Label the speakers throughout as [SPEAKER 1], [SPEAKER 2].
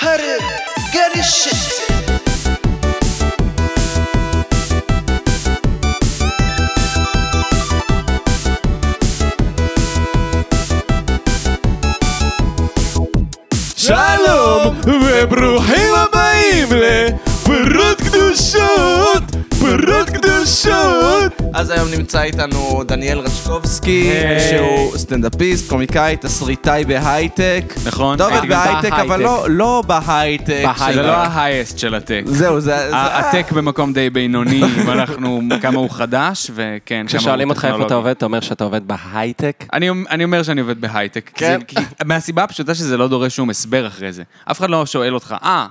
[SPEAKER 1] Karı karışık
[SPEAKER 2] שלום וברוכים הבאים לפירות קדושות, פירות קדושות.
[SPEAKER 3] אז היום נמצא איתנו דניאל רשקובסקי,
[SPEAKER 2] היי.
[SPEAKER 3] שהוא סטנדאפיסט, קומיקאי, תסריטאי בהייטק.
[SPEAKER 2] נכון,
[SPEAKER 3] טוב,
[SPEAKER 4] הייתי גם
[SPEAKER 3] בהייטק,
[SPEAKER 4] בהייטק.
[SPEAKER 3] אבל לא- לא בהייטק.
[SPEAKER 4] זה
[SPEAKER 3] של-
[SPEAKER 5] אה.
[SPEAKER 4] לא ההייסט של הטק.
[SPEAKER 3] זהו, זה...
[SPEAKER 2] אה,
[SPEAKER 3] זה-
[SPEAKER 4] הטק במקום די בינוני, אם אנחנו, כמה הוא חדש, וכן, כמה הוא
[SPEAKER 5] כששואלים אותך איפה אתה
[SPEAKER 4] טכנולוגי.
[SPEAKER 5] עובד, אתה אומר שאתה עובד בהייטק?
[SPEAKER 4] אני, אני אומר שאני עובד בהייטק.
[SPEAKER 3] כן.
[SPEAKER 4] זה, כי, מהסיבה הפשוטה שזה לא דורש שום הסבר אחרי זה. אף אחד לא שואל אותך, אה,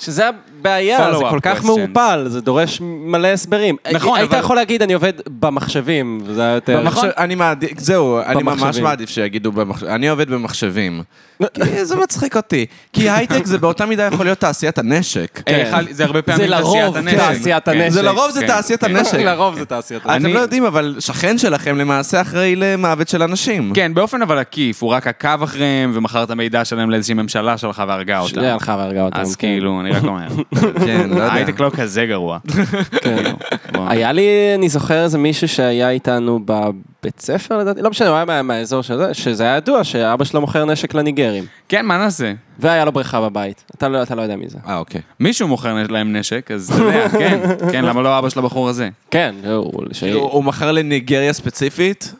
[SPEAKER 5] שזה הבעיה, זה
[SPEAKER 4] Follow-up
[SPEAKER 5] כל כך
[SPEAKER 4] questions.
[SPEAKER 5] מעורפל, זה דורש מלא הסברים.
[SPEAKER 4] נכון,
[SPEAKER 5] היית
[SPEAKER 4] אבל-
[SPEAKER 5] יכול להגיד, אני עובד במחשבים, וזה היה
[SPEAKER 2] נכון.
[SPEAKER 5] יותר...
[SPEAKER 3] במחשב- נכון, אני מעדיף, זהו, אני ממש
[SPEAKER 5] במחשבים.
[SPEAKER 3] מעדיף שיגידו במחשב... אני עובד במחשבים.
[SPEAKER 2] לא.
[SPEAKER 3] כי זה מצחיק אותי. כי הייטק זה באותה מידה יכול להיות תעשיית הנשק.
[SPEAKER 4] אה, חל- זה הרבה פעמים
[SPEAKER 5] כן. זה לרוב תעשיית
[SPEAKER 2] אה,
[SPEAKER 4] כן.
[SPEAKER 5] הנשק.
[SPEAKER 3] זה לרוב זה
[SPEAKER 4] כן,
[SPEAKER 3] תעשיית
[SPEAKER 4] כן.
[SPEAKER 3] הנשק.
[SPEAKER 5] לרוב זה תעשיית.
[SPEAKER 3] אתם
[SPEAKER 4] אני-
[SPEAKER 3] לא יודעים, אבל שכן שלכם למעשה אחראי למוות של אנשים.
[SPEAKER 4] כן, באופן אבל עקיף, הוא רק עקב אחריהם ומכר את המידע שלהם לאיזושהי ממשלה שהלכה והרגה אותם.
[SPEAKER 5] שנייה הלכה והרגה אותם.
[SPEAKER 4] אז
[SPEAKER 5] כן.
[SPEAKER 4] כאילו, אני רק אומר.
[SPEAKER 3] כן, לא יודע.
[SPEAKER 4] ההייטק לא כזה גרוע.
[SPEAKER 5] כן.
[SPEAKER 4] בוא.
[SPEAKER 5] היה לי, אני זוכר איזה מישהו שהיה איתנו בבית ספר לדעתי, לא משנה, הוא היה מה- מהאזור שזה, שזה היה ידוע שאבא שלו מוכר נשק לניגרים.
[SPEAKER 4] כן, מה נעשה?
[SPEAKER 5] והיה לו בריכה בבית. אתה לא אתה לא יודע מי זה.
[SPEAKER 3] אה, אוקיי.
[SPEAKER 4] מישהו מוכר להם נשק, אז אתה יודע, כן, כן, למה לא אבא של הבחור הזה?
[SPEAKER 5] כן, הוא... ש-
[SPEAKER 3] הוא
[SPEAKER 4] כאילו-
[SPEAKER 3] הוא מכר לניגריה ספציפית?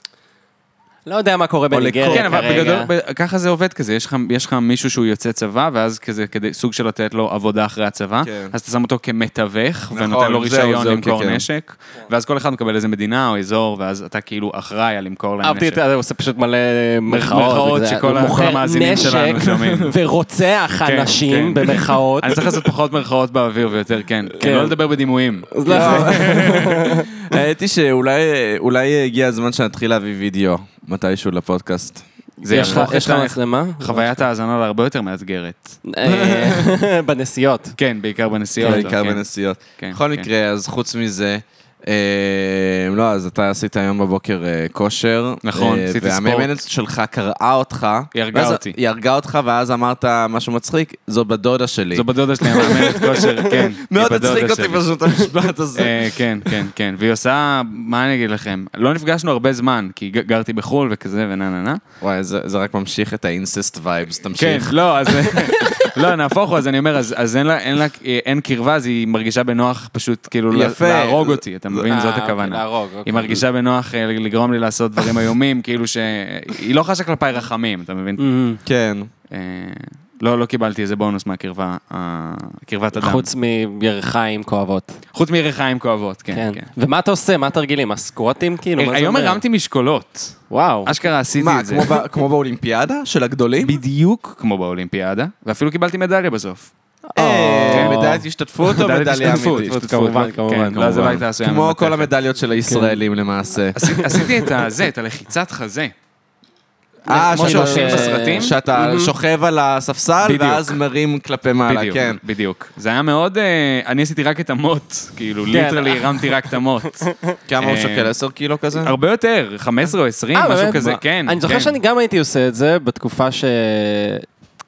[SPEAKER 5] לא יודע מה קורה בניגריה
[SPEAKER 4] כן,
[SPEAKER 5] כרגע.
[SPEAKER 4] אבל בגדול, ב- ככה זה עובד כזה, יש לך- יש לך מישהו שהוא יוצא צבא, ואז כזה כדי- סוג של לתת לו עבודה אחרי הצבא,
[SPEAKER 3] כן.
[SPEAKER 4] אז אתה שם אותו כמתווך,
[SPEAKER 3] נכון,
[SPEAKER 4] ונותן לו
[SPEAKER 3] זהו,
[SPEAKER 4] רישיון
[SPEAKER 3] זהו,
[SPEAKER 4] למכור
[SPEAKER 3] כן, כן.
[SPEAKER 4] נשק, ואז כל אחד מקבל איזה מדינה או אזור, ואז אתה כאילו אחראי על למכור להם
[SPEAKER 5] אהבתי
[SPEAKER 4] נשק.
[SPEAKER 5] את זה, הוא עושה פשוט מלא מרכאות.
[SPEAKER 4] מרכאות
[SPEAKER 5] וזה-
[SPEAKER 4] שכל
[SPEAKER 5] הוא
[SPEAKER 4] ה- כל
[SPEAKER 5] מוכר
[SPEAKER 4] המאזינים שלנו
[SPEAKER 5] נשק
[SPEAKER 4] שומעים.
[SPEAKER 5] ורוצח
[SPEAKER 4] כן,
[SPEAKER 5] אנשים
[SPEAKER 4] כן.
[SPEAKER 5] במרכאות.
[SPEAKER 4] אני צריך לעשות פחות מרכאות באוויר ויותר כן,
[SPEAKER 5] כן.
[SPEAKER 4] לא לדבר בדימויים.
[SPEAKER 5] אז לא-
[SPEAKER 3] האמת היא שאולי אולי הגיע הזמן שנתחיל להביא וידאו מתישהו לפודקאסט.
[SPEAKER 4] זה
[SPEAKER 5] יש לך-
[SPEAKER 4] יהפוך
[SPEAKER 5] יש לך
[SPEAKER 4] את ה-
[SPEAKER 5] מצלמה?
[SPEAKER 4] חוויית ההאזנה להרבה יותר מאתגרת.
[SPEAKER 5] אה, בנסיעות.
[SPEAKER 4] כן, בעיקר בנסיעות.
[SPEAKER 3] בעיקר
[SPEAKER 4] כן.
[SPEAKER 3] בנסיעות.
[SPEAKER 4] כן,
[SPEAKER 3] בכל
[SPEAKER 4] כן.
[SPEAKER 3] מקרה, אז חוץ מזה, אה, לא, אז אתה עשית היום בבוקר אה, כושר.
[SPEAKER 4] נכון,
[SPEAKER 3] אה,
[SPEAKER 4] עשיתי ספורט.
[SPEAKER 3] והמאמנת שלך קראה אותך.
[SPEAKER 4] היא הרגה
[SPEAKER 3] ואז-
[SPEAKER 4] אותי.
[SPEAKER 3] היא הרגה אותך, ואז אמרת משהו מצחיק, זו בדודה שלי.
[SPEAKER 4] זו בדודה שלי, המאמנת כושר, כן. היא
[SPEAKER 3] אוקיי. מאוד
[SPEAKER 4] בדודה
[SPEAKER 3] הצחיק אותי
[SPEAKER 4] שלי.
[SPEAKER 3] פשוט המשפט הזה.
[SPEAKER 4] אה, כן, כן, כן. והיא עושה, מה אני אגיד לכם? לא נפגשנו הרבה זמן, כי ג- גרתי בחו"ל וכזה ונה נה נה.
[SPEAKER 3] וואי, זה זה רק ממשיך את האינססט וייבס,
[SPEAKER 4] כן,
[SPEAKER 3] תמשיך.
[SPEAKER 4] לא, אז... לא, נהפוך הוא, אז אני אומר, אז- אז אין לה- אין לה, אה, אין קרבה, אז היא מרגישה בנוח פשוט כאילו ל-
[SPEAKER 3] יפה.
[SPEAKER 4] להרוג אותי, אתה מבין?
[SPEAKER 5] אה,
[SPEAKER 4] זאת
[SPEAKER 5] אוקיי,
[SPEAKER 4] הכוונה.
[SPEAKER 5] להרוג,
[SPEAKER 4] היא
[SPEAKER 5] אוקיי.
[SPEAKER 4] מרגישה בנוח אה, לגרום לי לעשות דברים איומים, כאילו ש... היא לא חשה כלפיי רחמים, אתה מבין?
[SPEAKER 5] Mm-hmm.
[SPEAKER 3] כן.
[SPEAKER 4] אה, לא, לא קיבלתי איזה בונוס מהקרבה, אה, קרבת אדם.
[SPEAKER 5] חוץ מירכיים כואבות.
[SPEAKER 4] חוץ מירכיים כואבות, כן,
[SPEAKER 5] כן.
[SPEAKER 4] כן. אה,
[SPEAKER 5] ומה אתה עושה? מה התרגילים? הסקווטים כאילו? מה זה
[SPEAKER 4] היום
[SPEAKER 5] אומר?
[SPEAKER 4] הרמתי משקולות.
[SPEAKER 5] וואו.
[SPEAKER 4] אשכרה עשיתי
[SPEAKER 3] מה,
[SPEAKER 4] את זה.
[SPEAKER 3] כמו ב- כמו באולימפיאדה של הגדולים?
[SPEAKER 4] בדיוק כמו באולימפיאדה, ואפילו קיבלתי מדליה בסוף.
[SPEAKER 3] אה,
[SPEAKER 5] או.
[SPEAKER 3] מדליית השתתפות או
[SPEAKER 4] מדליית
[SPEAKER 3] מדליה
[SPEAKER 4] השתתפות,
[SPEAKER 3] אמיתית?
[SPEAKER 4] השתתפות,
[SPEAKER 5] כמובן,
[SPEAKER 4] לא-
[SPEAKER 5] כמובן,
[SPEAKER 4] כן, לא, זה לא
[SPEAKER 5] כמובן.
[SPEAKER 4] הייתה עשויה
[SPEAKER 3] כמו
[SPEAKER 4] ממתכת.
[SPEAKER 3] כל המדליות של הישראלים למעשה.
[SPEAKER 4] עשיתי- עשיתי את הזה, את הלחיצת חזה.
[SPEAKER 3] אה,
[SPEAKER 5] כמו
[SPEAKER 3] שאתה-
[SPEAKER 5] שעושים
[SPEAKER 3] אה,
[SPEAKER 4] בסרטים?
[SPEAKER 3] שאתה שוכב על הספסל,
[SPEAKER 4] בדיוק.
[SPEAKER 3] ואז מרים כלפי מעלה,
[SPEAKER 4] בדיוק,
[SPEAKER 3] כן.
[SPEAKER 4] בדיוק. זה היה מאוד, אה, אני עשיתי רק את המוט, כאילו,
[SPEAKER 5] כן.
[SPEAKER 4] ליטרלי הרמתי רק את המוט.
[SPEAKER 3] כמה הוא
[SPEAKER 4] אה,
[SPEAKER 3] שוקל? 10 קילו כזה?
[SPEAKER 4] הרבה יותר, 15 או 20,
[SPEAKER 5] אה,
[SPEAKER 4] משהו
[SPEAKER 5] באמת?
[SPEAKER 4] כזה,
[SPEAKER 5] מה?
[SPEAKER 4] כן.
[SPEAKER 5] אני זוכר
[SPEAKER 4] כן.
[SPEAKER 5] שאני גם הייתי עושה את זה בתקופה ש...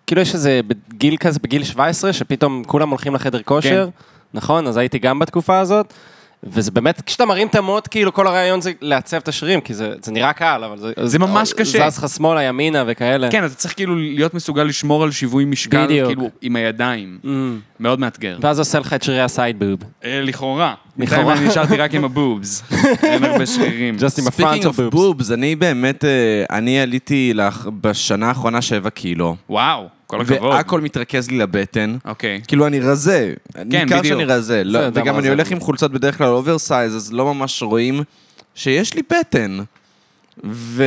[SPEAKER 5] כאילו יש איזה גיל כזה, בגיל 17, שפתאום כולם הולכים לחדר
[SPEAKER 4] כן.
[SPEAKER 5] כושר, נכון? אז הייתי גם בתקופה הזאת. וזה באמת, כשאתה מרים את המוט, כאילו כל הרעיון זה לעצב את השרירים, כי זה, זה נראה קל, אבל זה...
[SPEAKER 4] זה ממש קשה.
[SPEAKER 5] זז לך שמאלה, ימינה וכאלה.
[SPEAKER 4] כן, אתה צריך כאילו להיות מסוגל לשמור על שיווי משקל,
[SPEAKER 5] בדיוק.
[SPEAKER 4] כאילו, עם הידיים.
[SPEAKER 5] Mm.
[SPEAKER 4] מאוד מאתגר.
[SPEAKER 5] ואז עושה לך את שרירי הסייד בוב.
[SPEAKER 4] אה, לכאורה.
[SPEAKER 5] לכאורה.
[SPEAKER 4] לכאורה. אני נשארתי רק עם הבובס. אין הרבה שרירים.
[SPEAKER 5] Just עם
[SPEAKER 3] Speaking
[SPEAKER 5] הפרונט
[SPEAKER 3] of boobs, אני באמת, אה, אני עליתי לך- בשנה האחרונה 7 קילו,
[SPEAKER 4] וואו, כל הכבוד.
[SPEAKER 3] והכל מתרכז לי לבטן.
[SPEAKER 4] אוקיי.
[SPEAKER 3] כאילו אני רזה, ניכר
[SPEAKER 4] בדיוק.
[SPEAKER 3] שאני רזה, לא-
[SPEAKER 5] כן, בסדר,
[SPEAKER 3] וגם
[SPEAKER 5] אבל
[SPEAKER 3] אני
[SPEAKER 5] זה-
[SPEAKER 3] הולך עם חולצות בדרך כלל אוברסייז, אז לא ממש רואים שיש לי בטן. ו...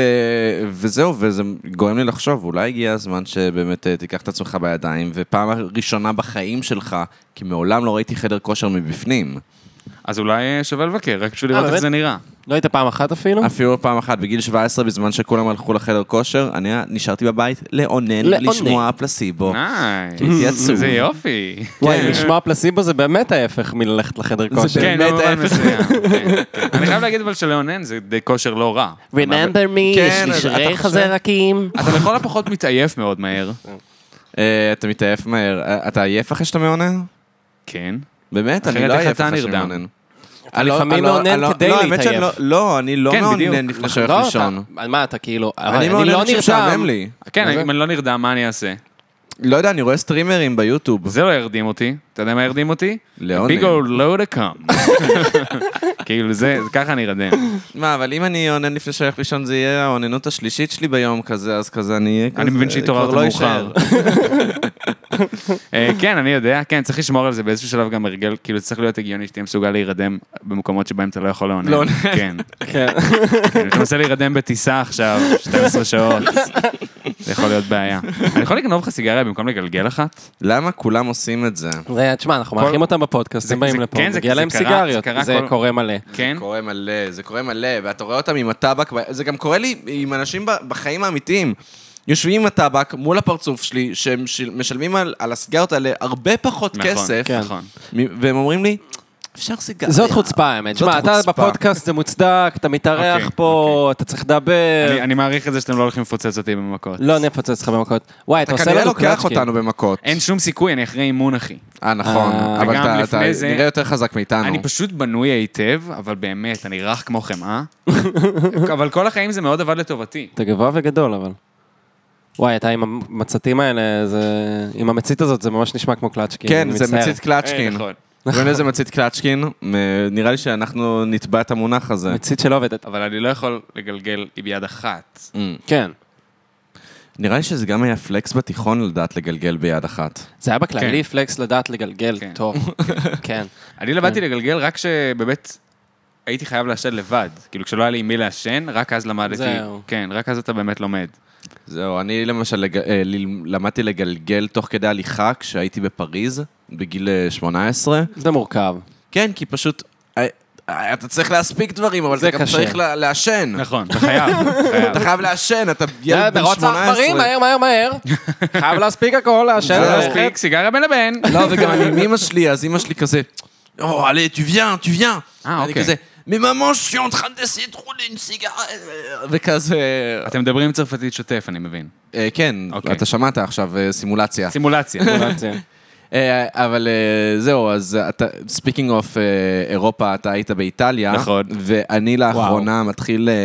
[SPEAKER 3] וזהו, וזה גורם לי לחשוב, אולי הגיע הזמן שבאמת אה, תיקח את עצמך בידיים, ופעם ראשונה בחיים שלך, כי מעולם לא ראיתי חדר כושר מבפנים.
[SPEAKER 4] אז אולי אה, שווה לבקר, רק בשביל לראות איך
[SPEAKER 5] באמת?
[SPEAKER 4] זה נראה.
[SPEAKER 5] לא היית פעם אחת אפילו?
[SPEAKER 3] אפילו לא פעם אחת, בגיל 17, בזמן שכולם הלכו לחדר כושר, אני נשארתי בבית לאונן,
[SPEAKER 5] לאונן.
[SPEAKER 3] לשמוע פלסיבו.
[SPEAKER 4] נייס.
[SPEAKER 3] הייתי עצוב.
[SPEAKER 4] זה יופי.
[SPEAKER 5] וואי, לשמוע פלסיבו זה באמת ההפך מללכת לחדר כושר.
[SPEAKER 4] כן,
[SPEAKER 3] באמת
[SPEAKER 4] במובן
[SPEAKER 3] ההפך.
[SPEAKER 4] מסוים. כן, כן. אני חייב להגיד אבל שלאונן זה די כושר לא רע.
[SPEAKER 5] Remember me,
[SPEAKER 3] כן,
[SPEAKER 5] יש
[SPEAKER 3] אז
[SPEAKER 5] לי
[SPEAKER 3] אתה
[SPEAKER 5] שרירי
[SPEAKER 3] חושב-
[SPEAKER 5] חזה רכים.
[SPEAKER 4] אתה לכל הפחות מתעייף מאוד מהר.
[SPEAKER 3] אה, אתה מתעייף מהר. אה, אתה עייף אחרי שאתה מאונן?
[SPEAKER 4] כן.
[SPEAKER 3] באמת? אני
[SPEAKER 4] אחרת
[SPEAKER 3] לא
[SPEAKER 4] איך
[SPEAKER 3] עייף
[SPEAKER 4] אתה
[SPEAKER 3] אחרי שאני
[SPEAKER 4] נרדם?
[SPEAKER 3] מאונן.
[SPEAKER 5] לפעמים
[SPEAKER 3] אני לא-
[SPEAKER 5] מאונן
[SPEAKER 3] אני לא-
[SPEAKER 5] כדי
[SPEAKER 3] לא, האמת שאני
[SPEAKER 5] להתעייף.
[SPEAKER 3] לא- לא, אני לא
[SPEAKER 4] כן,
[SPEAKER 3] מאונן
[SPEAKER 4] בדיוק.
[SPEAKER 3] לפני שאני הולך
[SPEAKER 5] לא,
[SPEAKER 3] לישון.
[SPEAKER 5] אתה- מה אתה כאילו,
[SPEAKER 3] אני
[SPEAKER 5] אני
[SPEAKER 3] מאונן
[SPEAKER 5] לא
[SPEAKER 3] עכשיו
[SPEAKER 5] נרדם.
[SPEAKER 3] משעמם לי.
[SPEAKER 4] כן,
[SPEAKER 5] מה זה?
[SPEAKER 4] אם אני לא נרדם, מה אני אעשה?
[SPEAKER 3] לא יודע, אני רואה סטרימרים ביוטיוב.
[SPEAKER 4] זה לא ירדים אותי. אתה יודע מה ירדים אותי?
[SPEAKER 3] לאונן.
[SPEAKER 4] ביג אול לא דקאם. כאילו זה, זה- ככה אני ארדם.
[SPEAKER 3] מה, אבל אם אני אונן לפני שאני הולך לישון, זה יהיה האוננות השלישית שלי ביום כזה, אז כזה אני אהיה כזה...
[SPEAKER 4] אני מבין שהתעוררת
[SPEAKER 3] כבר לא
[SPEAKER 4] מאוחר.
[SPEAKER 3] יישאר.
[SPEAKER 4] אה, כן, אני יודע, כן, צריך לשמור על זה באיזשהו שלב גם הרגל, כאילו צריך להיות הגיוני שתהיה מסוגל להירדם במקומות שבהם אתה לא יכול לאונן.
[SPEAKER 3] לאונן.
[SPEAKER 4] כן.
[SPEAKER 5] כן.
[SPEAKER 4] כן, אתה מנסה להירדם בטיסה עכשיו, 12 שעות, זה יכול להיות בעיה. אני יכול לגנוב לך סיגריה במקום לגלגל אחת?
[SPEAKER 3] למה כולם עושים את זה?
[SPEAKER 5] זה, תשמע, אנחנו מארחים אותם בפודקאסט,
[SPEAKER 4] זה-
[SPEAKER 5] הם באים
[SPEAKER 4] זה-
[SPEAKER 5] לפה,
[SPEAKER 4] כן, זה-
[SPEAKER 5] מגיע
[SPEAKER 4] זה
[SPEAKER 5] להם
[SPEAKER 4] קרה, זה
[SPEAKER 5] סיגריות,
[SPEAKER 4] קרה
[SPEAKER 5] זה
[SPEAKER 4] כל-
[SPEAKER 5] קורה מלא.
[SPEAKER 4] כן?
[SPEAKER 3] קורה מלא, זה קורה מלא, ואתה רואה אותם עם הטבק, ב- זה גם קורה לי עם אנשים ב- בחיים האמיתיים. יושבים עם הטבק מול הפרצוף שלי, שהם של- משלמים על, על הסיגריות האלה הרבה פחות
[SPEAKER 4] נכון,
[SPEAKER 3] כסף,
[SPEAKER 5] כן.
[SPEAKER 4] נכון.
[SPEAKER 3] מ- והם אומרים לי, אפשר סיגריה.
[SPEAKER 5] זאת חוצפה האמת.
[SPEAKER 3] זאת
[SPEAKER 5] שמע, אתה
[SPEAKER 3] חוצפה.
[SPEAKER 5] בפודקאסט זה מוצדק, אתה מתארח
[SPEAKER 4] אוקיי,
[SPEAKER 5] פה, אתה צריך
[SPEAKER 4] אני-
[SPEAKER 3] כן.
[SPEAKER 5] לדבר.
[SPEAKER 4] אני מעריך את זה שאתם לא הולכים לפוצץ אותי במכות.
[SPEAKER 5] לא, אני אפוצץ אותך במכות. וואי, אתה
[SPEAKER 3] אתה
[SPEAKER 5] עושה
[SPEAKER 3] כנראה
[SPEAKER 5] לנו
[SPEAKER 3] לוקח
[SPEAKER 5] קלצ'קין.
[SPEAKER 3] אותנו במכות.
[SPEAKER 4] כן. אין שום סיכוי, אני אחרי אימון, אחי.
[SPEAKER 3] אה, נכון,
[SPEAKER 5] אה,
[SPEAKER 3] אבל
[SPEAKER 4] וגם
[SPEAKER 3] אתה, אתה
[SPEAKER 4] לפני זה-
[SPEAKER 3] נראה יותר חזק מאיתנו.
[SPEAKER 4] אני פשוט בנוי היטב, אבל באמת, אני רך כמו חמאה. אבל כל החיים זה מאוד עבד לטובתי.
[SPEAKER 5] אתה גבוה וגדול, אבל. וואי, אתה עם המצתים האלה, זה... עם המצית הזאת, זה ממש נשמע כמו קלצ'קין.
[SPEAKER 3] כן,
[SPEAKER 5] אני
[SPEAKER 3] זה
[SPEAKER 5] מצטער.
[SPEAKER 3] מצית
[SPEAKER 4] אה,
[SPEAKER 3] קלצ'קין.
[SPEAKER 4] נכון.
[SPEAKER 3] קוראים לזה מצית קלצ'קין, מ- נראה לי שאנחנו נתבע את המונח הזה.
[SPEAKER 5] מצית שלא עובדת.
[SPEAKER 4] אבל אני לא יכול לגלגל עם יד אחת.
[SPEAKER 5] כן.
[SPEAKER 3] Mm. נראה לי שזה גם היה פלקס בתיכון לדעת לגלגל ביד אחת.
[SPEAKER 5] זה היה בכללי
[SPEAKER 4] כן.
[SPEAKER 5] פלקס לדעת לגלגל
[SPEAKER 4] כן.
[SPEAKER 5] טוב. כן.
[SPEAKER 4] אני למדתי לגלגל רק כשבאמת הייתי חייב לעשן לבד. כאילו, כשלא היה לי עם מי לעשן, רק אז למדתי.
[SPEAKER 5] זהו.
[SPEAKER 4] כן, רק אז אתה באמת לומד.
[SPEAKER 3] זהו, אני למשל לג... אה, ל- למדתי לגלגל תוך כדי הליכה כשהייתי בפריז, בגיל אה, 18.
[SPEAKER 5] זה מורכב.
[SPEAKER 3] כן, כי פשוט... אה, אה, אתה צריך להספיק דברים, אבל
[SPEAKER 5] זה
[SPEAKER 3] אתה גם
[SPEAKER 5] קשה.
[SPEAKER 3] צריך לה- לעשן.
[SPEAKER 4] נכון, אתה חייב. חייב.
[SPEAKER 3] אתה חייב לעשן, אתה
[SPEAKER 5] יאללה,
[SPEAKER 4] לא,
[SPEAKER 3] ילד בן
[SPEAKER 5] מרוץ
[SPEAKER 3] 18.
[SPEAKER 5] העכברים, מהר, מהר, מהר. חייב להספיק הכל, לעשן.
[SPEAKER 3] זהו.
[SPEAKER 5] ללכת.
[SPEAKER 4] לא מספיק, סיגריה בין לבין.
[SPEAKER 3] לא, וגם אני עם אמא שלי, אז אמא שלי כזה, או, עלה, tu viens, tu viens.
[SPEAKER 4] אה,
[SPEAKER 3] אני
[SPEAKER 4] אוקיי.
[SPEAKER 3] כזה, mais maman, je suis en train d'essayer de rouler une cigarette." וכזה...
[SPEAKER 4] אתם מדברים צרפתית שוטף, אני מבין.
[SPEAKER 3] אה, כן,
[SPEAKER 4] אוקיי.
[SPEAKER 3] אתה שמעת עכשיו אה, סימולציה.
[SPEAKER 4] סימולציה.
[SPEAKER 3] אה, אבל אה, זהו, אז אתה, ספיקינג אוף אירופה, אתה היית באיטליה.
[SPEAKER 4] נכון.
[SPEAKER 3] ואני לאחרונה מתחיל אה,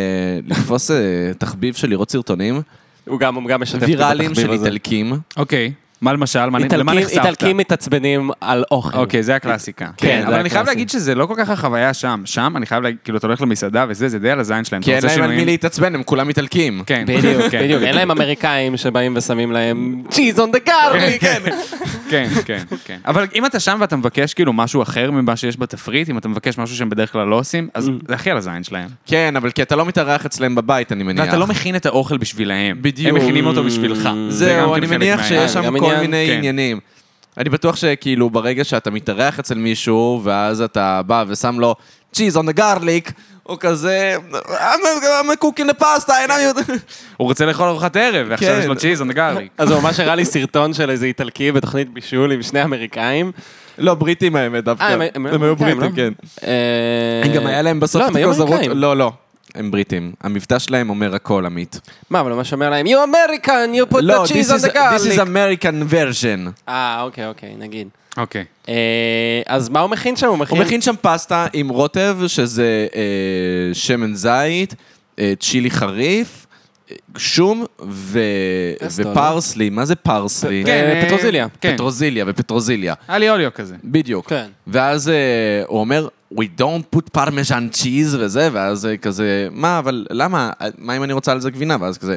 [SPEAKER 3] לתפוס אה, תחביב של לראות סרטונים
[SPEAKER 5] הוא גם הוא גם משתף אותי
[SPEAKER 3] ויראליים
[SPEAKER 5] בתחביב
[SPEAKER 3] של
[SPEAKER 5] הזה.
[SPEAKER 3] איטלקים.
[SPEAKER 4] אוקיי, מה למשל? מה-
[SPEAKER 5] איטלקים-
[SPEAKER 4] למה נחשפת?
[SPEAKER 5] איטלקים מתעצבנים על אוכל.
[SPEAKER 4] אוקיי, זה הקלאסיקה.
[SPEAKER 5] כן, זה
[SPEAKER 4] אבל אני חייב
[SPEAKER 5] הקלאסי.
[SPEAKER 4] להגיד שזה לא כל כך החוויה שם. שם, אני חייב להגיד, כאילו, אתה הולך למסעדה וזה, זה די על הזין שלהם.
[SPEAKER 3] כי
[SPEAKER 4] אתה
[SPEAKER 3] אין
[SPEAKER 4] רוצה
[SPEAKER 3] להם על מי
[SPEAKER 4] שינויים?
[SPEAKER 3] להתעצבן, הם כולם איטלקים.
[SPEAKER 4] כן.
[SPEAKER 5] בדיוק,
[SPEAKER 4] כן,
[SPEAKER 5] בדיוק. אין להם אמריקאים שבאים ושמים להם צ'יז און דה גארליק.
[SPEAKER 4] כן, כן, כן. אבל אם אתה שם ואתה מבקש כאילו משהו אחר ממה שיש בתפריט, אם אתה מבקש משהו שהם בדרך כלל לא עושים, אז זה הכי על הזין שלהם.
[SPEAKER 3] כן, אבל כי אתה לא מתארח אצלם בבית, אני מניח.
[SPEAKER 4] ואתה לא מכין את האוכל בשבילהם.
[SPEAKER 3] בדיוק.
[SPEAKER 4] הם מכינים אותו בשבילך. זה גם
[SPEAKER 3] זהו,
[SPEAKER 4] כן
[SPEAKER 3] אני
[SPEAKER 4] חלק
[SPEAKER 3] מניח
[SPEAKER 4] מהעניין.
[SPEAKER 3] שיש שם
[SPEAKER 5] כאילו גם
[SPEAKER 3] כל
[SPEAKER 5] עניין,
[SPEAKER 3] מיני
[SPEAKER 4] כן.
[SPEAKER 3] עניינים. אני בטוח שכאילו ברגע שאתה מתארח אצל מישהו, ואז אתה בא ושם לו צ'יז און הגרליק, הוא כזה, I'm a cooking the pasta, and I know
[SPEAKER 4] הוא רוצה לאכול ארוחת ערב, ועכשיו
[SPEAKER 3] כן.
[SPEAKER 4] יש לו צ'יז און גארליק.
[SPEAKER 5] אז הוא ממש הראה לי סרטון של איזה איטלקי בתוכנית בישול עם שני אמריקאים.
[SPEAKER 3] לא, בריטים האמת דווקא.
[SPEAKER 5] אה, הם- הם
[SPEAKER 3] הם היו
[SPEAKER 5] אמריקאים,
[SPEAKER 3] בריטים,
[SPEAKER 5] לא?
[SPEAKER 3] כן.
[SPEAKER 5] אה,
[SPEAKER 3] גם היה להם
[SPEAKER 5] לא,
[SPEAKER 3] בסוף
[SPEAKER 5] הם היו
[SPEAKER 3] תיקו זרות.
[SPEAKER 5] אמריקאים.
[SPEAKER 3] לא, לא. הם בריטים. המבטא שלהם אומר הכל, עמית.
[SPEAKER 5] מה, אבל הוא ממש אומר להם, you American, you put
[SPEAKER 3] לא,
[SPEAKER 5] the
[SPEAKER 3] this
[SPEAKER 5] cheese on
[SPEAKER 3] is-
[SPEAKER 5] the
[SPEAKER 3] this is
[SPEAKER 5] garlic.
[SPEAKER 3] American version.
[SPEAKER 5] אה, אוקיי, אוקיי, נגיד.
[SPEAKER 4] אוקיי.
[SPEAKER 5] אה, אז מה הוא מכין שם? הוא מכין...
[SPEAKER 3] הוא מכין שם פסטה עם רוטב, שזה אה, שמן זית, אה, צ'ילי חריף, אה, שום ו...
[SPEAKER 5] פסטה, לא?
[SPEAKER 3] ופרסלי. מה זה פרסלי?
[SPEAKER 5] כן,
[SPEAKER 4] אה,
[SPEAKER 5] פטרוזיליה.
[SPEAKER 4] כן.
[SPEAKER 3] פטרוזיליה ופטרוזיליה.
[SPEAKER 4] אלי אוליו כזה.
[SPEAKER 3] בדיוק.
[SPEAKER 5] כן.
[SPEAKER 3] ואז אה, הוא אומר, We don't put parmesan cheese וזה, ואז אה, כזה, מה, אבל למה? אה, מה אם אני רוצה על זה גבינה? ואז כזה,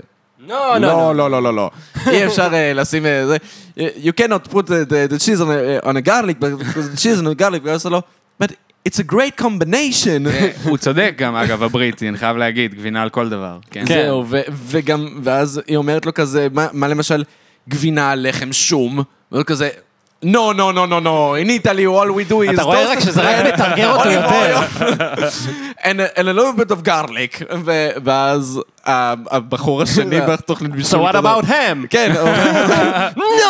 [SPEAKER 5] לא,
[SPEAKER 3] לא,
[SPEAKER 5] לא,
[SPEAKER 3] לא, לא, לא, לא. אי אפשר אה, לשים אה, זה. You cannot put the- the the cheese on a- on a garlic, but- because the cheese on a garlic, ואז הוא לא, but it's a great combination.
[SPEAKER 4] אה, הוא צודק גם, אגב, הבריטי, אני חייב להגיד, גבינה על כל דבר. כן.
[SPEAKER 3] זהו, ו- וגם, ואז היא אומרת לו כזה, מה מה למשל, גבינה, לחם, שום, והוא כזה, No, no, no, no, no, in Italy all we do is...
[SPEAKER 5] אתה רואה
[SPEAKER 3] toast
[SPEAKER 5] רק שזה רק מתרגר אותו
[SPEAKER 3] olive
[SPEAKER 5] יותר.
[SPEAKER 3] oil and a- and a little bit of garlic. ו- ואז
[SPEAKER 6] ה- הבחור השני בתוכנית
[SPEAKER 5] So
[SPEAKER 6] בישול.
[SPEAKER 5] what
[SPEAKER 6] כזה.
[SPEAKER 5] about him?
[SPEAKER 6] כן,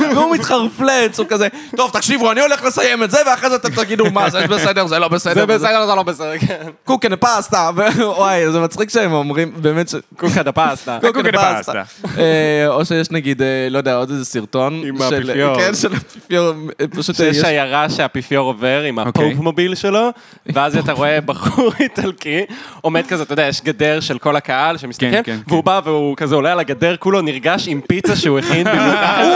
[SPEAKER 3] והוא מתחרפלץ, הוא כזה, טוב, תקשיבו, אני הולך לסיים את זה, ואחרי זה אתם תגידו, מה, זה בסדר, זה לא בסדר.
[SPEAKER 5] זה בסדר, זה לא בסדר, כן.
[SPEAKER 3] קוקן פסטה, וואי, זה מצחיק שהם אומרים, באמת ש...
[SPEAKER 5] קוקה דה פסטה.
[SPEAKER 4] קוקן פסטה.
[SPEAKER 3] אה, או שיש נגיד, אה, לא יודע, עוד איזה סרטון.
[SPEAKER 5] עם
[SPEAKER 3] של-
[SPEAKER 5] האפיפיור.
[SPEAKER 3] כן, של האפיפיור, אה, פשוט אה,
[SPEAKER 5] שיש
[SPEAKER 3] יש...
[SPEAKER 5] עיירה שהאפיפיור עובר עם הפופ
[SPEAKER 4] אוקיי.
[SPEAKER 5] מוביל שלו, ואז אתה רואה בחור איטלקי עומד כזה, אתה יודע, יש גדר של כל הקהל שמסתכל,
[SPEAKER 4] כן, כן,
[SPEAKER 5] והוא בא והוא כזה עולה על הגדר, כולו נרגש עם פיצה שהוא הכין במיוחד.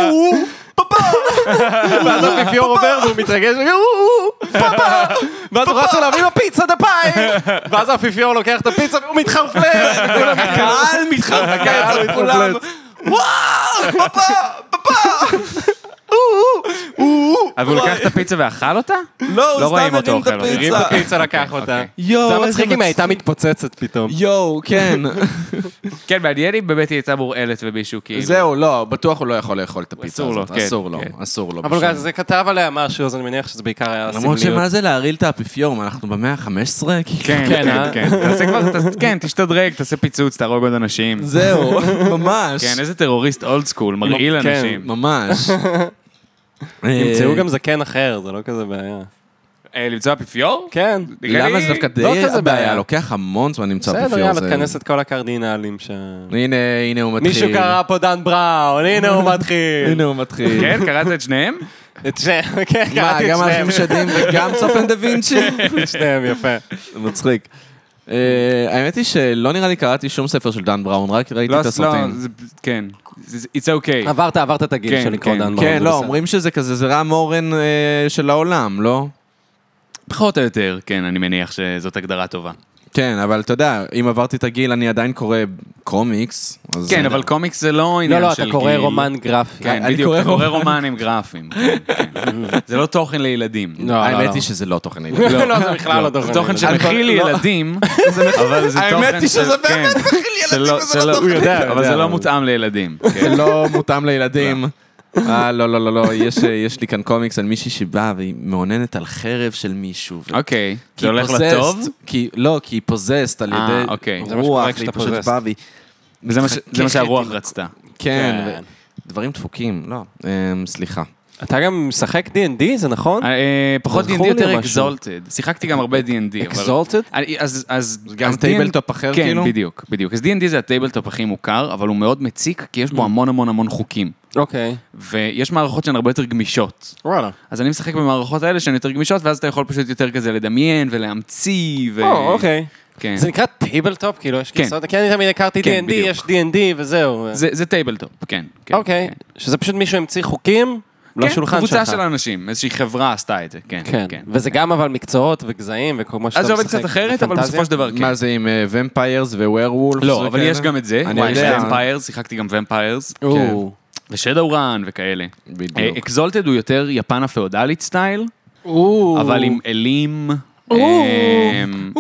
[SPEAKER 5] ואז האפיפיור עובר והוא מתרגש, "או, או, פאפה!" ואז הוא רץ אליו עם הפיצה דה פאי, ואז האפיפיור לוקח את הפיצה והוא מתחרפלט.
[SPEAKER 3] הקהל מתחרפק אצל כולם. וואו, פאפה, פאפה.
[SPEAKER 4] אבל הוא לקח את הפיצה ואכל אותה?
[SPEAKER 3] לא,
[SPEAKER 4] לא
[SPEAKER 3] הוא
[SPEAKER 4] רואים
[SPEAKER 3] סתם
[SPEAKER 4] אותו
[SPEAKER 3] הרים את
[SPEAKER 4] אוכל, הרים
[SPEAKER 3] הפיצה.
[SPEAKER 5] הפיצה לקח אותה.
[SPEAKER 3] יואו,
[SPEAKER 5] זה היה
[SPEAKER 3] איזה
[SPEAKER 5] מצחיק אם היא הייתה מתפוצצת פתאום.
[SPEAKER 3] יואו, כן.
[SPEAKER 4] כן, מעניין אם באמת היא הייתה מורעלת ומישהו כאילו.
[SPEAKER 3] זהו, לא, בטוח הוא לא יכול לאכול את הפיצה
[SPEAKER 4] אסור לו,
[SPEAKER 3] הזאת.
[SPEAKER 4] כן,
[SPEAKER 3] אסור לו,
[SPEAKER 4] כן.
[SPEAKER 3] אסור לו.
[SPEAKER 5] אבל
[SPEAKER 3] בשום-
[SPEAKER 5] גם זה כתב עליה משהו, אז אני מניח שזה בעיקר היה
[SPEAKER 3] למרות
[SPEAKER 5] סמליות.
[SPEAKER 3] שמה זה להרעיל את האפיפיור, מה, אנחנו במאה ה-15?
[SPEAKER 4] כן,
[SPEAKER 5] כן, אה?
[SPEAKER 4] כן, כן. תעשה כבר, תעשה- כן, תשתדרג, תעשה פיצוץ, תהרוג עוד אנשים.
[SPEAKER 3] זהו, ממש.
[SPEAKER 4] כן, איזה טרוריסט אולד סקול, מרעיל
[SPEAKER 5] כן.
[SPEAKER 4] אנשים.
[SPEAKER 3] ממש.
[SPEAKER 5] ימצאו
[SPEAKER 3] אה,
[SPEAKER 5] גם זקן אחר, זה לא כזה בעיה.
[SPEAKER 4] אה, למצוא אפיפיור?
[SPEAKER 5] כן.
[SPEAKER 4] נראה
[SPEAKER 3] למה
[SPEAKER 4] לי-
[SPEAKER 3] זה דווקא
[SPEAKER 5] לא
[SPEAKER 3] די
[SPEAKER 5] כזה
[SPEAKER 3] הבעיה?
[SPEAKER 5] בעיה.
[SPEAKER 3] לוקח המון זמן למצוא
[SPEAKER 5] בסדר,
[SPEAKER 3] אפיפיור.
[SPEAKER 5] יאללה,
[SPEAKER 3] זה-
[SPEAKER 5] תכנס את כל הקרדינלים ש...
[SPEAKER 3] הנה, הנה הוא מתחיל.
[SPEAKER 5] מישהו קרא פה דן בראון, הנה הוא מתחיל.
[SPEAKER 3] הנה הוא מתחיל.
[SPEAKER 4] כן, קראת את שניהם?
[SPEAKER 5] את שניהם, כן,
[SPEAKER 3] מה,
[SPEAKER 5] קראתי את
[SPEAKER 3] גם
[SPEAKER 5] שניהם.
[SPEAKER 3] אנחנו שדים וגם צופן דה וינצ'י?
[SPEAKER 5] את שניהם, יפה.
[SPEAKER 3] מצחיק. אה, האמת היא שלא נראה לי קראתי שום ספר של דן בראון, רק ראיתי
[SPEAKER 4] לא,
[SPEAKER 3] את
[SPEAKER 4] לא,
[SPEAKER 3] הסרטים.
[SPEAKER 4] זה- כן. זה- It's okay.
[SPEAKER 5] עברת, עברת את הגיל
[SPEAKER 4] כן,
[SPEAKER 5] של לקרוא
[SPEAKER 4] כן,
[SPEAKER 5] דן בראון.
[SPEAKER 3] כן,
[SPEAKER 5] זה
[SPEAKER 3] לא,
[SPEAKER 5] בסדר.
[SPEAKER 3] אומרים שזה כזה, זה רם אורן אה, של העולם, לא?
[SPEAKER 4] פחות או יותר, כן, אני מניח שזאת הגדרה טובה.
[SPEAKER 3] כן, אבל אתה יודע, אם עברתי את הגיל, אני עדיין קורא קומיקס. אז-
[SPEAKER 4] כן, אבל קומיקס זה לא
[SPEAKER 5] לא,
[SPEAKER 4] עניין של
[SPEAKER 5] לא, אתה קורא
[SPEAKER 4] גיל.
[SPEAKER 5] רומן גרפי.
[SPEAKER 4] כן,
[SPEAKER 3] אני
[SPEAKER 4] בדיוק,
[SPEAKER 3] קורא
[SPEAKER 4] אתה קורא רומן עם גרפים. כן, כן. זה לא תוכן לילדים.
[SPEAKER 5] לא, לא,
[SPEAKER 3] האמת
[SPEAKER 5] לא.
[SPEAKER 3] היא שזה לא תוכן עילית.
[SPEAKER 5] לא, זה בכלל לא
[SPEAKER 4] זה
[SPEAKER 5] דורש.
[SPEAKER 4] תוכן שמכיל ילדים, אבל זה תוכן...
[SPEAKER 3] לא, האמת היא שזה
[SPEAKER 4] של- כן, שלא- שלא-
[SPEAKER 5] הוא יודע,
[SPEAKER 4] אבל זה לא מותאם לילדים. כן.
[SPEAKER 3] זה כן. לא מותאם לילדים. אה, לא, לא, לא, לא, יש, אה, יש לי כאן קומיקס על מישהי שבאה והיא מאוננת על חרב של מישהו. ו-
[SPEAKER 4] אוקיי,
[SPEAKER 3] כי
[SPEAKER 4] זה
[SPEAKER 3] היא
[SPEAKER 4] הולך
[SPEAKER 3] possessed,
[SPEAKER 4] לטוב?
[SPEAKER 3] כי, לא, כי היא פוזסט על
[SPEAKER 4] אה,
[SPEAKER 3] ידי
[SPEAKER 4] אוקיי. זה
[SPEAKER 5] מה
[SPEAKER 3] רוח,
[SPEAKER 5] שקורה כשאתה
[SPEAKER 3] והיא פשוט
[SPEAKER 5] possessed.
[SPEAKER 3] באה והיא...
[SPEAKER 4] וזה מה ש- זה
[SPEAKER 5] כן.
[SPEAKER 4] מה שהרוח רצתה.
[SPEAKER 3] כן, ו- דברים דפוקים, לא. אמ, סליחה.
[SPEAKER 5] אתה גם משחק D&D, זה נכון?
[SPEAKER 4] אה, פחות
[SPEAKER 5] זכור
[SPEAKER 4] D&D
[SPEAKER 5] לי
[SPEAKER 4] יותר
[SPEAKER 5] משהו.
[SPEAKER 4] אקזולטד. שיחקתי גם הרבה D&D. אבל-
[SPEAKER 5] Exalted?
[SPEAKER 4] אני- אז- אז...
[SPEAKER 3] גם
[SPEAKER 4] אז
[SPEAKER 3] טייבלטופ
[SPEAKER 4] D&D
[SPEAKER 3] אחר,
[SPEAKER 4] כן,
[SPEAKER 3] כאילו?
[SPEAKER 4] כן, בדיוק, בדיוק. אז D&D זה הטייבלטופ הכי מוכר, אבל הוא מאוד מציק, כי יש
[SPEAKER 5] Mm.
[SPEAKER 4] בו המון המון המון חוקים.
[SPEAKER 5] אוקיי.
[SPEAKER 4] ויש מערכות שהן הרבה יותר גמישות.
[SPEAKER 5] וואלה.
[SPEAKER 4] אז אני משחק במערכות האלה שהן יותר גמישות, ואז אתה יכול פשוט יותר כזה לדמיין ולהמציא ו...
[SPEAKER 5] או, אוקיי.
[SPEAKER 4] כן.
[SPEAKER 5] זה נקרא טייבלטופ, כאילו, יש
[SPEAKER 4] כן.
[SPEAKER 5] כיסאות, כי אני תמיד הכרתי
[SPEAKER 4] כן,
[SPEAKER 5] D&D,
[SPEAKER 4] בדיוק.
[SPEAKER 5] יש D&D וזהו.
[SPEAKER 4] זה, זה טייבלטופ, כן. כן
[SPEAKER 5] אוקיי,
[SPEAKER 4] כן.
[SPEAKER 5] שזה פשוט מישהו המציא חוקים
[SPEAKER 4] כן,
[SPEAKER 5] לשולחן שלך.
[SPEAKER 4] קבוצה של אנשים, איזושהי חברה עשתה את זה, כן.
[SPEAKER 5] כן, וזה גם אבל מקצועות וגזעים וכמו שאתה משחק.
[SPEAKER 4] אז זה עובד קצת אחרת, אבל
[SPEAKER 5] בפנטזיה.
[SPEAKER 4] בסופו של דבר כן.
[SPEAKER 3] מה זה עם אה, ומפיירס ווירוולפס?
[SPEAKER 4] לא, אבל יש גם את זה.
[SPEAKER 3] אני
[SPEAKER 4] וואי, יש
[SPEAKER 3] יודע. כן,
[SPEAKER 4] ומפיירס, שיחקתי גם ומפיירס.
[SPEAKER 5] או,
[SPEAKER 4] ושדו רן וכאלה.
[SPEAKER 3] בדיוק.
[SPEAKER 4] אקזולטד הוא יותר יפן הפאודלית סטייל,
[SPEAKER 5] או.
[SPEAKER 4] אבל עם אלים. אמ,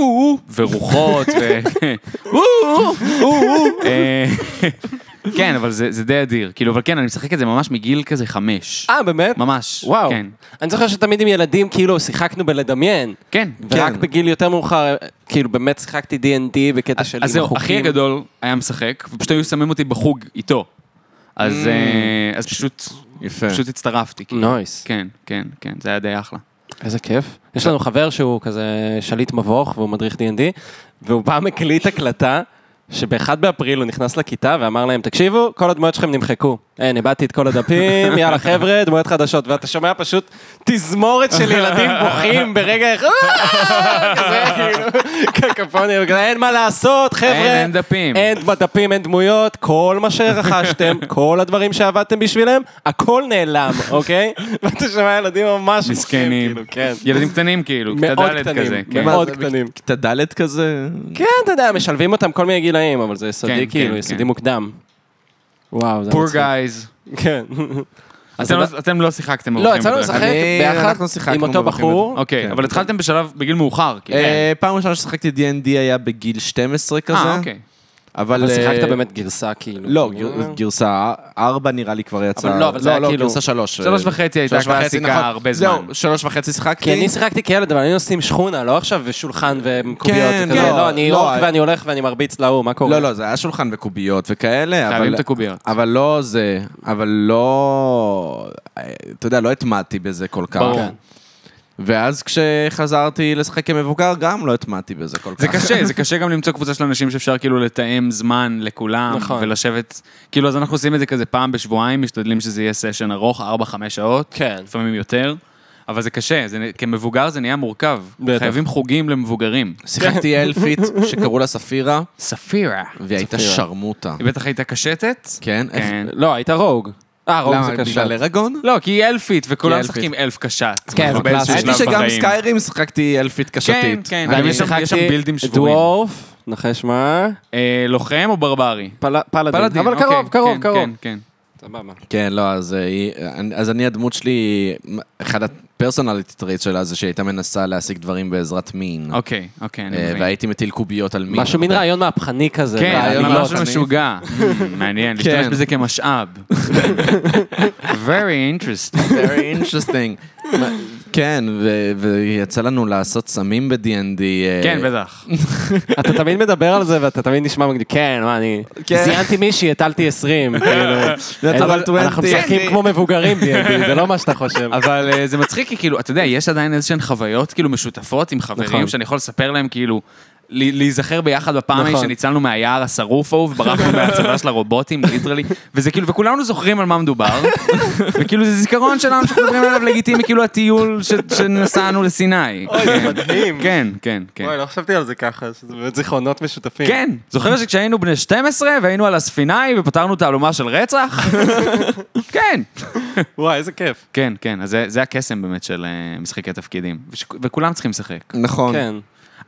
[SPEAKER 4] ורוחות, ו... אה, כן, אבל זה זה די אדיר. כאילו, אבל כן, אני משחק את זה ממש מגיל כזה חמש.
[SPEAKER 5] אה, באמת?
[SPEAKER 4] ממש.
[SPEAKER 5] וואו.
[SPEAKER 4] כן.
[SPEAKER 5] אני זוכר שתמיד עם ילדים, כאילו, שיחקנו בלדמיין.
[SPEAKER 4] כן.
[SPEAKER 5] ורק בגיל יותר מאוחר, כאילו, באמת שיחקתי D&D בקטע של עם
[SPEAKER 4] אז זהו, אחי
[SPEAKER 5] החוקים.
[SPEAKER 4] הגדול היה משחק, ופשוט היו שמים אותי בחוג איתו.
[SPEAKER 5] Mm.
[SPEAKER 4] אז אה, אז פשוט
[SPEAKER 5] כן.
[SPEAKER 3] יפה.
[SPEAKER 4] פשוט הצטרפתי. כאילו.
[SPEAKER 5] נויס.
[SPEAKER 4] כן, כן, כן, זה היה די אחלה.
[SPEAKER 5] איזה כיף. יש לנו חבר שהוא כזה שליט מבוך והוא מדריך D&D, והוא פעם הקליט הקלטה. שבאחד באפריל הוא נכנס לכיתה ואמר להם, תקשיבו, כל הדמויות שלכם נמחקו. "אה, אין, איבדתי את כל הדפים, יאללה חבר'ה, דמויות חדשות. ואתה שומע פשוט תזמורת של ילדים בוכים ברגע אחד, כזה כאילו, קקפוניה, וכזה, אין מה לעשות, חבר'ה.
[SPEAKER 4] אין, אין דפים."
[SPEAKER 5] אין בדפים, אין דמויות, כל מה שרכשתם, כל הדברים שעבדתם בשבילם, הכל נעלם, אוקיי? ואתה שומע ילדים ממש
[SPEAKER 4] מסכנים.
[SPEAKER 5] כאילו, כן.
[SPEAKER 4] ילדים קטנים כאילו, כיתה
[SPEAKER 5] מאוד
[SPEAKER 4] ד'
[SPEAKER 5] קטנים,
[SPEAKER 4] כזה. כן.
[SPEAKER 5] מאוד
[SPEAKER 3] מה זה,
[SPEAKER 5] קטנים.
[SPEAKER 3] כיתה ד' כזה?
[SPEAKER 5] כן, אתה יודע, משלבים אותם כל מיני גילאים, אבל זה יסודי
[SPEAKER 4] כן,
[SPEAKER 5] כאילו,
[SPEAKER 4] כן,
[SPEAKER 5] יסודי
[SPEAKER 4] כן.
[SPEAKER 5] מוקדם. וואו, זה
[SPEAKER 4] פור
[SPEAKER 5] מצחיק.
[SPEAKER 4] גייז.
[SPEAKER 5] כן. אז אתה-
[SPEAKER 4] אתם לא שיחקתם
[SPEAKER 5] לא,
[SPEAKER 4] אורחים
[SPEAKER 5] יצאנו
[SPEAKER 4] בדרך.
[SPEAKER 5] לשחק
[SPEAKER 3] אני-
[SPEAKER 5] ביחד
[SPEAKER 3] אנחנו שיחקנו
[SPEAKER 5] עם אותו
[SPEAKER 3] במלכים
[SPEAKER 5] בחור.
[SPEAKER 4] אוקיי,
[SPEAKER 3] כן.
[SPEAKER 4] אבל התחלתם בשלב, בגיל מאוחר. כאילו.
[SPEAKER 3] אה, פעם ראשונה ששחקתי D&D היה בגיל 12 כזה.
[SPEAKER 4] אה, אוקיי.
[SPEAKER 3] אבל...
[SPEAKER 5] אבל
[SPEAKER 3] אה,
[SPEAKER 5] שיחקת באמת גרסה, כאילו.
[SPEAKER 3] לא,
[SPEAKER 4] אה.
[SPEAKER 3] גר- גרסה 4 נראה לי כבר יצא.
[SPEAKER 5] אבל לא, אבל זה היה כאילו-
[SPEAKER 3] גרסה אה, 3.
[SPEAKER 4] שלוש וחצי הייתה קלאסיקה הרבה זמן.
[SPEAKER 3] נכון. זהו, שלוש וחצי שיחקתי.
[SPEAKER 5] כי אני שיחקתי כילד, אבל אני עושים שכונה, לא עכשיו שולחן וקוביות.
[SPEAKER 3] כן,
[SPEAKER 5] וכזה.
[SPEAKER 3] כן.
[SPEAKER 5] לא, אני
[SPEAKER 3] לא,
[SPEAKER 5] אורק
[SPEAKER 3] אה,
[SPEAKER 5] ואני הולך ואני מרביץ להוא, מה קורה?
[SPEAKER 3] לא, לא, זה היה שולחן וקוביות וכאלה,
[SPEAKER 4] חייבים
[SPEAKER 3] אבל...
[SPEAKER 4] את הקוביות.
[SPEAKER 3] אבל לא זה, אבל לא... אתה יודע, לא התמדתי בזה כל כך.
[SPEAKER 5] כן.
[SPEAKER 4] ברור.
[SPEAKER 3] ואז כשחזרתי לשחק כמבוגר, גם לא התמדתי בזה כל כך.
[SPEAKER 4] זה קשה, זה קשה גם למצוא קבוצה של אנשים שאפשר כאילו לתאם זמן לכולם,
[SPEAKER 5] נכון.
[SPEAKER 4] ולשבת, כאילו, אז אנחנו עושים את זה כזה פעם בשבועיים, משתדלים שזה יהיה סשן ארוך, 4-5 שעות,
[SPEAKER 5] כן.
[SPEAKER 4] לפעמים יותר, אבל זה קשה, זה, נ- כמבוגר זה נהיה מורכב,
[SPEAKER 5] בטח.
[SPEAKER 4] חייבים חוגים למבוגרים. כן.
[SPEAKER 3] שיחקתי אלפית שקראו לה ספירה,
[SPEAKER 4] ספירה.
[SPEAKER 3] והיא הייתה
[SPEAKER 5] ספירה.
[SPEAKER 3] שרמוטה.
[SPEAKER 4] היא בטח הייתה קשטת?
[SPEAKER 3] כן? איך-
[SPEAKER 4] כן.
[SPEAKER 5] לא, היית רוג. אה, רוג
[SPEAKER 3] למה,
[SPEAKER 5] זה קשה.
[SPEAKER 3] בגלל ארגון?
[SPEAKER 4] לא, כי היא אלפית, וכולם
[SPEAKER 3] היא
[SPEAKER 4] משחקים אלף קשת.
[SPEAKER 5] כן,
[SPEAKER 4] אנחנו
[SPEAKER 5] זה
[SPEAKER 4] באיזשהו
[SPEAKER 5] קלאסי.
[SPEAKER 3] האמת היא
[SPEAKER 4] שלב
[SPEAKER 3] שגם
[SPEAKER 4] בחיים.
[SPEAKER 3] סקיירים שיחקתי אלפית
[SPEAKER 4] כן,
[SPEAKER 3] קשתית.
[SPEAKER 4] כן,
[SPEAKER 5] ואני
[SPEAKER 4] יש שם- יש שם
[SPEAKER 5] שיחקתי
[SPEAKER 4] בילדים שבורים.
[SPEAKER 5] דוורף, נחש מה?
[SPEAKER 4] אה, לוחם או ברברי?
[SPEAKER 5] פל- פלאדין.
[SPEAKER 4] פלאדין,
[SPEAKER 5] אבל
[SPEAKER 4] אוקיי,
[SPEAKER 5] קרוב, קרוב,
[SPEAKER 4] כן,
[SPEAKER 5] קרוב.
[SPEAKER 4] כן, כן.
[SPEAKER 5] סבבה.
[SPEAKER 3] כן, לא, אז, אה, היא- אני- אז אני, הדמות שלי, אחד הפרסונליטי טרייט שלה זה שהיא הייתה מנסה להשיג דברים בעזרת מין.
[SPEAKER 4] אוקיי, אוקיי, אני
[SPEAKER 3] אה,
[SPEAKER 4] מבין.
[SPEAKER 3] והייתי מטיל קוביות על מין.
[SPEAKER 5] משהו מין
[SPEAKER 3] הרבה.
[SPEAKER 5] רעיון מהפכני כזה.
[SPEAKER 4] כן,
[SPEAKER 5] רעיון לא
[SPEAKER 4] אני
[SPEAKER 3] מאוד
[SPEAKER 4] משהו
[SPEAKER 3] חניף.
[SPEAKER 4] משוגע. Hmm, מעניין, להשתמש
[SPEAKER 3] כן.
[SPEAKER 4] בזה כמשאב. Very
[SPEAKER 3] אה,
[SPEAKER 4] interesting.
[SPEAKER 3] Very interesting. מה- כן, ו- ויצא לנו לעשות סמים ב-D&D. אה,
[SPEAKER 4] כן, בטח.
[SPEAKER 5] אתה תמיד מדבר על זה ואתה תמיד נשמע מגניב, כן, מה, אני
[SPEAKER 3] כן.
[SPEAKER 5] זיינתי מישהי, הטלתי 20, כאילו.
[SPEAKER 3] נטל
[SPEAKER 5] אבל
[SPEAKER 3] 20.
[SPEAKER 5] אנחנו משחקים כמו מבוגרים D&D, זה לא מה שאתה חושב.
[SPEAKER 4] אבל אה, זה מצחיק, כי כאילו, אתה יודע, יש עדיין איזשהן חוויות כאילו משותפות עם
[SPEAKER 5] נכון.
[SPEAKER 4] חברים, שאני יכול לספר להם כאילו... לי- להיזכר ביחד בפעם ההיא
[SPEAKER 5] נכון.
[SPEAKER 4] שניצלנו מהיער השרוף ההוא וברחנו מהצבא של הרובוטים, ליטרלי, וזה כאילו, וכולנו זוכרים על מה מדובר, וכאילו זה זיכרון שלנו שאנחנו מדברים עליו לגיטימי, כאילו הטיול ש- שנסענו לסיני.
[SPEAKER 5] אוי, זה מדהים.
[SPEAKER 4] כן, כן, כן.
[SPEAKER 5] לא חשבתי על זה ככה, שזה באמת זיכרונות משותפים.
[SPEAKER 4] כן, זוכר שכשהיינו בני 12 והיינו על הספיני ופתרנו תעלומה של רצח? כן.
[SPEAKER 5] וואי, איזה כיף.
[SPEAKER 4] כן, כן, אז זה- זה הקסם באמת של אה, משחקי תפקידים, וש- וכולם צריכים לשחק.
[SPEAKER 3] נכון.
[SPEAKER 5] כן.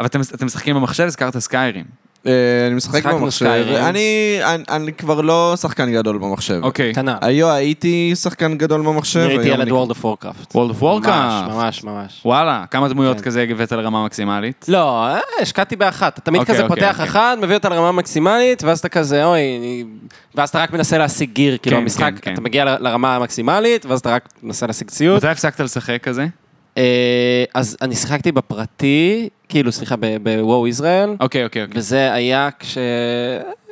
[SPEAKER 4] אבל אתם אתם משחקים במחשב, הזכרת סקיירים.
[SPEAKER 3] אה, אני משחק
[SPEAKER 5] משחקנו
[SPEAKER 3] במחשב.
[SPEAKER 5] סקיירים.
[SPEAKER 3] אני- אני- אני כבר לא שחקן גדול במחשב.
[SPEAKER 4] אוקיי.
[SPEAKER 5] קטנה.
[SPEAKER 3] היו הייתי שחקן גדול במחשב.
[SPEAKER 5] אני הייתי
[SPEAKER 3] היום
[SPEAKER 5] ילד
[SPEAKER 3] אני-
[SPEAKER 5] World of Warcraft.
[SPEAKER 4] World of
[SPEAKER 5] ממש,
[SPEAKER 4] Warcraft.
[SPEAKER 5] ממש, ממש.
[SPEAKER 4] וואלה, כמה דמויות
[SPEAKER 5] כן.
[SPEAKER 4] כזה הבאת לרמה מקסימלית?
[SPEAKER 5] לא, אה, השקעתי באחת. אתה תמיד
[SPEAKER 4] אוקיי,
[SPEAKER 5] כזה
[SPEAKER 4] אוקיי,
[SPEAKER 5] פותח
[SPEAKER 4] אוקיי.
[SPEAKER 5] אחת, מביא אותה לרמה מקסימלית, ואז אתה כזה, אוי, אני- ואז אתה רק מנסה להשיג גיר, כאילו
[SPEAKER 4] כן,
[SPEAKER 5] המשחק,
[SPEAKER 4] כן, אוקיי. כן.
[SPEAKER 5] אתה מגיע ל- לרמה המקסימלית, ואז אתה רק מנסה להשיג ציוד.
[SPEAKER 4] מתי הפסקת לשחק כזה?
[SPEAKER 5] אה, אז אני שיחקתי בפרטי, כאילו, סליחה, בוואו ישראל,
[SPEAKER 4] אוקיי, אוקיי, אוקיי.
[SPEAKER 5] וזה היה כש...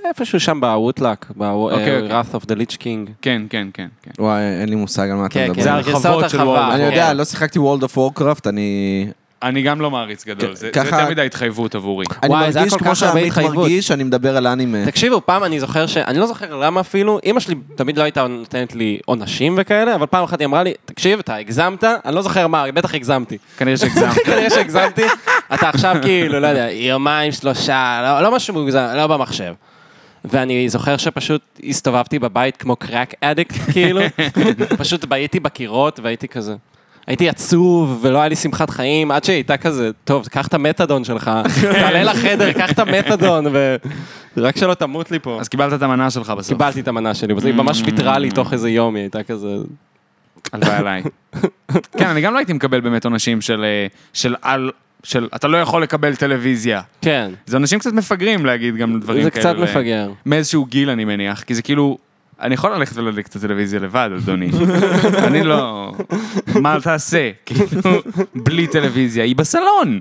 [SPEAKER 5] איפשהו שם בווטלאק,
[SPEAKER 4] אוקיי, אוקיי.
[SPEAKER 5] ב-Wrath of the Lich King.
[SPEAKER 4] כן, כן, כן, כן.
[SPEAKER 3] וואי, אין לי מושג על מה אתה
[SPEAKER 5] כן,
[SPEAKER 3] מדבר.
[SPEAKER 5] כן,
[SPEAKER 4] זה
[SPEAKER 5] גרסאות
[SPEAKER 4] הרחבות של
[SPEAKER 5] הרחבה. כן.
[SPEAKER 4] World of
[SPEAKER 3] אני
[SPEAKER 4] Warcraft.
[SPEAKER 3] יודע, לא שיחקתי World of Warcraft, אני...
[SPEAKER 4] אני גם לא מעריץ
[SPEAKER 5] כן,
[SPEAKER 4] גדול, זה זה
[SPEAKER 3] ככה-
[SPEAKER 4] יותר מדי התחייבות עבורי.
[SPEAKER 3] אני
[SPEAKER 5] וואי, זה היה
[SPEAKER 3] מרגיש
[SPEAKER 5] כל
[SPEAKER 3] כמו
[SPEAKER 5] כך הרבה
[SPEAKER 3] שעמית
[SPEAKER 5] התחייבות.
[SPEAKER 3] מרגיש, אני מדבר על אנימה.
[SPEAKER 5] תקשיבו, פעם אני זוכר ש... אני לא זוכר למה אפילו, אימא שלי תמיד לא הייתה נותנת לי עונשים וכאלה, אבל פעם אחת היא אמרה לי, תקשיב, אתה הגזמת, אני לא זוכר מה, בטח הגזמתי.
[SPEAKER 4] כנראה שהגזמת.
[SPEAKER 5] כנראה שהגזמתי, אתה עכשיו כאילו, לא יודע, יומיים, שלושה, לא, לא משהו מוגזם, לא במחשב. ואני זוכר שפשוט הסתובבתי בבית כמו קרק אדיקט, כאילו, פשוט הייתי בקירות והייתי כזה. הייתי עצוב, ולא היה לי שמחת חיים, עד שהייתה כזה, טוב, קח את המתדון שלך, תעלה לחדר, קח את המתדון, ורק שלא תמות לי פה.
[SPEAKER 4] אז קיבלת את המנה שלך בסוף.
[SPEAKER 5] קיבלתי את המנה שלי, היא ממש ויתרה לי תוך איזה יום, היא הייתה כזה...
[SPEAKER 4] הלוואי עליי. כן, אני גם לא הייתי מקבל באמת עונשים של, אה, של על, של אתה לא יכול לקבל טלוויזיה.
[SPEAKER 5] כן,
[SPEAKER 4] זה אנשים קצת מפגרים להגיד גם דברים
[SPEAKER 5] זה
[SPEAKER 4] כאלה.
[SPEAKER 5] קצת
[SPEAKER 4] ל-
[SPEAKER 5] מפגר.
[SPEAKER 4] מאיזשהו גיל אני מניח, כי זה כאילו, אני יכול ללכת ולהדליק את הטלוויזיה לבד, אדוני. אני לא... מה תעשה? כאילו, בלי טלוויזיה, היא בסלון.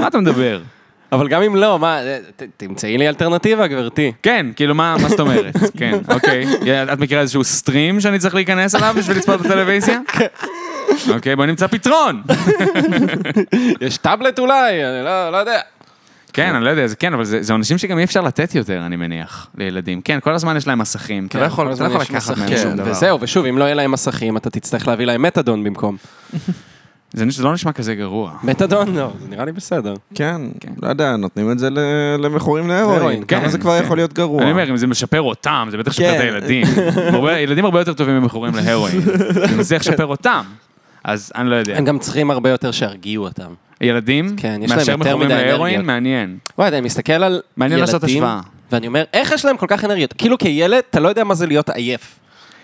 [SPEAKER 4] מה אתה מדבר?
[SPEAKER 5] אבל גם אם לא, מה, ת- תמצאי לי אלטרנטיבה, גברתי.
[SPEAKER 4] כן, כאילו, מה מה זאת אומרת? כן, אוקיי. את מכירה איזשהו סטרים שאני צריך להיכנס אליו בשביל לצפות בטלוויזיה?
[SPEAKER 5] כן.
[SPEAKER 4] אוקיי, בוא נמצא פתרון.
[SPEAKER 5] יש טאבלט אולי, אני לא, לא יודע.
[SPEAKER 4] כן, אני לא יודע, זה כן, אבל זה זה עונשים שגם אי אפשר לתת יותר, אני מניח, לילדים. כן, כל הזמן יש להם מסכים.
[SPEAKER 5] כן,
[SPEAKER 4] אתה לא יכול אתה לא יכול לקחת מהם שום דבר.
[SPEAKER 5] וזהו, ושוב, אם לא יהיה להם מסכים, אתה תצטרך להביא להם מתדון במקום.
[SPEAKER 4] זה נש- זה לא נשמע כזה גרוע.
[SPEAKER 5] מתדון, לא, זה נראה לי בסדר.
[SPEAKER 3] כן, לא יודע, נותנים את זה ל- למכורים להרואין.
[SPEAKER 5] להרואין,
[SPEAKER 3] כמה
[SPEAKER 4] כן,
[SPEAKER 3] זה כבר
[SPEAKER 4] כן.
[SPEAKER 3] יכול להיות גרוע. אה,
[SPEAKER 4] אני אומר, אם זה משפר אותם, זה בטח
[SPEAKER 3] כן.
[SPEAKER 4] משפר את הילדים. הרבה- ילדים הרבה יותר טובים ממכורים להרואין. זה מצליח לשפר אותם. אז אני לא יודע.
[SPEAKER 5] הם גם צריכים הרבה יותר שירגיעו אותם.
[SPEAKER 4] ילדים,
[SPEAKER 5] כן, יש להם
[SPEAKER 4] מאשר
[SPEAKER 5] יותר
[SPEAKER 4] מכורים
[SPEAKER 5] מדי
[SPEAKER 4] להרואין,
[SPEAKER 5] אנרגיות.
[SPEAKER 4] מעניין.
[SPEAKER 5] וואי, אני מסתכל על ילדים,
[SPEAKER 4] מעניין לעשות השוואה.
[SPEAKER 5] ואני אומר, איך יש להם כל כך אנרגיות? כאילו כילד, אתה לא יודע מה זה להיות עייף.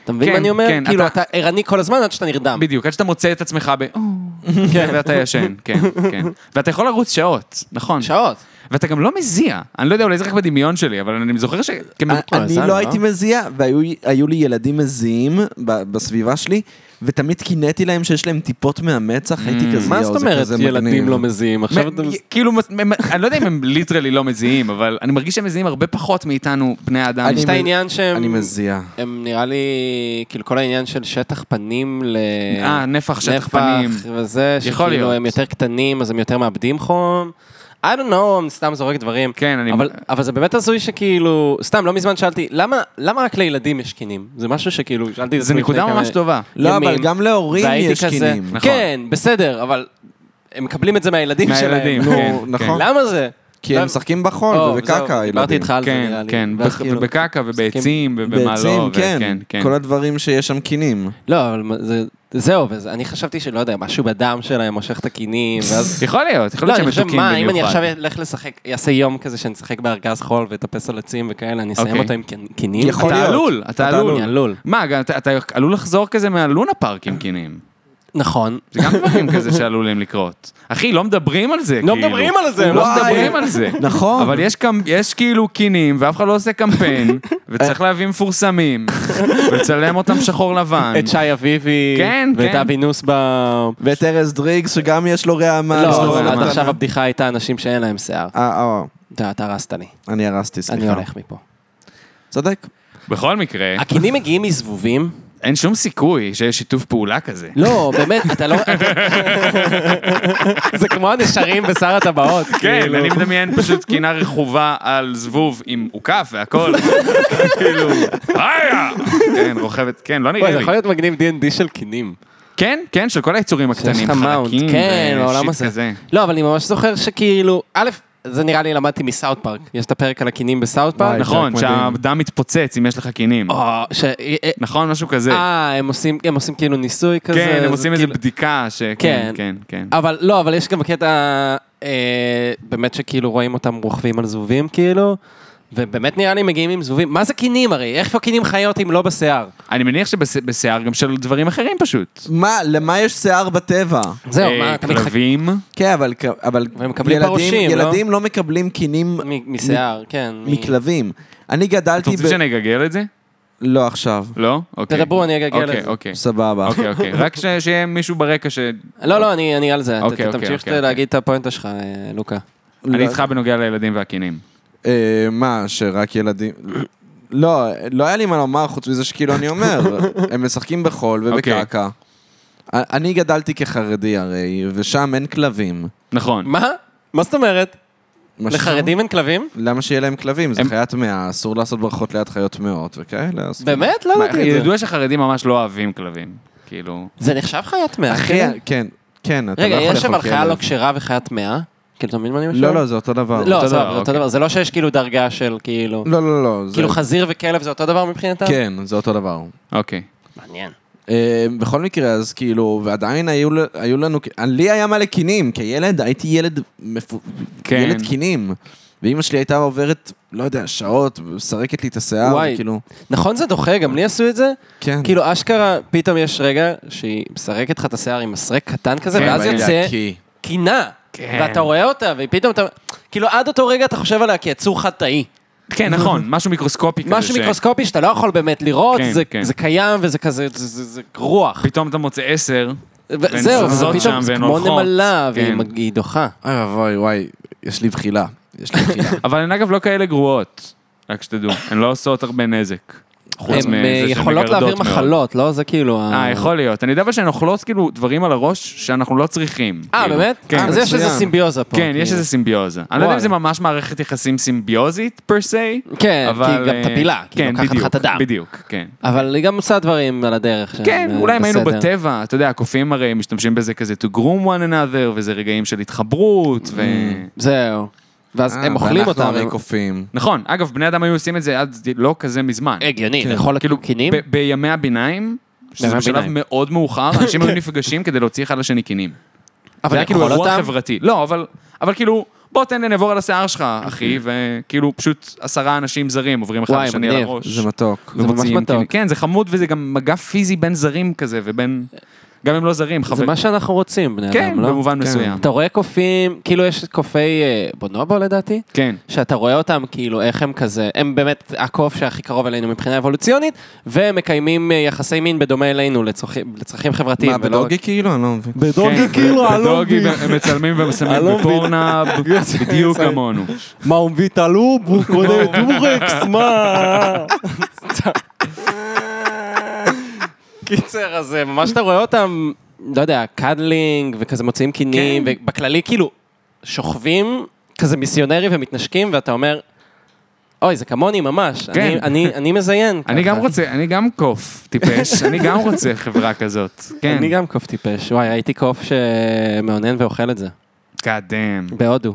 [SPEAKER 5] אתה מבין
[SPEAKER 4] כן,
[SPEAKER 5] מה אני אומר?
[SPEAKER 4] כן,
[SPEAKER 5] כאילו,
[SPEAKER 4] אתה-
[SPEAKER 5] אתה ערני כל הזמן עד שאתה נרדם.
[SPEAKER 4] בדיוק, עד שאתה מוצא את עצמך ב... כן, ואתה ישן, כן, כן. ואתה יכול לרוץ שעות, נכון.
[SPEAKER 5] שעות.
[SPEAKER 4] ואתה גם לא מזיע. אני לא יודע, אולי זה רק בדמיון שלי, אבל אני זוכר ש... כמ-
[SPEAKER 5] זה
[SPEAKER 3] אני
[SPEAKER 5] לא?
[SPEAKER 3] לא הייתי מזיע, והיו היו לי ילדים מזיעים ב- בסביבה שלי, ותמיד קינאתי להם שיש להם טיפות מהמצח, הייתי כזה,
[SPEAKER 5] Mm. מה
[SPEAKER 3] "יואו,
[SPEAKER 5] זאת
[SPEAKER 3] זה
[SPEAKER 5] אומרת
[SPEAKER 3] כזה
[SPEAKER 5] ילדים
[SPEAKER 3] מגניב."
[SPEAKER 5] לא מזיעים? עכשיו אתה...
[SPEAKER 4] מ- כאילו, מ- מ- אני לא יודע אם הם ליטרלי לא מזיעים, אבל אני מרגיש שהם מזיעים הרבה פחות מאיתנו, בני האדם.
[SPEAKER 5] יש את העניין שהם...
[SPEAKER 7] אני מזיע.
[SPEAKER 5] הם נראה לי, כאילו כל העניין של שטח פנים ל...
[SPEAKER 4] אה, נפח שטח פנים.
[SPEAKER 5] וזה,
[SPEAKER 4] יכול
[SPEAKER 5] שכאילו
[SPEAKER 4] להיות.
[SPEAKER 5] הם יותר קטנים, אז הם יותר מאבדים חום. I don't know, אני סתם זורק דברים.
[SPEAKER 4] כן, אני-
[SPEAKER 5] אבל, אבל זה באמת הזוי שכאילו, סתם, לא מזמן שאלתי, למה, למה רק לילדים יש קינים? זה משהו שכאילו, שאלתי את
[SPEAKER 4] זו
[SPEAKER 5] עצמי לפני
[SPEAKER 4] נקודה
[SPEAKER 5] כמה
[SPEAKER 4] ממש טובה.
[SPEAKER 3] לא,
[SPEAKER 5] ימים,
[SPEAKER 3] אבל גם להורים
[SPEAKER 5] והייתי
[SPEAKER 3] יש
[SPEAKER 5] כזה,
[SPEAKER 3] קינים.
[SPEAKER 4] נכון.
[SPEAKER 5] כן, בסדר, אבל הם מקבלים את זה מהילדים שלהם.
[SPEAKER 4] מהילדים,
[SPEAKER 5] נו,
[SPEAKER 4] כן.
[SPEAKER 7] נכון.
[SPEAKER 4] כן.
[SPEAKER 5] למה זה?
[SPEAKER 3] כי הם משחקים בחול
[SPEAKER 5] או, לא, זהו,
[SPEAKER 3] ובקקה,
[SPEAKER 5] דיברתי
[SPEAKER 3] נכון, הילדים.
[SPEAKER 5] איתך על זה נראה
[SPEAKER 4] כן,
[SPEAKER 5] לי.
[SPEAKER 4] כן,
[SPEAKER 5] ואז
[SPEAKER 4] בח-
[SPEAKER 5] כאילו-
[SPEAKER 4] בקקה ובעצים ובמה לא,
[SPEAKER 3] בעצים,
[SPEAKER 4] וכן,
[SPEAKER 3] כן.
[SPEAKER 4] כן.
[SPEAKER 7] כל הדברים שיש שם קינים.
[SPEAKER 5] לא, אבל מה- זה- זהו, וזה- אני חשבתי שלא יודע, משהו בדם שלהם מושך את הקינים, ואז...
[SPEAKER 4] יכול להיות, יכול
[SPEAKER 5] לא,
[SPEAKER 4] להיות
[SPEAKER 5] אני
[SPEAKER 4] שהם
[SPEAKER 5] חושב,
[SPEAKER 4] מתוקים במיוחד.
[SPEAKER 5] מה, אם אני עכשיו אלך לשחק, אעשה יום כזה שאני אשחק בארגז חול ואטפס על עצים וכאלה, אני אסיים
[SPEAKER 4] אוקיי.
[SPEAKER 5] אותו עם קנ- קינים?
[SPEAKER 3] יכול
[SPEAKER 4] אתה
[SPEAKER 3] להיות.
[SPEAKER 4] עלול, אתה
[SPEAKER 3] אתה
[SPEAKER 4] עלול.
[SPEAKER 5] אני עלול.
[SPEAKER 4] מה, גם אתה- אתה עלול לחזור כזה מהלונה פארק עם קינים.
[SPEAKER 5] נכון.
[SPEAKER 4] זה גם דברים כזה שעלולים לקרות. אחי, לא מדברים על זה,
[SPEAKER 5] לא
[SPEAKER 4] כאילו.
[SPEAKER 5] מדברים על זה,
[SPEAKER 4] לא
[SPEAKER 3] וואי.
[SPEAKER 4] מדברים על זה.
[SPEAKER 5] אה,
[SPEAKER 3] נכון.
[SPEAKER 4] אבל יש קמ- יש כאילו קינים, ואף אחד לא עושה קמפיין, וצריך להביא מפורסמים, ולצלם אותם שחור לבן.
[SPEAKER 5] את שי אביבי,
[SPEAKER 4] כן,
[SPEAKER 5] ואת
[SPEAKER 4] כן.
[SPEAKER 5] אבי נוס ב...
[SPEAKER 3] ואת ארז דריגס, שגם יש לו רעמה. יש לו
[SPEAKER 5] לא,
[SPEAKER 4] אבל
[SPEAKER 3] רעמה.
[SPEAKER 5] עד
[SPEAKER 4] למה?
[SPEAKER 5] עכשיו הבדיחה הייתה אנשים שאין להם שיער.
[SPEAKER 3] אה, אה,
[SPEAKER 5] אתה אתה הרסת לי.
[SPEAKER 3] אני הרסתי,
[SPEAKER 5] אני
[SPEAKER 3] סליחה.
[SPEAKER 5] הולך מפה.
[SPEAKER 3] צודק.
[SPEAKER 4] בכל מקרה,
[SPEAKER 5] הקינים מגיעים מזבובים?
[SPEAKER 4] אין שום סיכוי שיש שיתוף פעולה כזה.
[SPEAKER 5] לא, באמת, אתה לא... זה כמו הנשרים בשר הטבעות.
[SPEAKER 4] כן,
[SPEAKER 5] כאילו.
[SPEAKER 4] אני מדמיין פשוט קינה רכובה על זבוב עם עוקף והכל. כאילו, היה! כן, רוכבת, כן, לא
[SPEAKER 5] וואי,
[SPEAKER 4] נראה
[SPEAKER 5] זה
[SPEAKER 4] לי.
[SPEAKER 5] יכול להיות מגניב D&D של קינים.
[SPEAKER 4] כן, כן, של כל היצורים
[SPEAKER 5] שיש
[SPEAKER 4] הקטנים,
[SPEAKER 5] לך מאונט.
[SPEAKER 4] חלקים,
[SPEAKER 5] כן,
[SPEAKER 4] ושיט
[SPEAKER 5] בעולם הזה.
[SPEAKER 4] כזה.
[SPEAKER 5] לא, אבל אני ממש זוכר שכאילו, א', זה נראה לי למדתי מסאוט פארק. יש את הפרק על הקינים בסאוט פארק.
[SPEAKER 4] נכון, שהדם מתפוצץ אם יש לך קינים.
[SPEAKER 5] אה, ש-
[SPEAKER 4] נכון, משהו כזה.
[SPEAKER 5] אה, הם עושים- הם עושים כאילו ניסוי כזה.
[SPEAKER 4] כן,
[SPEAKER 5] זה
[SPEAKER 4] הם עושים איזה
[SPEAKER 5] כאילו-
[SPEAKER 4] בדיקה,
[SPEAKER 5] כן.
[SPEAKER 4] שכן, כן, כן.
[SPEAKER 5] אבל לא, אבל יש גם קטע, אה, באמת שכאילו רואים אותם רוכבים על זבובים כאילו, ובאמת נראה לי מגיעים עם זבובים. מה זה קינים הרי? איפה קינים חיות אם לא בשיער?
[SPEAKER 4] אני מניח שבשיער גם של דברים אחרים פשוט.
[SPEAKER 3] מה, למה יש שיער בטבע?
[SPEAKER 5] זהו,
[SPEAKER 4] אה,
[SPEAKER 5] מה, אתה מתחכם
[SPEAKER 4] כלבים,
[SPEAKER 3] כן, אבל כ- אבל
[SPEAKER 5] והם מקבלים פרושים,
[SPEAKER 3] ילדים-
[SPEAKER 5] לא?
[SPEAKER 3] ילדים לא מקבלים קינים
[SPEAKER 5] מ- משיער, כן. מ-
[SPEAKER 3] מכלבים. אני
[SPEAKER 4] אתם
[SPEAKER 3] גדלתי
[SPEAKER 4] רוצים
[SPEAKER 3] ב...
[SPEAKER 4] שאני אגגל את זה?
[SPEAKER 3] לא עכשיו,
[SPEAKER 4] לא? אוקיי.
[SPEAKER 5] תדברו, אני אגגל את
[SPEAKER 4] אוקיי,
[SPEAKER 5] זה.
[SPEAKER 4] אוקיי.
[SPEAKER 3] סבבה.
[SPEAKER 4] אוקיי, אוקיי. רק ש- שיהיה מישהו ברקע ש...
[SPEAKER 5] לא, לא, אני אני על זה.
[SPEAKER 4] אוקיי,
[SPEAKER 5] ת-
[SPEAKER 4] אוקיי,
[SPEAKER 5] תמשיך
[SPEAKER 4] אוקיי,
[SPEAKER 5] להגיד את הפואנטה שלך, אה, לוקה.
[SPEAKER 4] אני איתך בנוגע לילדים והקינים.
[SPEAKER 3] לא, אה, מה, שרק ילדים... לא, לא היה לי מה לומר חוץ מזה שכאילו אני אומר, הם משחקים בחול
[SPEAKER 4] אוקיי.
[SPEAKER 3] ובקעקע. אני גדלתי כחרדי הרי, ושם אין כלבים.
[SPEAKER 4] נכון.
[SPEAKER 5] מה? מה זאת אומרת?
[SPEAKER 3] מה שם?
[SPEAKER 5] לחרדים אין כלבים?
[SPEAKER 3] למה שיהיה להם כלבים? זה
[SPEAKER 4] הם-
[SPEAKER 3] חיית טמאה, אסור לעשות ברכות ליד חיות טמאות וכאלה. אז-
[SPEAKER 5] באמת? לא
[SPEAKER 4] מה,
[SPEAKER 5] ידעתי את זה.
[SPEAKER 4] ידוע שחרדים ממש לא אוהבים כלבים. כאילו...
[SPEAKER 5] זה נחשב חיית טמאה.
[SPEAKER 3] אחי,
[SPEAKER 5] כאילו?
[SPEAKER 3] כן, כן, אתה לא
[SPEAKER 5] רגע,
[SPEAKER 3] יכול
[SPEAKER 5] יש אבל
[SPEAKER 3] לאכול
[SPEAKER 5] חיה
[SPEAKER 3] כלב.
[SPEAKER 5] לא כשרה וחיה טמאה? כאילו, אתה מבין מה אני משאול?
[SPEAKER 3] לא, לא, זה אותו דבר.
[SPEAKER 5] לא,
[SPEAKER 4] אותו
[SPEAKER 5] עזוב,
[SPEAKER 4] דבר,
[SPEAKER 5] זה אותו
[SPEAKER 4] אוקיי.
[SPEAKER 5] דבר. זה לא שיש כאילו דרגה של כאילו...
[SPEAKER 3] לא, לא, לא. זה-
[SPEAKER 5] כאילו חזיר וכלב זה אותו דבר מבחינתם?
[SPEAKER 3] כן, זה אותו דבר.
[SPEAKER 4] אוקיי.
[SPEAKER 5] מעניין.
[SPEAKER 3] אה, בכל מקרה, אז כאילו, ועדיין היו, ל- היו לנו, לי היה מלא קינים, כילד הייתי ילד, מפו...
[SPEAKER 4] כן.
[SPEAKER 3] כן. ילד קינים. ואימא שלי הייתה עוברת, לא יודע, שעות, מסרקת לי את השיער,
[SPEAKER 5] וואי.
[SPEAKER 3] כאילו,
[SPEAKER 5] נכון זה דוחה? גם לי עשו את זה?
[SPEAKER 3] כן.
[SPEAKER 5] כאילו אשכרה, פתאום יש רגע שהיא מסרקת לך את השיער עם מסרק קטן כזה,
[SPEAKER 4] כן,
[SPEAKER 5] ואז
[SPEAKER 4] ברגע
[SPEAKER 5] יוצא
[SPEAKER 3] כי-
[SPEAKER 5] קינה.
[SPEAKER 4] כן.
[SPEAKER 5] ואתה רואה אותה, ופתאום אתה... כאילו עד אותו רגע אתה חושב עליה כיצור חד-תאי.
[SPEAKER 4] כן, נכון, משהו מיקרוסקופי כזה.
[SPEAKER 5] משהו
[SPEAKER 4] ש-
[SPEAKER 5] מיקרוסקופי שאתה לא יכול באמת לראות,
[SPEAKER 4] כן,
[SPEAKER 5] זה-
[SPEAKER 4] כן.
[SPEAKER 5] זה קיים וזה כזה, זה- זה זה רוח.
[SPEAKER 4] פתאום אתה מוצא עשר. והן
[SPEAKER 5] זהו, זה
[SPEAKER 4] זזות
[SPEAKER 5] פתאום
[SPEAKER 4] שם
[SPEAKER 5] זה
[SPEAKER 4] והן
[SPEAKER 5] כמו
[SPEAKER 4] הולכות.
[SPEAKER 5] נמלה, והיא
[SPEAKER 4] כן.
[SPEAKER 5] מג- היא דוחה.
[SPEAKER 3] אוי ואבוי, וואי, יש לי בחילה. יש לי בחילה.
[SPEAKER 4] אבל הן אגב לא כאלה גרועות, רק שתדעו. הן לא עושות הרבה נזק. חוץ
[SPEAKER 5] הן
[SPEAKER 4] מזה
[SPEAKER 5] אה,
[SPEAKER 4] שהן
[SPEAKER 5] יכולות
[SPEAKER 4] מגרדות
[SPEAKER 5] להעביר
[SPEAKER 4] מאוד.
[SPEAKER 5] מחלות, לא? זה כאילו... ה-
[SPEAKER 4] אה, יכול להיות. אני יודע אבל שהן אוכלות כאילו דברים על הראש שאנחנו לא צריכים.
[SPEAKER 5] אה,
[SPEAKER 4] כאילו.
[SPEAKER 5] באמת?
[SPEAKER 4] כן.
[SPEAKER 5] אז יש איזה
[SPEAKER 3] מצוין.
[SPEAKER 5] סימביוזה פה.
[SPEAKER 4] כן, יש
[SPEAKER 5] כאילו.
[SPEAKER 4] איזה סימביוזה. אני לא יודע
[SPEAKER 5] וואלה.
[SPEAKER 4] אם זה ממש מערכת יחסים סימביוזית פר סי,
[SPEAKER 5] כן, כי
[SPEAKER 4] אבל...
[SPEAKER 5] היא גם
[SPEAKER 4] אה,
[SPEAKER 5] טפילה, כי היא
[SPEAKER 4] כן,
[SPEAKER 5] לוקחת לך
[SPEAKER 4] בדיוק,
[SPEAKER 5] את הדם.
[SPEAKER 4] בדיוק, כן.
[SPEAKER 5] אבל היא גם עושה דברים על הדרך. שהם,
[SPEAKER 4] כן,
[SPEAKER 5] אה,
[SPEAKER 4] אולי אם היינו
[SPEAKER 5] בסדר.
[SPEAKER 4] בטבע, אתה יודע, הקופים הרי משתמשים בזה כזה to groom one another, וזה רגעים של התחברות, ו...
[SPEAKER 5] Mm. זהו. ואז
[SPEAKER 3] אה,
[SPEAKER 5] הם אוכלים אותם.
[SPEAKER 3] ואנחנו הרי
[SPEAKER 5] הם-
[SPEAKER 3] קופים.
[SPEAKER 4] נכון, אגב, בני אדם היו עושים את זה עד לא כזה מזמן.
[SPEAKER 5] אה, הגיוני, לכל
[SPEAKER 4] כאילו,
[SPEAKER 5] הקינים.
[SPEAKER 4] ב- בימי הביניים, שזה
[SPEAKER 5] בימי
[SPEAKER 4] בשלב
[SPEAKER 5] הביניים.
[SPEAKER 4] מאוד מאוחר, אנשים היו נפגשים כדי להוציא אחד לשני קינים.
[SPEAKER 5] אבל
[SPEAKER 4] זה היה כאילו
[SPEAKER 5] לאכול
[SPEAKER 4] אירוע
[SPEAKER 5] אותם?
[SPEAKER 4] חברתי. לא, אבל, אבל כאילו, בוא תן לי נעבור על השיער שלך, אחי, וכאילו פשוט עשרה אנשים זרים עוברים אחד
[SPEAKER 5] אוקיי. וואי,
[SPEAKER 4] לשני על
[SPEAKER 5] מגניב.
[SPEAKER 4] הראש.
[SPEAKER 3] זה מתוק.
[SPEAKER 5] זה ממש
[SPEAKER 4] ומוציאים,
[SPEAKER 5] מתוק.
[SPEAKER 4] כאילו, כן, זה חמוד וזה גם מגע פיזי בין זרים כזה, ובין... גם אם לא זרים, חבר...
[SPEAKER 5] זה מה שאנחנו רוצים, בני
[SPEAKER 4] כן,
[SPEAKER 5] אדם, לא?
[SPEAKER 4] במובן מסוים.
[SPEAKER 5] אתה רואה קופים, כאילו יש קופי אה, בונובו לדעתי,
[SPEAKER 4] כן.
[SPEAKER 5] שאתה רואה אותם, כאילו, איך הם כזה, הם באמת הקוף שהכי קרוב אלינו מבחינה אבולוציונית, והם מקיימים אה, יחסי מין בדומה אלינו לצרכים, לצרכים חברתיים.
[SPEAKER 3] מה,
[SPEAKER 5] ולא רק-
[SPEAKER 3] בדוגי כאילו? אני לא מבין.
[SPEAKER 4] כן,
[SPEAKER 5] כאילו?
[SPEAKER 4] בדוגי הם מצלמים
[SPEAKER 5] אני
[SPEAKER 4] ומסמנים
[SPEAKER 5] לא מבין.
[SPEAKER 4] בפורנאב, בדיוק
[SPEAKER 5] sorry.
[SPEAKER 4] כמונו.
[SPEAKER 5] מה, הוא מביא את הלוב? הוא קונה את דורקס, מה? קיצר, אז אה, ממש אתה רואה אותם, לא יודע, קדלינג, וכזה מוציאים קינים,
[SPEAKER 4] כן.
[SPEAKER 5] ובכללי כאילו שוכבים, כזה מיסיונרי ומתנשקים, ואתה אומר, אוי, זה כמוני ממש,
[SPEAKER 4] כן.
[SPEAKER 5] אני- אני אני מזיין.
[SPEAKER 4] אני
[SPEAKER 5] ככה."
[SPEAKER 4] גם רוצה, אני גם קוף טיפש, אני גם רוצה חברה כזאת. כן.
[SPEAKER 5] אני גם קוף טיפש, וואי, הייתי קוף שמאונן ואוכל את זה,
[SPEAKER 4] God damn.
[SPEAKER 5] בהודו.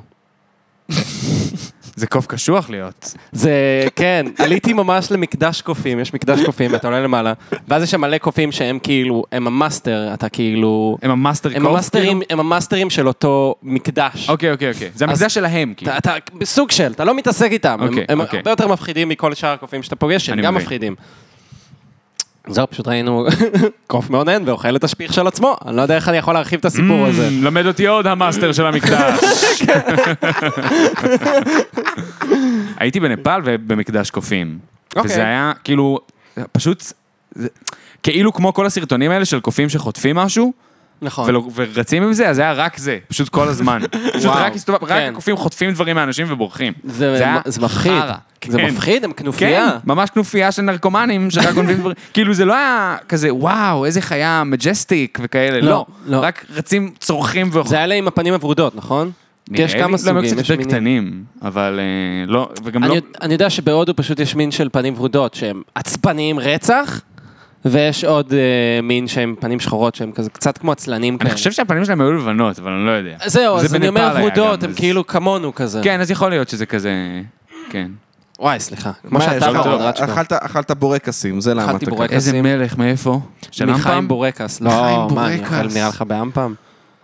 [SPEAKER 4] זה קוף קשוח להיות.
[SPEAKER 5] זה, כן, עליתי ממש למקדש קופים, יש מקדש קופים, ואתה עולה למעלה, ואז יש שם מלא קופים שהם כאילו, הם המאסטר, אתה כאילו,
[SPEAKER 4] הם המאסטר קוף?
[SPEAKER 5] הם המאסטרים,
[SPEAKER 4] כאילו?
[SPEAKER 5] הם המאסטרים של אותו מקדש.
[SPEAKER 4] אוקיי, אוקיי, אוקיי. זה
[SPEAKER 5] אז-
[SPEAKER 4] המקדש שלהם, כאילו.
[SPEAKER 5] אתה, אתה בסוג של, אתה לא מתעסק איתם, הם-
[SPEAKER 4] אוקיי,
[SPEAKER 5] הם
[SPEAKER 4] אוקיי.
[SPEAKER 5] הרבה יותר מפחידים מכל שאר הקופים שאתה פוגש, הם
[SPEAKER 4] אני
[SPEAKER 5] גם
[SPEAKER 4] מבין.
[SPEAKER 5] מפחידים. זהו, פשוט ראינו קוף מאונן ואוכל את השפיך של עצמו, אני לא יודע איך אני יכול להרחיב את הסיפור הזה.
[SPEAKER 4] Mm, למד אותי עוד המאסטר של המקדש. הייתי בנפאל ובמקדש קופים.
[SPEAKER 5] אוקיי.
[SPEAKER 4] וזה היה כאילו, פשוט, זה- כאילו כמו כל הסרטונים האלה של קופים שחוטפים משהו,
[SPEAKER 5] נכון.
[SPEAKER 4] ולא- ורצים עם זה, אז זה היה רק זה, פשוט כל הזמן. פשוט
[SPEAKER 5] וואו,
[SPEAKER 4] רק הסתובב, רק
[SPEAKER 5] כן.
[SPEAKER 4] הקופים חוטפים דברים מאנשים ובורחים.
[SPEAKER 5] זה
[SPEAKER 4] היה
[SPEAKER 5] זה מפחיד,
[SPEAKER 4] חרא.
[SPEAKER 5] זה
[SPEAKER 4] כן.
[SPEAKER 5] מפחיד, הם
[SPEAKER 4] כן,
[SPEAKER 5] כנופיה.
[SPEAKER 4] ממש כנופיה של נרקומנים שרק גונבים דברים. כאילו זה לא היה כזה, וואו, איזה חיה מג'סטיק וכאלה,
[SPEAKER 5] לא,
[SPEAKER 4] לא.
[SPEAKER 5] לא.
[SPEAKER 4] רק רצים, צורכים ואוכלים.
[SPEAKER 5] זה היה אלה עם הפנים הוורודות, נכון? כי
[SPEAKER 4] נראה
[SPEAKER 5] יש
[SPEAKER 4] לי-
[SPEAKER 5] כמה
[SPEAKER 4] לא, הם היו קצת
[SPEAKER 5] סוגים, יש
[SPEAKER 4] יותר
[SPEAKER 5] מינים.
[SPEAKER 4] קטנים, אבל אה, לא, וגם לא...
[SPEAKER 5] אני, אני יודע שבהודו פשוט יש מין של פנים ורודות שהם עצבניים רצח, ויש עוד אה, מין שהם פנים שחורות שהם כזה קצת כמו עצלנים כאלה.
[SPEAKER 4] אני חושב שהפנים שלהם היו לבנות, אבל אני לא יודע.
[SPEAKER 5] כן. זהו,
[SPEAKER 4] זה
[SPEAKER 5] אז אני
[SPEAKER 4] בנפאל
[SPEAKER 5] אומר
[SPEAKER 4] היה
[SPEAKER 5] ורודות,
[SPEAKER 4] גם,
[SPEAKER 5] הם
[SPEAKER 4] אז-
[SPEAKER 5] כאילו כמונו כזה.
[SPEAKER 4] כן, אז יכול להיות שזה כזה... כן.
[SPEAKER 5] וואי, סליחה. כמו
[SPEAKER 3] מה, יש
[SPEAKER 5] שאתה
[SPEAKER 3] לך-
[SPEAKER 5] אמרת,
[SPEAKER 4] טוב,
[SPEAKER 5] רצ'קו.
[SPEAKER 3] אכלת- אכלת בורקסים, זה למה
[SPEAKER 5] אכלתי
[SPEAKER 3] אתה ככה.
[SPEAKER 5] בורקסים.
[SPEAKER 4] איזה מלך, מאיפה? של אמפם?
[SPEAKER 5] מחיים בורקס. לא,
[SPEAKER 4] מחיים
[SPEAKER 5] מה, אני
[SPEAKER 4] בורקס.
[SPEAKER 5] אוכל נראה לך באמפם?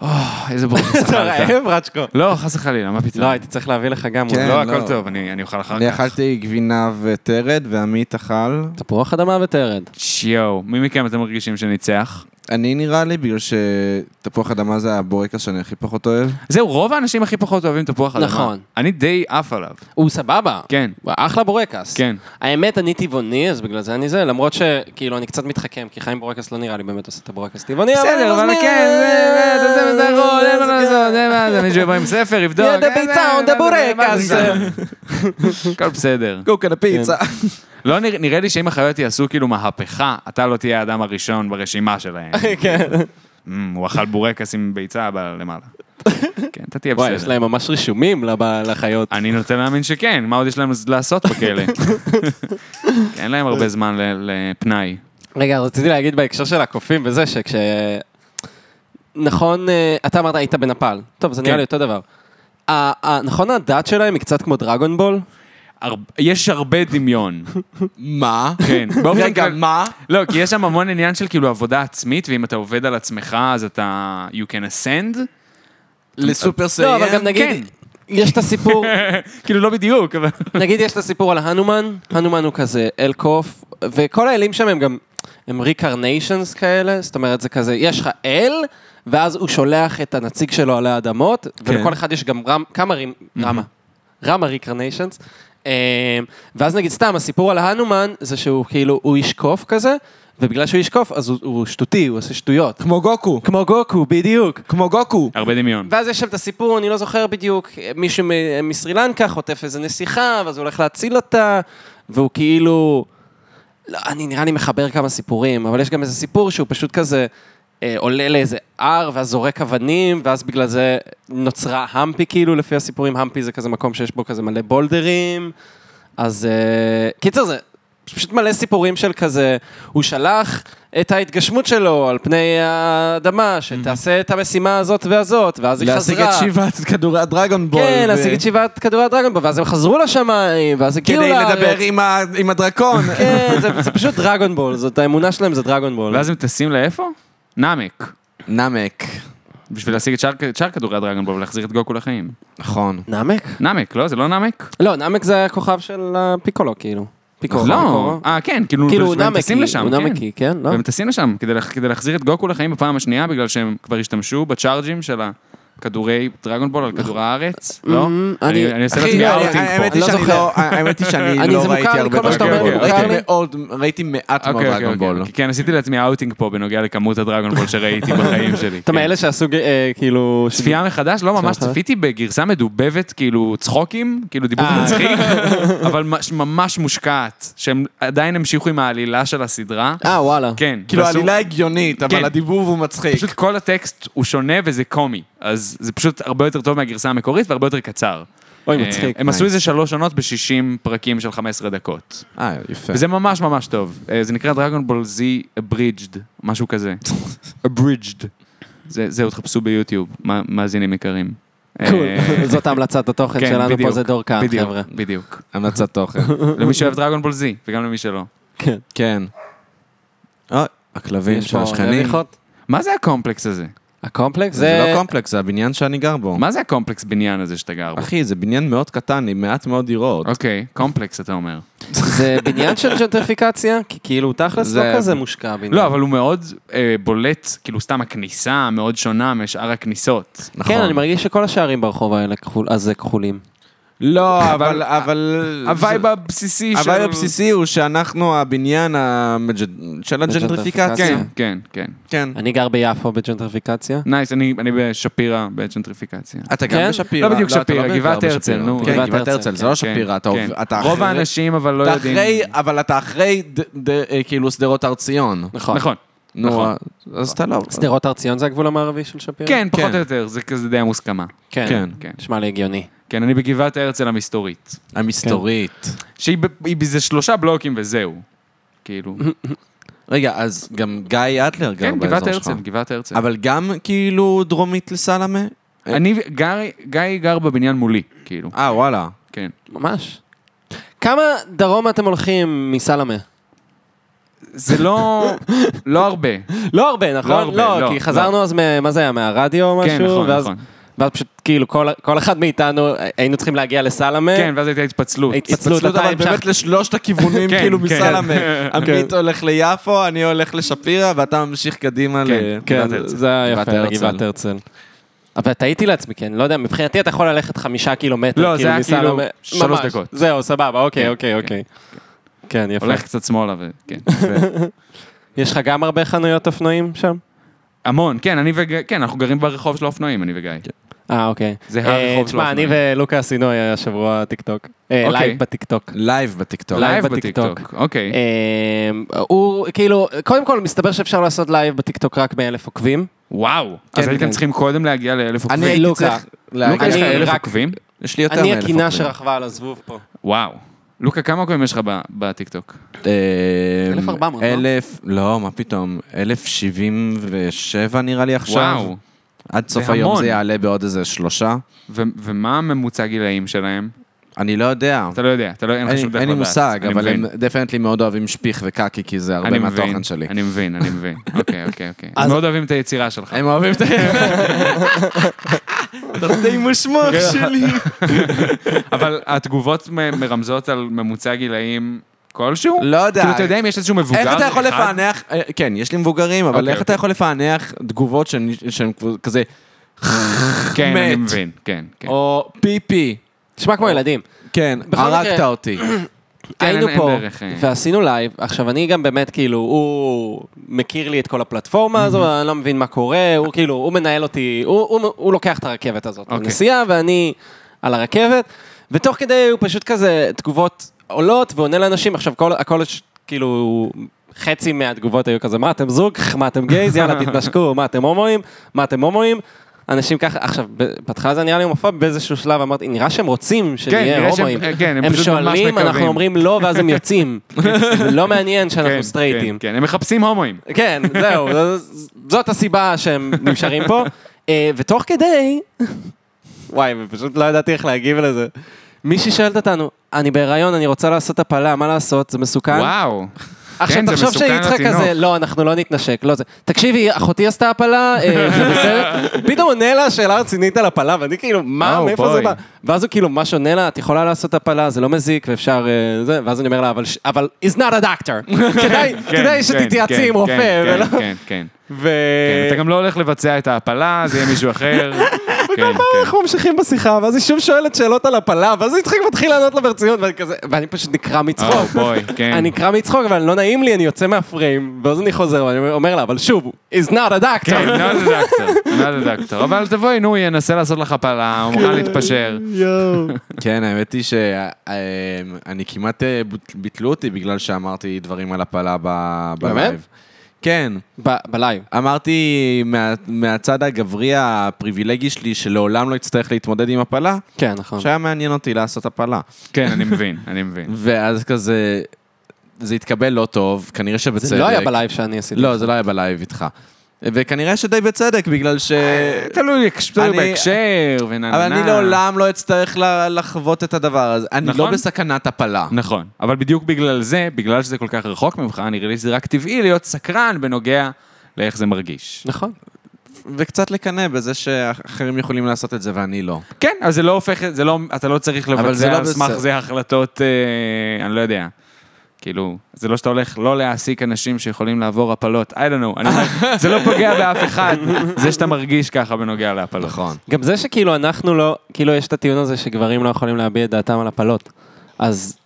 [SPEAKER 4] אה, איזה בורקס אכלת.
[SPEAKER 5] רצ'קו?
[SPEAKER 4] לא, חס וחלילה, מה פתאום?
[SPEAKER 5] לא, הייתי צריך להביא לך גם.
[SPEAKER 3] כן.
[SPEAKER 5] אולי.
[SPEAKER 4] לא,
[SPEAKER 3] לא.
[SPEAKER 4] הכל טוב, אני אני אוכל אחר כך.
[SPEAKER 3] אני אכלתי גבינה וטרד, ועמית אכל.
[SPEAKER 5] תפוח אדמה וטרד.
[SPEAKER 4] שיואו, מי מכם אתם מרגישים שניצח?
[SPEAKER 3] אני נראה לי, בגלל שתפוח אדמה זה הבורקס שאני הכי פחות אוהב.
[SPEAKER 4] זהו, רוב האנשים הכי פחות אוהבים תפוח אדמה.
[SPEAKER 5] נכון.
[SPEAKER 4] אני די עף עליו.
[SPEAKER 5] הוא סבבה.
[SPEAKER 4] כן.
[SPEAKER 5] הוא אחלה בורקס.
[SPEAKER 4] כן.
[SPEAKER 5] האמת, אני טבעוני, אז בגלל זה אני זה, למרות שכאילו אני קצת מתחכם, כי חיים בורקס לא נראה לי באמת עושה את הבורקס טבעוני,
[SPEAKER 4] בסדר, אבל כן, זה, זה, אתה עושה מזה רול, אין מה לעשות, אין מה לעשות, מישהו יבוא עם ספר, יבדוק.
[SPEAKER 5] יד הביצה, עוד הבורקס.
[SPEAKER 4] הכל בסדר.
[SPEAKER 3] קוקה לפיצה.
[SPEAKER 4] לא נרא- נראה לי שאם החיות יעשו כאילו מהפכה, אתה לא תהיה האדם הראשון ברשימה שלהם.
[SPEAKER 5] כן.
[SPEAKER 4] Mm, הוא אכל בורקס עם ביצה אבל למעלה. כן, אתה תהיה
[SPEAKER 5] וואי, יש
[SPEAKER 4] בסדר.
[SPEAKER 5] להם ממש רישומים לב- לחיות.
[SPEAKER 4] אני נוטה להאמין שכן, מה עוד יש להם לעשות בכלא? כן, אין להם הרבה זמן ל- לפנאי.
[SPEAKER 5] רגע, רציתי להגיד בהקשר של הקופים וזה, שכש... נכון, אה, אתה אמרת היית בנפאל. טוב, זה נראה
[SPEAKER 4] כן.
[SPEAKER 5] לי אותו דבר. ה- ה- נכון הדת שלהם היא קצת כמו דרגון בול?
[SPEAKER 4] הר- יש הרבה דמיון.
[SPEAKER 3] מה?
[SPEAKER 4] כן, באופן
[SPEAKER 3] רגע,
[SPEAKER 4] כללי-
[SPEAKER 3] מה?
[SPEAKER 4] לא, כי יש שם המון עניין של כאילו עבודה עצמית, ואם אתה עובד על עצמך, אז אתה... you can ascend.
[SPEAKER 3] לסופר
[SPEAKER 5] לא,
[SPEAKER 3] סייאן?
[SPEAKER 5] אבל גם
[SPEAKER 4] כן.
[SPEAKER 5] נגיד, יש את הסיפור,
[SPEAKER 4] כאילו, לא בדיוק, אבל...
[SPEAKER 5] נגיד יש את הסיפור על הנומן, הנומן הוא כזה אל קוף, וכל האלים שם הם גם, הם ריקרניישנס כאלה, זאת אומרת זה כזה, יש לך אל, ואז הוא שולח את הנציג שלו על האדמות, ולכל אחד יש גם רם, כמה רים, רמה, רמה ריקרניישנס. ואז נגיד סתם, הסיפור על הנומן זה שהוא כאילו, הוא איש קוף כזה, ובגלל שהוא איש קוף אז הוא, הוא שטותי, הוא עושה שטויות.
[SPEAKER 3] כמו גוקו.
[SPEAKER 5] כמו גוקו, בדיוק.
[SPEAKER 3] כמו גוקו.
[SPEAKER 4] הרבה דמיון.
[SPEAKER 5] ואז יש שם את הסיפור, אני לא זוכר בדיוק, מישהו מ- מסרילנקה חוטף איזה נסיכה, ואז הוא הולך להציל אותה, והוא כאילו... לא, אני נראה לי מחבר כמה סיפורים, אבל יש גם איזה סיפור שהוא פשוט כזה אה, עולה לאיזה הר, ואז זורק אבנים, ואז בגלל זה נוצרה המפי כאילו, לפי הסיפורים, המפי זה כזה מקום שיש בו כזה מלא בולדרים, אז אה, קיצר זה... פשוט מלא סיפורים של כזה, הוא שלח את ההתגשמות שלו על פני האדמה, שתעשה את המשימה הזאת והזאת, ואז היא
[SPEAKER 3] להשיג
[SPEAKER 5] חזרה.
[SPEAKER 3] את שבעת כדורי הדרגון בול.
[SPEAKER 5] כן,
[SPEAKER 3] ו-
[SPEAKER 5] להשיג את שבעת כדורי הדרגונבול, ואז הם חזרו לשמיים, ואז הגיעו
[SPEAKER 3] כדי
[SPEAKER 5] לארץ.
[SPEAKER 3] לדבר עם ה- עם הדרקון.
[SPEAKER 5] כן, זה- זה פשוט דרגונבול, זאת האמונה שלהם זה דרגונבול.
[SPEAKER 4] ואז הם טסים לאיפה? נאמק.
[SPEAKER 3] נמק.
[SPEAKER 4] בשביל להשיג את שאר- את שאר כדורי הדרגנבול ולהחזיר את גוקו לחיים.
[SPEAKER 3] נכון.
[SPEAKER 5] נעמק?
[SPEAKER 4] נאמק, לא? זה לא נאמק?
[SPEAKER 5] לא, נעמק זה הכוכב של הפיקולו, כאילו. פיקולו.
[SPEAKER 4] לא. אה, כן, כאילו,
[SPEAKER 5] כאילו, הוא
[SPEAKER 4] והם
[SPEAKER 5] נעמקי,
[SPEAKER 4] טסים לשם,
[SPEAKER 5] הוא
[SPEAKER 4] כן.
[SPEAKER 5] נעמקי, כן? לא?
[SPEAKER 4] והם טסים לשם כדי לח- כדי להחזיר את גוקו לחיים בפעם השנייה, בגלל שהם כבר השתמשו בצ'ארג'ים של הכדורי דרגונבול על כדור הארץ, לא?
[SPEAKER 5] אמ,
[SPEAKER 4] אני
[SPEAKER 5] נכון. אני-
[SPEAKER 4] אני עושה
[SPEAKER 5] אחי,
[SPEAKER 4] לעצמי
[SPEAKER 5] אני-
[SPEAKER 4] אאוטינג
[SPEAKER 8] האמת
[SPEAKER 4] פה.
[SPEAKER 8] היא
[SPEAKER 5] לא
[SPEAKER 8] שאני
[SPEAKER 5] זוכר.
[SPEAKER 8] לא, האמת היא שאני
[SPEAKER 5] אני-
[SPEAKER 8] לא
[SPEAKER 5] זה מוכר
[SPEAKER 8] ראיתי
[SPEAKER 5] לי,
[SPEAKER 8] הרבה
[SPEAKER 5] כל מה שאתה
[SPEAKER 4] אומר,
[SPEAKER 8] דרגון בול.
[SPEAKER 4] מוכר
[SPEAKER 8] ראיתי
[SPEAKER 5] לי.
[SPEAKER 8] מאוד, ראיתי מעט מאוד
[SPEAKER 4] אוקיי, אוקיי,
[SPEAKER 8] דרגון בול.
[SPEAKER 5] לא?
[SPEAKER 4] אוקיי. כן, עשיתי לעצמי אאוטינג פה בנוגע לכמות הדרגונבול שראיתי בחיים שלי.
[SPEAKER 5] אתה
[SPEAKER 4] כן.
[SPEAKER 5] מאלה שעשו אה, כאילו...
[SPEAKER 4] צפייה מחדש, לא ממש
[SPEAKER 5] מחדש?
[SPEAKER 4] צפיתי בגרסה מדובבת, כאילו צחוקים, כאילו דיבור
[SPEAKER 5] אה.
[SPEAKER 4] מצחיק, אבל ממש- ממש מושקעת, שהם עדיין המשיכו עם העלילה של הסדרה.
[SPEAKER 5] אה, וואלה.
[SPEAKER 4] כן.
[SPEAKER 8] כאילו
[SPEAKER 4] ועשו-
[SPEAKER 8] העלילה הגיונית,
[SPEAKER 4] כן.
[SPEAKER 8] אבל הדיבוב הוא מצחיק.
[SPEAKER 4] פשוט כל הטקסט הוא שונה וזה קומי, אז זה פשוט הרבה יותר טוב מהגרסה המקורית והרבה יותר קצר.
[SPEAKER 5] אוי,
[SPEAKER 4] אה,
[SPEAKER 5] מצחיק.
[SPEAKER 4] הם עשו איזה שלוש עונות ב-60 פרקים של 15 דקות.
[SPEAKER 3] אה, יפה.
[SPEAKER 4] וזה ממש ממש טוב. אה, זה נקרא דרגון בול זי אבריג'ד, משהו כזה. אבריג'ד. זה- זהו, תחפשו ביוטיוב, מה- מאזינים יקרים.
[SPEAKER 5] קול.
[SPEAKER 4] אה,
[SPEAKER 5] זאת המלצת התוכן
[SPEAKER 4] כן,
[SPEAKER 5] שלנו פה,
[SPEAKER 4] בדיוק,
[SPEAKER 5] זה דור כאן,
[SPEAKER 4] בדיוק,
[SPEAKER 5] חבר'ה.
[SPEAKER 4] בדיוק.
[SPEAKER 3] המלצת תוכן.
[SPEAKER 4] למי שאוהב דרגון בול זי, וגם למי שלא.
[SPEAKER 5] כן.
[SPEAKER 3] כן. אה, הכלבים
[SPEAKER 5] יש
[SPEAKER 3] של
[SPEAKER 5] פה
[SPEAKER 3] השכנים.
[SPEAKER 5] נביחות.
[SPEAKER 4] מה זה הקומפלקס הזה?
[SPEAKER 5] הקומפלקס
[SPEAKER 3] זה
[SPEAKER 5] זה...
[SPEAKER 3] לא קומפלקס, זה הבניין שאני גר בו.
[SPEAKER 4] מה זה הקומפלקס בניין הזה שאתה גר בו?
[SPEAKER 3] אחי, זה בניין מאוד קטן, עם מעט מאוד דירות.
[SPEAKER 4] אוקיי, קומפלקס אתה אומר.
[SPEAKER 5] זה בניין של ג'נטריפיקציה? כי כאילו, תכלס לא
[SPEAKER 3] זה-
[SPEAKER 5] כזה מושקע בניין.
[SPEAKER 4] לא, אבל הוא מאוד אה, בולט, כאילו סתם הכניסה מאוד שונה משאר הכניסות.
[SPEAKER 3] נכון.
[SPEAKER 5] כן, אני מרגיש שכל השערים ברחוב האלה כחול- הזה כחולים.
[SPEAKER 3] לא, אבל...
[SPEAKER 4] אבל-
[SPEAKER 3] אבל...
[SPEAKER 4] הווייב הבסיסי של...
[SPEAKER 3] הווייב הבסיסי הוא שאנחנו הבניין המג'- של הג'נטריפיקציה.
[SPEAKER 4] כן, כן, כן.
[SPEAKER 3] כן.
[SPEAKER 5] אני גר ביפו בג'נטריפיקציה.
[SPEAKER 4] נייס, אני אני בשפירא בג'נטריפיקציה.
[SPEAKER 3] אתה
[SPEAKER 5] כן?
[SPEAKER 3] גם בשפירא.
[SPEAKER 4] לא בדיוק
[SPEAKER 3] אתה
[SPEAKER 4] שפירא,
[SPEAKER 3] בעיקר
[SPEAKER 4] גבעת הרצל,
[SPEAKER 3] בשפירא.
[SPEAKER 4] נו.
[SPEAKER 3] כן,
[SPEAKER 5] גבעת
[SPEAKER 3] גבעת
[SPEAKER 5] הרצל,
[SPEAKER 3] הרצל, זה לא שפירא, אתה
[SPEAKER 4] כן.
[SPEAKER 3] עוב- אתה אחרי...
[SPEAKER 4] רוב האנשים אבל לא
[SPEAKER 3] אתה
[SPEAKER 4] יודעים.
[SPEAKER 3] אחרי, אבל אתה אחרי, ד, ד, אה, כאילו, שדרות הר ציון.
[SPEAKER 4] נכון.
[SPEAKER 3] נו,
[SPEAKER 4] נכון.
[SPEAKER 3] אז אתה לא...
[SPEAKER 5] שדרות הר ציון זה הגבול המערבי של שפירא?
[SPEAKER 4] כן, פחות
[SPEAKER 3] כן.
[SPEAKER 4] או יותר, זה כזה די המוסכמה.
[SPEAKER 5] כן.
[SPEAKER 3] כן.
[SPEAKER 4] כן.
[SPEAKER 5] נשמע לי הגיוני.
[SPEAKER 4] כן, אני בגבעת הרצל המסתורית.
[SPEAKER 3] אה, המסתורית.
[SPEAKER 5] כן.
[SPEAKER 4] שהיא ב- היא באיזה שלושה בלוקים וזהו. כאילו.
[SPEAKER 3] רגע, אז גם גיא אדלר גר
[SPEAKER 4] כן, גבעת
[SPEAKER 3] באזור שלך.
[SPEAKER 4] הרצל, גבעת הרצל.
[SPEAKER 3] אבל גם כאילו דרומית לסלמה?
[SPEAKER 4] אני, ו- גיא- גיא גר בבניין מולי, כאילו.
[SPEAKER 3] אה, וואלה.
[SPEAKER 4] כן.
[SPEAKER 5] ממש. כמה דרומה אתם הולכים מסלמה?
[SPEAKER 4] זה לא... לא הרבה.
[SPEAKER 5] לא הרבה,
[SPEAKER 4] לא
[SPEAKER 5] נכון?
[SPEAKER 4] הרבה,
[SPEAKER 5] לא,
[SPEAKER 4] לא,
[SPEAKER 5] כי חזרנו אז, מ- מה זה היה, מהרדיו או משהו?
[SPEAKER 4] כן, נכון,
[SPEAKER 5] ואז-
[SPEAKER 4] נכון.
[SPEAKER 5] ואז פשוט כאילו כל- כל אחד מאיתנו, היינו צריכים להגיע לסלמה.
[SPEAKER 4] כן, ואז הייתה התפצלות.
[SPEAKER 5] התפצלות, אתה
[SPEAKER 3] אבל
[SPEAKER 5] המשכת.
[SPEAKER 3] באמת לשלושת הכיוונים,
[SPEAKER 4] כן,
[SPEAKER 3] כאילו,
[SPEAKER 4] כן.
[SPEAKER 3] מסלמה. עמית הולך ליפו, אני הולך לשפירא, ואתה ממשיך קדימה ל...
[SPEAKER 4] כן, גבעת
[SPEAKER 5] כן,
[SPEAKER 4] הרצל.
[SPEAKER 5] זה היה
[SPEAKER 3] גבעת
[SPEAKER 5] יפה,
[SPEAKER 3] הרצל.
[SPEAKER 5] גבעת הרצל. אבל תהיתי לעצמי, כן, לא יודע, מבחינתי אתה יכול ללכת חמישה קילומטר.
[SPEAKER 4] לא, זה היה
[SPEAKER 5] מסלמה-
[SPEAKER 4] כאילו
[SPEAKER 5] ממש.
[SPEAKER 4] שלוש דקות.
[SPEAKER 5] זהו, סבבה, אוקיי, אוקיי,
[SPEAKER 4] כן,
[SPEAKER 5] אוקיי. כן, יפה.
[SPEAKER 4] הולך קצת שמאלה, כן, וכן.
[SPEAKER 5] יש לך גם הרבה חנויות אופנועים שם?
[SPEAKER 4] המון, כן, אני וגיא, כן, אנחנו גרים ברחוב של האופנועים, אני וגיא.
[SPEAKER 5] אה, אוקיי.
[SPEAKER 4] זה
[SPEAKER 5] אה,
[SPEAKER 4] הרחוב של
[SPEAKER 5] תשמע, אני
[SPEAKER 4] האופנועים.
[SPEAKER 5] ולוקה עשינו אה, השבוע טיקטוק. אה,
[SPEAKER 4] אוקיי.
[SPEAKER 5] לייב בטיקטוק.
[SPEAKER 3] לייב בטיקטוק.
[SPEAKER 5] לייב
[SPEAKER 4] לייב
[SPEAKER 5] בטיקטוק.
[SPEAKER 4] בטיקטוק, אוקיי.
[SPEAKER 5] אה, הוא, כאילו, קודם כל, מסתבר שאפשר לעשות לייב בטיקטוק רק מאלף עוקבים.
[SPEAKER 4] וואו. אז הייתם
[SPEAKER 5] כן.
[SPEAKER 4] צריכים קודם להגיע
[SPEAKER 3] אני לא-
[SPEAKER 4] לאלף עוקבים.
[SPEAKER 3] הייתי
[SPEAKER 5] לוקה.
[SPEAKER 3] צריך...
[SPEAKER 4] לוקה, יש לך
[SPEAKER 5] אני
[SPEAKER 4] אלף
[SPEAKER 5] רק-
[SPEAKER 4] עוקבים?
[SPEAKER 3] יש לי יותר
[SPEAKER 5] אני
[SPEAKER 3] מאלף
[SPEAKER 5] הקינה
[SPEAKER 3] עוקבים.
[SPEAKER 5] שרכבה על הזבוב פה.
[SPEAKER 4] וואו. לוקה, כמה עוקבים יש לך ב- בטיקטוק?
[SPEAKER 3] אה,
[SPEAKER 5] 1400, לא?
[SPEAKER 3] אלף, לא, מה פתאום, 1,077 נראה לי עכשיו.
[SPEAKER 4] וואו.
[SPEAKER 3] עד סוף
[SPEAKER 4] זה
[SPEAKER 3] היום
[SPEAKER 4] המון.
[SPEAKER 3] זה יעלה בעוד איזה שלושה.
[SPEAKER 4] ו- ומה הממוצע גילאים שלהם?
[SPEAKER 3] אני לא יודע.
[SPEAKER 4] אתה לא יודע, אתה לא, אין לך
[SPEAKER 3] אין
[SPEAKER 4] שום דרך לדעת.
[SPEAKER 3] אין לי מושג,
[SPEAKER 4] אני
[SPEAKER 3] אבל
[SPEAKER 4] מבין.
[SPEAKER 3] הם דפנטלי מאוד אוהבים שפיך וקקי, כי זה הרבה
[SPEAKER 4] אני מבין,
[SPEAKER 3] מהתוכן שלי.
[SPEAKER 4] אני מבין, אני מבין. אוקיי, אוקיי, אוקיי.
[SPEAKER 5] אז-
[SPEAKER 4] הם מאוד אוהבים את היצירה שלך.
[SPEAKER 3] הם אוהבים את ה... תרתי מושמח שלי.
[SPEAKER 4] אבל התגובות מ- מרמזות על ממוצע גילאים כלשהו?
[SPEAKER 3] לא יודע.
[SPEAKER 4] כאילו, אתה יודע אם יש איזשהו מבוגר
[SPEAKER 3] איך אתה יכול
[SPEAKER 4] אחד?
[SPEAKER 3] לפענח, אה, כן, יש לי מבוגרים, אבל
[SPEAKER 4] אוקיי,
[SPEAKER 3] איך אתה
[SPEAKER 4] אוקיי.
[SPEAKER 3] יכול לפענח תגובות שהן שהן כזה,
[SPEAKER 4] כן, אני
[SPEAKER 3] מת.
[SPEAKER 4] מבין, כן, כן.
[SPEAKER 3] או פיפי,
[SPEAKER 5] נשמע כמו ילדים.
[SPEAKER 3] כן,
[SPEAKER 5] בכל
[SPEAKER 3] הרגת
[SPEAKER 5] מקרה-
[SPEAKER 3] אותי.
[SPEAKER 4] כן,
[SPEAKER 5] היינו
[SPEAKER 4] אין- אין
[SPEAKER 5] פה,
[SPEAKER 4] דרך, אה.
[SPEAKER 5] ועשינו לייב, עכשיו אני גם באמת, כאילו, הוא מכיר לי את כל הפלטפורמה הזו, אני לא מבין מה קורה, הוא כאילו, הוא מנהל אותי, הוא- הוא הוא לוקח את הרכבת הזאת,
[SPEAKER 4] אוקיי.
[SPEAKER 5] הנסיעה, ואני על הרכבת, ותוך כדי הוא פשוט כזה, תגובות עולות, ועונה לאנשים, עכשיו כל- הכל, ש- כאילו, חצי מהתגובות היו כזה, מה אתם זוג, מה אתם גייז, יאללה תתנשקו, מה אתם הומואים, מה אתם הומואים. אנשים ככה, עכשיו, ב- בהתחלה זה נראה לי הומופוב, באיזשהו שלב אמרתי, נראה שהם רוצים שנהיה
[SPEAKER 4] נראה שהם-
[SPEAKER 5] הומואים.
[SPEAKER 4] כן, הם
[SPEAKER 5] הם
[SPEAKER 4] פשוט ממש
[SPEAKER 5] שואלים, אנחנו
[SPEAKER 4] מקווים.
[SPEAKER 5] אומרים לא, ואז הם יוצאים. לא מעניין
[SPEAKER 4] כן,
[SPEAKER 5] שאנחנו סטרייטים.
[SPEAKER 4] כן, כן, הם מחפשים הומואים.
[SPEAKER 5] כן, זהו, ז- זאת הסיבה שהם נשארים פה. אה, ותוך כדי, וואי, ופשוט לא ידעתי איך להגיב לזה.
[SPEAKER 3] כן?
[SPEAKER 5] מישהי שואלת אותנו, אני בהיריון, אני רוצה לעשות הפלה, מה לעשות? זה מסוכן?
[SPEAKER 4] וואו.
[SPEAKER 5] עכשיו
[SPEAKER 4] כן, זה
[SPEAKER 5] תחשוב
[SPEAKER 4] מסוכן
[SPEAKER 5] שיצחק
[SPEAKER 4] לתינוק.
[SPEAKER 5] כזה, לא, אנחנו לא נתנשק, לא זה. תקשיבי, אחותי עשתה הפלה, אה, זה בסדר? פתאום עונה לה שאלה רצינית על הפלה, ואני כאילו, מה,
[SPEAKER 4] Oh,
[SPEAKER 5] מאיפה זה
[SPEAKER 4] boy.
[SPEAKER 5] בא? ואז הוא כאילו, מה שעונה לה, את יכולה לעשות הפלה, זה לא מזיק, ואפשר... אה, זה, ואז אני אומר לה, "אבל ש- אבל, he's not a doctor. כדאי-
[SPEAKER 4] כן, כן, כן,
[SPEAKER 5] כדאי שתתייעצי עם רופא,
[SPEAKER 4] כן,
[SPEAKER 5] ולא... אה,
[SPEAKER 4] כן, כן, כן.
[SPEAKER 5] ו...
[SPEAKER 4] כן, אתה גם לא הולך לבצע את ההפלה, זה יהיה מישהו אחר. כן, כן.
[SPEAKER 5] אנחנו ממשיכים בשיחה, ואז היא שוב שואלת שאלות על הפלה, ואז יצחק מתחיל לענות לה ברצינות, ואני כזה, ואני פשוט נקרע מצחוק.
[SPEAKER 4] Oh, boy, כן.
[SPEAKER 5] אני נקרע מצחוק, אבל לא נעים לי, אני יוצא מהפריים, ואז אני חוזר, ואני אומר לה, אבל שוב, he's not a
[SPEAKER 4] כן,
[SPEAKER 5] doctor.
[SPEAKER 4] not a doctor, not a doctor. אבל תבואי, נו, ינסה לעשות לך הפלה, הוא מוכן להתפשר.
[SPEAKER 3] כן, האמת היא שאני כמעט אה, בוט- ביטלו אותי בגלל שאמרתי דברים על הפלה ב-
[SPEAKER 5] באמת?
[SPEAKER 3] בלייב. כן.
[SPEAKER 5] ב- בלייב.
[SPEAKER 3] אמרתי מה- מהצד הגברי הפריבילגי שלי, שלעולם לא אצטרך להתמודד עם הפלה,
[SPEAKER 5] כן, נכון.
[SPEAKER 3] שהיה מעניין אותי לעשות הפלה.
[SPEAKER 4] כן, אני מבין, אני מבין.
[SPEAKER 3] ואז כזה, זה התקבל לא טוב, כנראה שבצדק.
[SPEAKER 5] זה לא היה בלייב שאני עשיתי.
[SPEAKER 3] לא, זה לא היה בלייב איתך. וכנראה שדי בצדק, בגלל ש...
[SPEAKER 5] אה,
[SPEAKER 4] תלוי תלוי
[SPEAKER 3] אני-
[SPEAKER 4] בהקשר, ונהנה.
[SPEAKER 3] אבל אני לעולם לא אצטרך ל- לחוות את הדבר הזה. אני
[SPEAKER 4] נכון.
[SPEAKER 3] לא בסכנת הפלה.
[SPEAKER 4] נכון, אבל בדיוק בגלל זה, בגלל שזה כל כך רחוק ממך, נראה לי שזה רק טבעי להיות סקרן בנוגע לאיך זה מרגיש.
[SPEAKER 5] נכון.
[SPEAKER 3] וקצת לקנא בזה שאחרים יכולים לעשות את זה ואני לא.
[SPEAKER 4] כן, אבל זה לא הופך, זה לא, אתה לא צריך
[SPEAKER 3] זה
[SPEAKER 4] לבצע
[SPEAKER 3] לא
[SPEAKER 4] על סמך
[SPEAKER 3] בסדר.
[SPEAKER 4] זה החלטות, אה, אני לא יודע. כאילו, זה לא שאתה הולך לא להעסיק אנשים שיכולים לעבור הפלות, I don't know, אני אומר, זה לא פוגע באף אחד, זה שאתה מרגיש ככה בנוגע
[SPEAKER 5] לא.
[SPEAKER 4] להפלות.
[SPEAKER 3] נכון.
[SPEAKER 5] גם זה שכאילו אנחנו לא, כאילו יש את הטיעון הזה שגברים לא יכולים להביע את דעתם על הפלות. אז...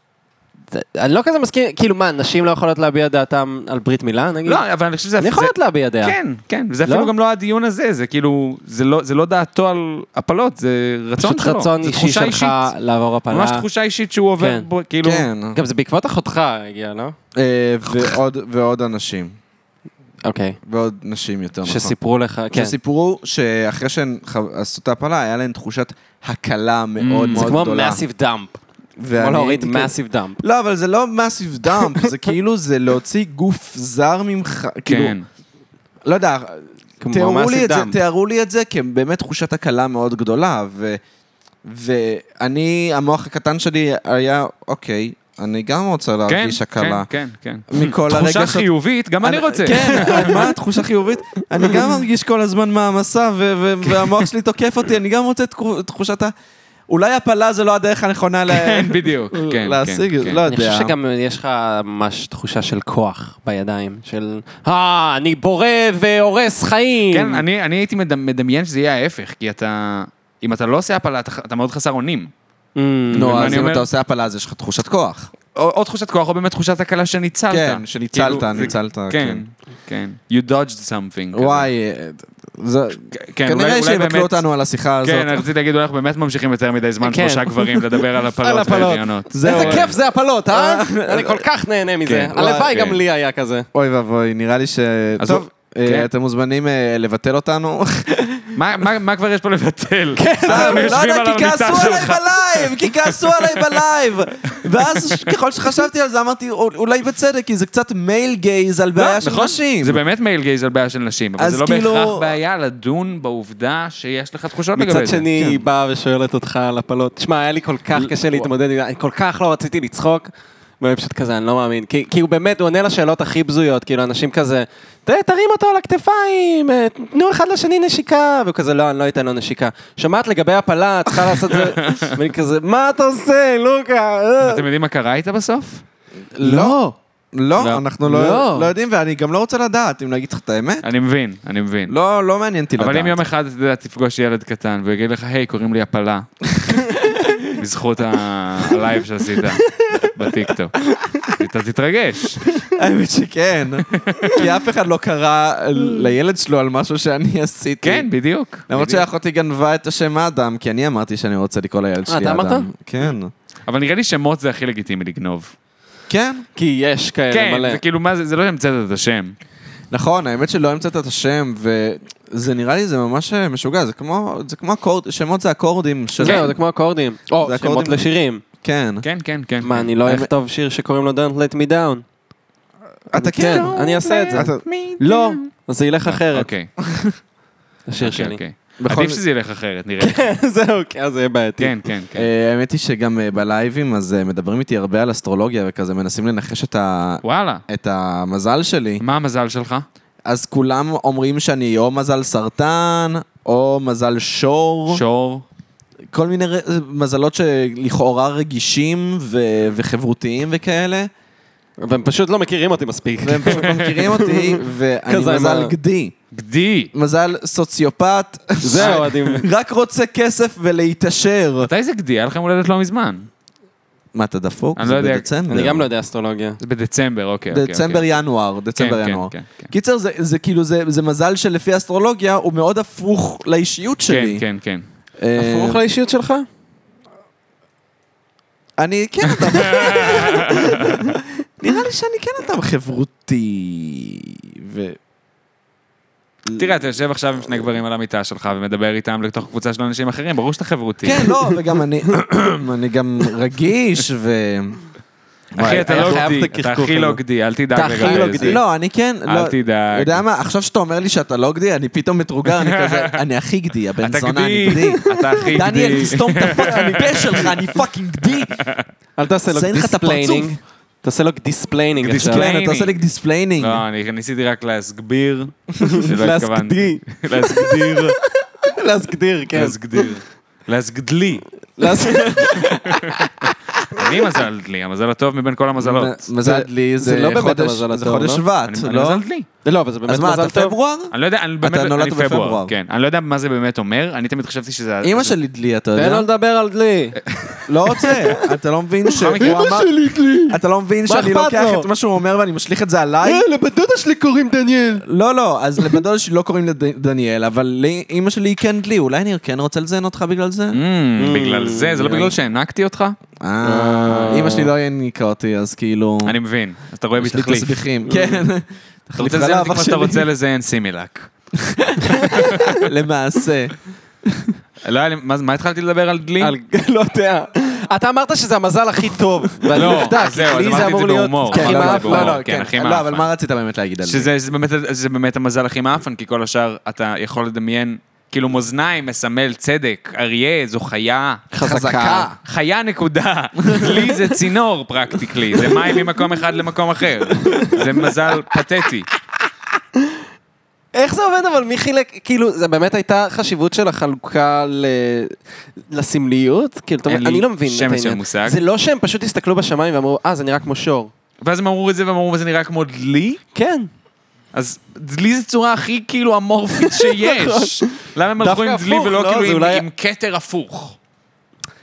[SPEAKER 5] זה- אני לא כזה מסכים, כאילו מה, נשים לא יכולות להביע את דעתם על ברית מילה, נגיד?
[SPEAKER 4] לא, אבל אני חושב שזה...
[SPEAKER 5] אני
[SPEAKER 4] זה-
[SPEAKER 5] יכולת להביע דעה.
[SPEAKER 4] כן, כן, וזה
[SPEAKER 5] לא?
[SPEAKER 4] אפילו גם לא הדיון הזה, זה כאילו, זה לא- זה לא דעתו על הפלות, זה רצון
[SPEAKER 5] פשוט
[SPEAKER 4] שלו.
[SPEAKER 5] רצון
[SPEAKER 4] זה
[SPEAKER 5] אישי
[SPEAKER 4] תחושה
[SPEAKER 5] שלך
[SPEAKER 4] אישית.
[SPEAKER 5] לעבור הפלה.
[SPEAKER 4] ממש תחושה אישית שהוא עובר
[SPEAKER 5] כן.
[SPEAKER 4] בו, כאילו...
[SPEAKER 3] כן.
[SPEAKER 5] גם זה בעקבות אחותך הגיע, לא?
[SPEAKER 3] אה, ועוד- ועוד אנשים.
[SPEAKER 5] אוקיי.
[SPEAKER 3] ועוד נשים יותר נכון.
[SPEAKER 5] שסיפרו לך, כן.
[SPEAKER 3] שסיפרו שאחרי שהן ח- עשו את ההפלה, היה להן תחושת הקלה מאוד
[SPEAKER 5] Mm, זה
[SPEAKER 3] מאוד
[SPEAKER 5] כמו
[SPEAKER 3] גדולה.
[SPEAKER 5] מאסיב דאמפ.
[SPEAKER 3] ואני
[SPEAKER 5] כמו להוריד
[SPEAKER 3] הייתי כזה-
[SPEAKER 5] מאסיב דאמפ.
[SPEAKER 3] לא, אבל זה לא מאסיב דאמפ, זה כאילו זה להוציא גוף זר ממך, כאילו,
[SPEAKER 4] כן.
[SPEAKER 3] לא יודע,
[SPEAKER 5] כמו
[SPEAKER 3] תיארו לי
[SPEAKER 5] מאסיב
[SPEAKER 3] את זה,
[SPEAKER 5] דאמפ.
[SPEAKER 3] תיארו לי את זה כבאמת תחושת הקלה מאוד גדולה, ו, ואני, המוח הקטן שלי היה, אוקיי, אני גם רוצה
[SPEAKER 4] כן,
[SPEAKER 3] להרגיש הקלה.
[SPEAKER 4] כן, כן, כן.
[SPEAKER 3] מכל הרגע
[SPEAKER 4] תחושה
[SPEAKER 3] שאת-
[SPEAKER 4] חיובית, גם אני רוצה.
[SPEAKER 3] כן, מה, תחושה חיובית? אני גם מרגיש כל הזמן מעמסה, ו- ו-
[SPEAKER 4] כן.
[SPEAKER 3] והמוח שלי תוקף אותי, אני גם רוצה את תחו- תחושת ה... אולי הפלה זה לא הדרך הנכונה ל-
[SPEAKER 4] כן, בדיוק. כן, כן,
[SPEAKER 3] להשיג,
[SPEAKER 4] כן.
[SPEAKER 3] לא
[SPEAKER 5] אני חושב
[SPEAKER 3] יודע.
[SPEAKER 5] שגם אה, יש לך ממש תחושה של כוח בידיים, של אה, אני בורא והורס חיים.
[SPEAKER 4] כן, אני אני הייתי מדמ- מדמיין שזה יהיה ההפך, כי אתה... אם אתה לא עושה הפלה, אתה ח- אתה מאוד חסר אונים.
[SPEAKER 5] Mm,
[SPEAKER 4] ומה
[SPEAKER 3] נו, אז
[SPEAKER 4] אני
[SPEAKER 3] אם
[SPEAKER 4] אומר?
[SPEAKER 3] אתה עושה הפלה, אז יש לך תחושת כוח.
[SPEAKER 4] או או תחושת כוח, או באמת תחושת הקלה שניצלת.
[SPEAKER 3] כן, שניצלת,
[SPEAKER 4] כאילו, זה-
[SPEAKER 3] ניצלת,
[SPEAKER 4] כן,
[SPEAKER 3] כן.
[SPEAKER 4] כן. You dodged something. כזה.
[SPEAKER 3] וואי, אה, זה-
[SPEAKER 4] כן,
[SPEAKER 3] כנראה
[SPEAKER 4] אולי- אולי
[SPEAKER 3] שיבטלו
[SPEAKER 4] באמת-
[SPEAKER 3] אותנו על השיחה
[SPEAKER 4] כן,
[SPEAKER 3] הזאת.
[SPEAKER 4] רציתי להגיד, אולי אנחנו באמת ממשיכים יותר מדי זמן,
[SPEAKER 5] כן.
[SPEAKER 4] שלושה גברים, לדבר על
[SPEAKER 5] על
[SPEAKER 4] הפלות
[SPEAKER 5] הפלות.
[SPEAKER 4] והריונות.
[SPEAKER 5] איזה
[SPEAKER 3] זהו,
[SPEAKER 5] כיף זה הפלות, אה? אני כל כך נהנה מזה.
[SPEAKER 4] כן.
[SPEAKER 5] הלוואי
[SPEAKER 4] וואי,
[SPEAKER 5] גם
[SPEAKER 4] כן.
[SPEAKER 5] לי היה כזה.
[SPEAKER 3] אוי ואבוי, נראה לי ש...
[SPEAKER 4] אז
[SPEAKER 3] טוב, אה,
[SPEAKER 4] כן.
[SPEAKER 3] אתם מוזמנים אה, לבטל אותנו. לא
[SPEAKER 4] מה- מה מה כבר יש פה לבטל?
[SPEAKER 9] לא
[SPEAKER 4] אנחנו יושבים
[SPEAKER 9] יודע,
[SPEAKER 4] על
[SPEAKER 9] כי
[SPEAKER 4] המיטה
[SPEAKER 9] כעסו עליי
[SPEAKER 4] שלך.
[SPEAKER 9] בלייב, כי כעסו עליי בלייב. ואז ש- ככל שחשבתי על זה, אמרתי, "אול- אולי בצדק, כי זה קצת מייל גייז על בעיה של
[SPEAKER 4] נכון,
[SPEAKER 9] נשים.
[SPEAKER 4] זה באמת מייל גייז על בעיה של נשים, אבל
[SPEAKER 9] אז
[SPEAKER 4] זה לא
[SPEAKER 9] כאילו-
[SPEAKER 4] בהכרח בעיה לדון בעובדה שיש לך תחושות לגבי זה. כן.
[SPEAKER 5] מצד שני, היא באה ושואלת אותך על הפלות. תשמע, היה לי כל כך קשה להתמודד עם זה, אני כל כך לא רציתי לצחוק. ואני פשוט כזה, אני לא מאמין. כי, כי הוא באמת, הוא עונה לשאלות הכי בזויות, כאילו, אנשים כזה, "ת- תרים אותו על הכתפיים, אה, תנו אחד לשני נשיקה, והוא כזה, לא, אני לא אתן לו נשיקה. שמעת לגבי הפלה, את צריכה לעשות את זה, ואני כזה, מה אתה עושה, לוקה? אה."
[SPEAKER 4] אתם יודעים מה קרה איתה בסוף?
[SPEAKER 3] לא. לא,
[SPEAKER 4] לא.
[SPEAKER 3] אנחנו
[SPEAKER 5] לא.
[SPEAKER 3] לא לא יודעים, ואני גם לא רוצה לדעת, אם להגיד לך את האמת.
[SPEAKER 4] אני מבין, אני מבין.
[SPEAKER 3] לא, לא מעניין אותי לדעת.
[SPEAKER 4] אבל אם יום אחד, אתה יודע, תפגוש ילד קטן והוא יגיד לך, היי, קוראים לי הפלה. בזכות ה- הלייב שעשית בטיקטוק. אתה תתרגש.
[SPEAKER 3] האמת שכן, כי אף אחד לא קרא לילד שלו על משהו שאני עשיתי.
[SPEAKER 4] כן, בדיוק.
[SPEAKER 3] למרות
[SPEAKER 4] בדיוק.
[SPEAKER 3] שאחותי גנבה את השם אדם, כי אני אמרתי שאני רוצה לקרוא לילד שלי
[SPEAKER 5] אה, אתה
[SPEAKER 3] אדם.
[SPEAKER 5] אמרת?
[SPEAKER 3] כן.
[SPEAKER 4] אבל נראה לי שמות זה הכי לגיטימי לגנוב.
[SPEAKER 3] כן.
[SPEAKER 5] כי יש כאלה מלא.
[SPEAKER 4] כן, זה כאילו, מה זה, זה לא שהמצאת את השם.
[SPEAKER 3] נכון, האמת שלא המצאת את השם, וזה נראה לי, זה ממש אה, משוגע, זה כמו, זה כמו אקורד, שמות זה אקורדים של...
[SPEAKER 5] זהו, זה כמו אקורדים. או,
[SPEAKER 3] זה
[SPEAKER 5] שמות
[SPEAKER 3] אקורדים.
[SPEAKER 5] לשירים.
[SPEAKER 3] כן.
[SPEAKER 4] כן, כן, כן.
[SPEAKER 5] מה, אני לא אכתוב שיר שקוראים לו Don't Let Me Down?
[SPEAKER 3] אתה
[SPEAKER 5] כן,
[SPEAKER 3] כן.
[SPEAKER 5] אני אעשה את זה.
[SPEAKER 3] אתה-
[SPEAKER 5] לא, אז זה ילך אחרת,
[SPEAKER 4] אה, אוקיי,
[SPEAKER 5] השיר שלי.
[SPEAKER 4] אוקיי.
[SPEAKER 3] בכל-
[SPEAKER 4] עדיף שזה ילך אחרת, נראה לי.
[SPEAKER 5] זהו, כן, אז זה יהיה בעייתי.
[SPEAKER 4] כן, כן, כן.
[SPEAKER 3] אה, האמת היא שגם אה, בלייבים, אז אה, מדברים איתי הרבה על אסטרולוגיה וכזה, מנסים לנחש את ה-
[SPEAKER 4] וואלה,
[SPEAKER 3] את המזל שלי.
[SPEAKER 5] Mm.
[SPEAKER 4] מה המזל שלך?
[SPEAKER 3] אז כולם אומרים שאני או מזל סרטן, או מזל שור,
[SPEAKER 4] שור.
[SPEAKER 3] כל מיני ר- מזלות שלכאורה רגישים ו- וחברותיים וכאלה,
[SPEAKER 5] והם פשוט לא מכירים אותי מספיק.
[SPEAKER 3] והם פשוט לא מכירים אותי, ואני
[SPEAKER 5] כזה עם
[SPEAKER 3] מזל
[SPEAKER 5] ה-
[SPEAKER 3] גדי,
[SPEAKER 4] גדי.
[SPEAKER 3] מזל סוציופט,
[SPEAKER 5] זהו, אוהדים.
[SPEAKER 3] רק רוצה כסף ולהתעשר.
[SPEAKER 4] מתי זה גדי? היה לכם הולדת לא מזמן.
[SPEAKER 3] מה, אתה דפוק?
[SPEAKER 4] אני לא יודע.
[SPEAKER 3] זה בדצמבר.
[SPEAKER 5] אני גם לא יודע אסטרולוגיה.
[SPEAKER 4] זה בדצמבר, אוקיי. אוקיי, אוקיי.
[SPEAKER 3] דצמבר-ינואר,
[SPEAKER 4] כן,
[SPEAKER 3] דצמבר-ינואר.
[SPEAKER 4] כן, כן.
[SPEAKER 3] קיצר, זה- זה כאילו, זה זה מזל שלפי האסטרולוגיה הוא מאוד הפוך לאישיות שלי.
[SPEAKER 4] כן, כן, כן.
[SPEAKER 3] אה,
[SPEAKER 5] הפוך לאישיות שלך?
[SPEAKER 3] אני כן אדם... נראה לי שאני כן אדם חברותי. ו...
[SPEAKER 4] כן. תראה, אתה יושב עכשיו עם שני גברים על המיטה שלך ומדבר איתם לתוך קבוצה של אנשים אחרים, ברור שאתה חברותי.
[SPEAKER 3] כן, לא, וגם אני, אני גם רגיש, ו...
[SPEAKER 4] אחי, אתה
[SPEAKER 5] היה
[SPEAKER 4] לא
[SPEAKER 5] חייב את
[SPEAKER 4] גדי, אתה
[SPEAKER 5] הקחקוק
[SPEAKER 4] הכי לא
[SPEAKER 5] הזה.
[SPEAKER 4] גדי, אל תדאג
[SPEAKER 5] אתה הכי לא
[SPEAKER 4] לגבי זה.
[SPEAKER 3] לא, אני כן, לא...
[SPEAKER 4] אל תדאג.
[SPEAKER 3] יודע מה, עכשיו שאתה אומר לי שאתה לא גדי, אני פתאום מתרוגר, אני כזה, אני הכי גדי, הבן
[SPEAKER 4] אתה
[SPEAKER 3] זונה, אני
[SPEAKER 4] גדי, לא,
[SPEAKER 3] גדי.
[SPEAKER 4] אתה הכי
[SPEAKER 3] דניאל,
[SPEAKER 4] גדי.
[SPEAKER 3] תסתום את הפאקינג פה שלך, אני פאקינג גדי.
[SPEAKER 5] אל תעשה לו
[SPEAKER 3] זה אין לך את
[SPEAKER 5] דיספליינינג.
[SPEAKER 3] הפרצוף.
[SPEAKER 5] תעשה לו דיספליינינג עכשיו.
[SPEAKER 4] דיספליינינג.
[SPEAKER 3] כן, אתה עושה לי דיספליינינג.
[SPEAKER 4] לא, אני ניסיתי רק להסגביר. שלא
[SPEAKER 5] לא
[SPEAKER 4] התכוונתי.
[SPEAKER 5] להסגדי.
[SPEAKER 4] להסגדיר.
[SPEAKER 5] להסגדיר, כן.
[SPEAKER 4] להסגדיר. להסגדלי.
[SPEAKER 5] להס-
[SPEAKER 4] אני מזל דלי, המזל הטוב מבין כל המזלות.
[SPEAKER 3] מזל לי,
[SPEAKER 5] לא. זה
[SPEAKER 3] זה
[SPEAKER 5] לא באמת
[SPEAKER 3] חודש-
[SPEAKER 5] המזל
[SPEAKER 3] זה
[SPEAKER 5] הטוב,
[SPEAKER 3] חודש
[SPEAKER 5] לא?
[SPEAKER 3] שבט,
[SPEAKER 4] אני אני
[SPEAKER 3] לא?
[SPEAKER 4] מזל דלי.
[SPEAKER 5] לא, אבל זה באמת
[SPEAKER 3] אז מה,
[SPEAKER 5] מזל
[SPEAKER 3] אתה
[SPEAKER 5] טוב.
[SPEAKER 3] פברואר?
[SPEAKER 4] אני לא יודע, אני באמת...
[SPEAKER 3] נולדת
[SPEAKER 4] אני
[SPEAKER 3] בפברואר.
[SPEAKER 4] כן, אני לא יודע מה זה באמת אומר, אני תמיד חשבתי שזה...
[SPEAKER 3] אימא
[SPEAKER 4] זה-
[SPEAKER 3] שלי דלי, אתה
[SPEAKER 5] תן
[SPEAKER 3] יודע?
[SPEAKER 5] לו לדבר על דלי.
[SPEAKER 3] לא רוצה, אתה לא מבין שהוא
[SPEAKER 4] מכיר?
[SPEAKER 3] אמר... אתה לא מבין
[SPEAKER 5] מה
[SPEAKER 3] שאני
[SPEAKER 5] אכפת
[SPEAKER 3] לוקח
[SPEAKER 5] לו?
[SPEAKER 3] את מה שהוא אומר ואני משליך את זה עליי?
[SPEAKER 5] לבת אה, דודה שלי קוראים דניאל.
[SPEAKER 3] לא, לא, אז לבדול שלי לא קוראים לדניאל, אבל לאימא שלי היא כן דלי, אולי אני כן רוצה לזיין אותך בגלל זה?
[SPEAKER 4] Mm, בגלל זה, זה לא בגלל שהענקתי אותך?
[SPEAKER 3] Mm. אה, אימא שלי לא העניקה אותי, אז כאילו...
[SPEAKER 4] אני מבין. אז אתה רואה בי
[SPEAKER 3] יש לי
[SPEAKER 4] תחליף.
[SPEAKER 3] תסביכים. כן,
[SPEAKER 4] אתה רוצה
[SPEAKER 3] תחליף
[SPEAKER 4] לזיין אותי
[SPEAKER 3] לאבא
[SPEAKER 4] כמו שאתה
[SPEAKER 3] שלי.
[SPEAKER 4] רוצה לזיין סימילאק.
[SPEAKER 3] למעשה.
[SPEAKER 4] לא היה לי... מה מה התחלתי לדבר על דלי?
[SPEAKER 5] לא יודע. אתה אמרת שזה המזל הכי טוב. ואני
[SPEAKER 4] לא,
[SPEAKER 5] מופתע,
[SPEAKER 4] אז
[SPEAKER 5] כי
[SPEAKER 4] זהו, אז
[SPEAKER 5] לי
[SPEAKER 4] אמרתי את זה
[SPEAKER 5] אמור להיות
[SPEAKER 4] בהומור.
[SPEAKER 5] הכי
[SPEAKER 4] אמרתי את זה
[SPEAKER 5] מעפן.
[SPEAKER 4] בהומור.
[SPEAKER 5] לא, לא,
[SPEAKER 4] כן, הכי
[SPEAKER 3] לא,
[SPEAKER 4] מעפן.
[SPEAKER 3] אבל מה רצית באמת להגיד על זה?
[SPEAKER 4] שזה שזה באמת, זה באמת המזל הכי מעפן, כי כל השאר אתה יכול לדמיין, כאילו מאזניים מסמל צדק, אריה זו חיה.
[SPEAKER 3] חזקה.
[SPEAKER 4] חיה נקודה, לי זה צינור פרקטיקלי, זה מים ממקום אחד למקום אחר, זה מזל פתטי.
[SPEAKER 5] איך זה עובד אבל מי חילק, כאילו, זה באמת הייתה חשיבות של החלוקה ל... לסמליות? כאילו, אתה
[SPEAKER 4] אין
[SPEAKER 5] אומר,
[SPEAKER 4] לי
[SPEAKER 5] אני לא מבין את
[SPEAKER 4] שמץ
[SPEAKER 5] העניין.
[SPEAKER 4] של מושג.
[SPEAKER 5] זה לא שהם פשוט הסתכלו בשמיים ואמרו, אה, זה נראה כמו שור.
[SPEAKER 4] ואז הם אמרו את זה והם אמרו, זה נראה כמו דלי?
[SPEAKER 5] כן.
[SPEAKER 4] אז דלי זה צורה הכי כאילו אמורפית שיש. למה הם הלכו עם
[SPEAKER 5] נכון. דווקא
[SPEAKER 4] דלי
[SPEAKER 5] הפוך,
[SPEAKER 4] ולא
[SPEAKER 5] לא?
[SPEAKER 4] כאילו
[SPEAKER 5] זה
[SPEAKER 4] עם-
[SPEAKER 5] אולי-
[SPEAKER 4] עם כתר הפוך?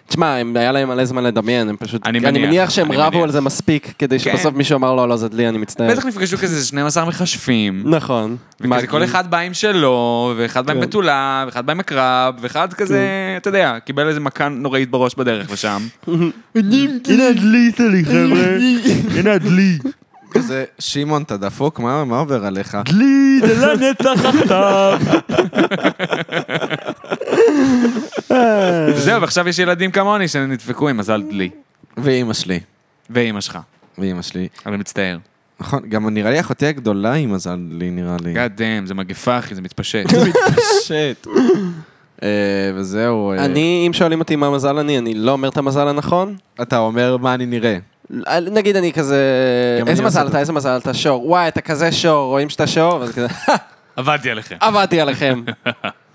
[SPEAKER 5] תשמע, הם- היה להם מלא זמן לדמיין, הם פשוט...
[SPEAKER 4] אני
[SPEAKER 5] אני
[SPEAKER 4] מניח,
[SPEAKER 5] מניח שהם
[SPEAKER 4] אני
[SPEAKER 5] רבו
[SPEAKER 4] מניח. כן.
[SPEAKER 5] על זה מספיק, כדי שבסוף מישהו אמר לו, לא, זה דלי, אני מצטער.
[SPEAKER 4] בטח נפגשו כזה 12 מכשפים.
[SPEAKER 5] נכון.
[SPEAKER 4] וכזה כל אחד בא עם שלו, ואחד בא עם
[SPEAKER 5] כן.
[SPEAKER 4] בתולה, ואחד בא עם הקרב, ואחד כזה, אתה יודע, קיבל איזה מכה נוראית בראש בדרך לשם.
[SPEAKER 3] כזה, שמעון, אתה דפוק? מה מה עובר עליך?
[SPEAKER 5] אה.
[SPEAKER 4] וזהו, ועכשיו יש ילדים כמוני שנדפקו עם מזל דלי,
[SPEAKER 3] ואימא שלי.
[SPEAKER 4] ואימא שלך.
[SPEAKER 3] ואימא שלי.
[SPEAKER 4] אני מצטער.
[SPEAKER 3] נכון, גם נראה לי אחותי הגדולה היא מזל לי, נראה
[SPEAKER 5] כן.
[SPEAKER 3] לי.
[SPEAKER 4] God damn, זה מגפה, אחי, זה מתפשט.
[SPEAKER 3] שט. אה, וזהו, אה,
[SPEAKER 5] אני, אם שואלים אותי מה המזל אני, אני לא אומר את המזל הנכון.
[SPEAKER 3] אתה אומר מה אני נראה.
[SPEAKER 5] נגיד אני כזה,
[SPEAKER 3] גם
[SPEAKER 5] איזה
[SPEAKER 3] אני עושה
[SPEAKER 5] מזל
[SPEAKER 3] את
[SPEAKER 5] אתה,
[SPEAKER 3] זה.
[SPEAKER 5] איזה מזל אתה שור, וואי, אתה כזה שור, רואים שאתה שור, ואז כזה,
[SPEAKER 4] עבדתי עליכם.
[SPEAKER 5] עבדתי עליכם.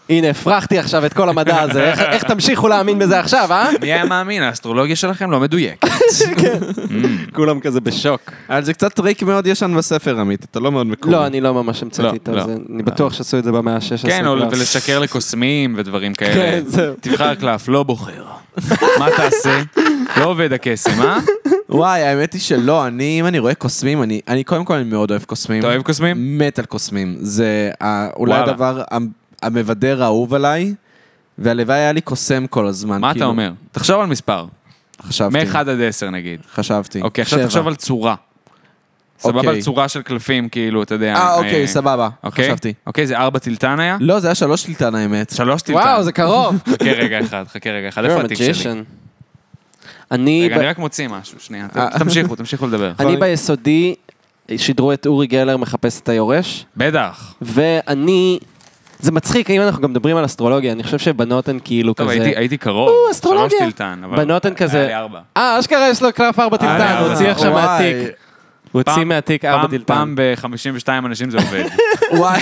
[SPEAKER 5] הנה, הפרחתי עכשיו את כל המדע הזה, איך- איך תמשיכו להאמין בזה עכשיו, אה?
[SPEAKER 4] מי היה מאמין? האסטרולוגיה שלכם לא מדויקת.
[SPEAKER 5] כולם כזה בשוק.
[SPEAKER 3] אבל זה קצת טריק מאוד ישן בספר, עמית, אתה לא מאוד מקורי.
[SPEAKER 5] לא, אני לא ממש המצאתי את
[SPEAKER 4] לא,
[SPEAKER 5] זה,
[SPEAKER 4] לא.
[SPEAKER 5] אני בטוח שעשו את זה במאה ה-16.
[SPEAKER 4] כן, או ולשקר לקוסמים ודברים כאלה.
[SPEAKER 5] כן, זהו.
[SPEAKER 4] תבחר קלף, לא בוחר. מה תעשה? לא עובד הקסם, אה?
[SPEAKER 3] וואי, האמת היא שלא, אני, אם אני רואה קוסמים, אני, אני קודם כל, אני מאוד אוהב קוסמים.
[SPEAKER 4] אתה אוהב קוסמים?
[SPEAKER 3] מת על קוסמים. זה ה- אולי
[SPEAKER 4] וואלה.
[SPEAKER 3] הדבר המ- המבדר האהוב עליי, והלוואי היה לי קוסם כל הזמן.
[SPEAKER 4] מה אתה
[SPEAKER 3] כאילו.
[SPEAKER 4] אומר? תחשוב על מספר.
[SPEAKER 3] חשבתי.
[SPEAKER 4] מ-1 עד 10 נגיד.
[SPEAKER 3] חשבתי.
[SPEAKER 4] אוקיי, עכשיו
[SPEAKER 3] שבע.
[SPEAKER 4] תחשוב על צורה. סבבה
[SPEAKER 3] אוקיי.
[SPEAKER 4] על צורה של קלפים, כאילו, אתה יודע.
[SPEAKER 3] אה, אוקיי,
[SPEAKER 4] אה,
[SPEAKER 3] סבבה.
[SPEAKER 4] אוקיי?
[SPEAKER 3] חשבתי.
[SPEAKER 4] אוקיי, זה 4 טילטן היה?
[SPEAKER 3] לא, זה היה שלוש טילטן האמת.
[SPEAKER 4] שלוש טילטן.
[SPEAKER 5] וואו, זה קרוב.
[SPEAKER 4] חכה רגע אחד, חכה רגע אחד, איפה התיק שלי?
[SPEAKER 5] Magician. אני
[SPEAKER 4] רגע,
[SPEAKER 5] ב- אה.
[SPEAKER 4] אני רק מוציא משהו, שנייה. תמשיכו, תמשיכו לדבר.
[SPEAKER 5] אני ביסודי שידרו את אורי גלר מחפש את היורש,
[SPEAKER 4] בטח.
[SPEAKER 5] ואני זה מצחיק, אם אנחנו גם מדברים על אסטרולוגיה, אני חושב שבנות הן כאילו
[SPEAKER 4] טוב,
[SPEAKER 5] כזה...
[SPEAKER 4] הייתי- הייתי קרוב.
[SPEAKER 5] או, אסטרולוגיה.
[SPEAKER 4] שלוש טילטן, אבל...
[SPEAKER 5] בנות הן כזה-
[SPEAKER 4] היה לי ארבע.
[SPEAKER 5] אה, אשכרה יש לו קלף ארבע טילטן,
[SPEAKER 4] אה,
[SPEAKER 5] הוא הוציא עכשיו
[SPEAKER 3] וואי,
[SPEAKER 5] מהתיק. הוא הוציא
[SPEAKER 4] פעם-
[SPEAKER 5] מהתיק ארבע
[SPEAKER 4] פעם-
[SPEAKER 5] טילטן.
[SPEAKER 4] פעם ב-52 אנשים זה עובד.
[SPEAKER 3] וואי.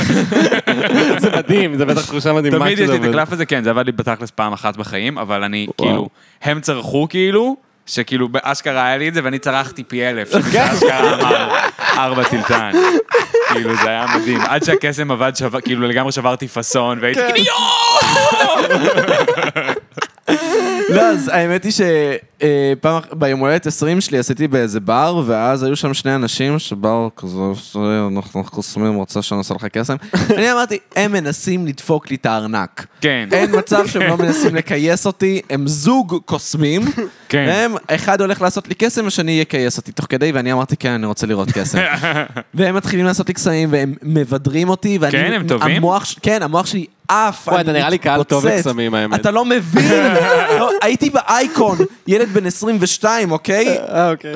[SPEAKER 5] זה מדהים, זה בטח תחושה מדהימה.
[SPEAKER 4] תמיד יש
[SPEAKER 5] כשזה
[SPEAKER 4] לי את
[SPEAKER 5] עובד.
[SPEAKER 4] הקלף הזה, כן, זה עבד לי בתכלס פעם אחת בחיים, אבל אני, כאילו, הם צרחו כאילו, שכאילו באשכרה היה לי את זה, ואני צרחתי פי אלף, שזה אשכרה אמר ארבע טילטן. כאילו, זה היה מדהים. עד שהקסם עבד, שבר- כאילו, לגמרי שברתי פאסון, והייתי כאילו,
[SPEAKER 3] לא, אז האמת היא שפעם, ביום הולדת 20 שלי עשיתי באיזה בר, ואז היו שם שני אנשים שבאו כזה, "אה, אנחנו קוסמים, רוצה שנעשה לך קסם. אני אמרתי, הם מנסים לדפוק לי את הארנק.
[SPEAKER 4] כן.
[SPEAKER 3] אין מצב שהם לא מנסים לכייס אותי, הם זוג קוסמים.
[SPEAKER 4] כן.
[SPEAKER 3] הם, אחד הולך לעשות לי קסם, השני יכייס אותי תוך כדי, ואני אמרתי, כן, אני רוצה לראות קסם. והם מתחילים לעשות לי קסמים, והם מבדרים אותי, ואני...
[SPEAKER 4] כן, הם טובים?
[SPEAKER 3] המוח ש- כן, המוח שלי עף.
[SPEAKER 5] וואי,
[SPEAKER 3] אני
[SPEAKER 5] אתה נראה לי קהל טוב
[SPEAKER 3] מתפוצץ.
[SPEAKER 5] לקסמים, האמת.
[SPEAKER 3] אתה לא מבין. לא, הייתי באייקון, ילד בן 22, אוקיי?
[SPEAKER 5] אה, אוקיי.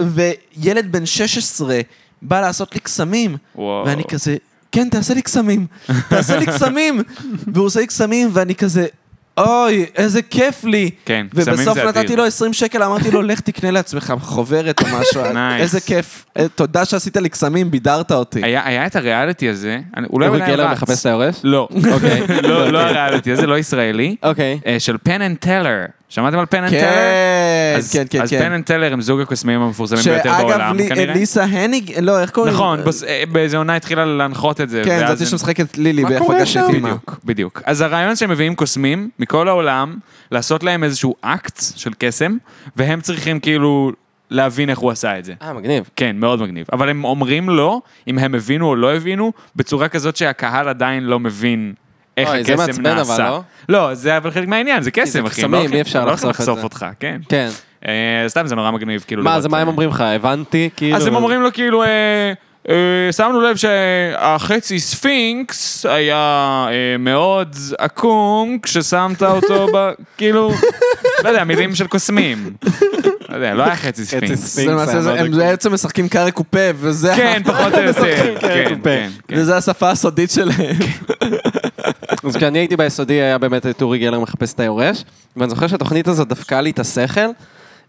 [SPEAKER 3] וילד בן 16 בא לעשות לי קסמים,
[SPEAKER 4] וואו.
[SPEAKER 3] ואני כזה, כן, תעשה לי קסמים, תעשה לי קסמים. והוא עושה לי קסמים, ואני כזה, אוי, איזה כיף לי.
[SPEAKER 4] כן, קסמים
[SPEAKER 3] ובסוף
[SPEAKER 4] זה
[SPEAKER 3] נתתי
[SPEAKER 4] אדיר.
[SPEAKER 3] לו 20 שקל, אמרתי לו, לך תקנה לעצמך חוברת או משהו.
[SPEAKER 4] Nice. אה,
[SPEAKER 3] איזה כיף. אה, תודה שעשית לי קסמים, בידרת אותי.
[SPEAKER 4] היה היה את הריאליטי הזה, אני- אולי הוא
[SPEAKER 5] אורי
[SPEAKER 4] היה
[SPEAKER 5] גלר
[SPEAKER 4] רץ.
[SPEAKER 5] מחפש את היורש?
[SPEAKER 4] לא,
[SPEAKER 5] אוקיי.
[SPEAKER 4] לא לא הריאליטי הזה, לא ישראלי.
[SPEAKER 5] אוקיי.
[SPEAKER 4] אה, של פן אנד טלר. שמעתם על פן אנד טלר?
[SPEAKER 3] כן,
[SPEAKER 4] אז-
[SPEAKER 3] כן, כן,
[SPEAKER 4] אז פן
[SPEAKER 3] כן.
[SPEAKER 4] אנד טלר הם זוג הקוסמים המפורסמים ביותר
[SPEAKER 3] שאגב,
[SPEAKER 4] בעולם,
[SPEAKER 3] לי- אה,
[SPEAKER 4] כנראה.
[SPEAKER 3] ליסה הניג, לא, איך קוראים?
[SPEAKER 4] נכון, בס- אה, באיזה עונה התחילה להנחות את זה.
[SPEAKER 3] כן,
[SPEAKER 4] ואז
[SPEAKER 3] זאת
[SPEAKER 4] הם-
[SPEAKER 3] שמשחקת לילי,
[SPEAKER 5] מה
[SPEAKER 3] ואיך
[SPEAKER 5] קורה
[SPEAKER 3] פגשתי
[SPEAKER 5] שם?
[SPEAKER 3] את אימא.
[SPEAKER 4] בדיוק, בדיוק. אז הרעיון שהם מביאים קוסמים מכל העולם, לעשות להם איזשהו אקט של קסם, והם צריכים כאילו להבין איך הוא עשה את זה.
[SPEAKER 5] אה, מגניב.
[SPEAKER 4] כן, מאוד מגניב. אבל הם אומרים לא, אם הם הבינו או לא הבינו, בצורה כזאת שהקהל עדיין לא מבין איך
[SPEAKER 5] אוי, זה
[SPEAKER 4] הקסם
[SPEAKER 5] מעצבן אבל,
[SPEAKER 4] נעשה.
[SPEAKER 5] לא?
[SPEAKER 4] לא, זה אבל חלק מהעניין, זה קסם,
[SPEAKER 5] זה
[SPEAKER 4] אחי. הם לא
[SPEAKER 5] קסמים, אי
[SPEAKER 4] הולכים-
[SPEAKER 5] אפשר
[SPEAKER 4] הם לא הולכים
[SPEAKER 5] לחשוף את
[SPEAKER 4] לחשוף
[SPEAKER 5] זה.
[SPEAKER 4] אותך, כן.
[SPEAKER 5] כן.
[SPEAKER 4] אה, סתם זה נורא מגניב, כאילו.
[SPEAKER 5] מה,
[SPEAKER 4] לראות,
[SPEAKER 5] אז מה הם
[SPEAKER 4] אה,
[SPEAKER 5] אומרים לך? הבנתי, כאילו...
[SPEAKER 4] אז הם אומרים לו כאילו, אה, אה, שמנו לב שהחצי ספינקס היה אה, מאוד עקום כששמת אותו ב... כאילו, לא יודע, מילים של קוסמים. לא יודע, לא היה חצי ספינקס.
[SPEAKER 5] ספינקס.
[SPEAKER 3] זה למעשה, זה- הם בעצם משחקים קארי קופה, וזה ה-
[SPEAKER 4] כן, פחות או
[SPEAKER 5] אוקיי,
[SPEAKER 4] יותר. כן,
[SPEAKER 5] קופה.
[SPEAKER 4] כן, כן.
[SPEAKER 3] וזה השפה הסודית שלהם.
[SPEAKER 5] אז כשאני הייתי ביסודי היה באמת את אורי גלר מחפש את היורש, ואני זוכר שהתוכנית הזאת דפקה לי את השכל.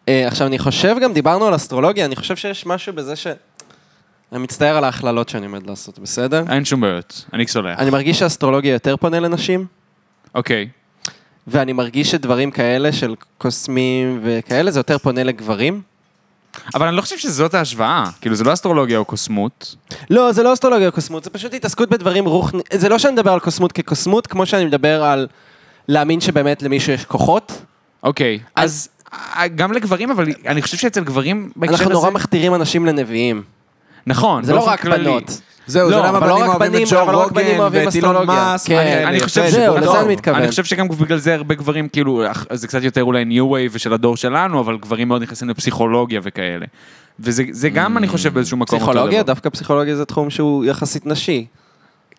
[SPEAKER 5] אה, עכשיו, אני חושב, גם דיברנו על אסטרולוגיה, אני חושב שיש משהו בזה ש... אני מצטער על ההכללות שאני עומד לעשות, בסדר?
[SPEAKER 4] אין שום בעיות, אני סולח.
[SPEAKER 5] אני מרגיש שהאסטרולוגיה יותר פונה לנשים,
[SPEAKER 4] אוקיי.
[SPEAKER 5] ואני מרגיש שדברים כאלה של קוסמים וכאלה, זה יותר פונה לגברים.
[SPEAKER 4] אבל אני לא חושב שזאת ההשוואה. כאילו, זה לא אסטרולוגיה או קוסמות.
[SPEAKER 5] לא, זה לא אסטרולוגיה או קוסמות, זה פשוט התעסקות בדברים רוח... זה לא שאני מדבר על קוסמות כקוסמות, כמו שאני מדבר על להאמין שבאמת למישהו יש כוחות.
[SPEAKER 4] אוקיי. אז אה, גם לגברים, אבל אני חושב שאצל גברים בהקשר הזה...
[SPEAKER 5] אנחנו נורא מכתירים אנשים לנביאים.
[SPEAKER 4] נכון,
[SPEAKER 5] זה לא
[SPEAKER 4] באופן
[SPEAKER 5] רק
[SPEAKER 4] כללי.
[SPEAKER 5] בנות.
[SPEAKER 3] זהו,
[SPEAKER 4] לא,
[SPEAKER 3] זה למה
[SPEAKER 5] אבל לא
[SPEAKER 3] בנים
[SPEAKER 5] רק
[SPEAKER 3] אוהבים את
[SPEAKER 5] בנים,
[SPEAKER 3] ג'ו
[SPEAKER 5] אבל לא רק בנים
[SPEAKER 3] רוגן
[SPEAKER 5] אוהבים
[SPEAKER 3] ואת אילון
[SPEAKER 5] אסטרולוגיה.
[SPEAKER 3] מאסק.
[SPEAKER 5] כן,
[SPEAKER 3] אה,
[SPEAKER 4] אני
[SPEAKER 3] יפה,
[SPEAKER 4] חושב
[SPEAKER 5] זהו,
[SPEAKER 4] שכולם-
[SPEAKER 5] לזה
[SPEAKER 4] לא,
[SPEAKER 5] אני מתכוון.
[SPEAKER 4] אני חושב שגם בגלל זה הרבה גברים, כאילו, זה קצת יותר אולי ניו וייב של הדור שלנו, אבל גברים מאוד נכנסים לפסיכולוגיה וכאלה. וזה זה גם, אני חושב, באיזשהו מקום אותו דבר.
[SPEAKER 5] Mm. פסיכולוגיה, דווקא פסיכולוגיה זה תחום שהוא יחסית נשי.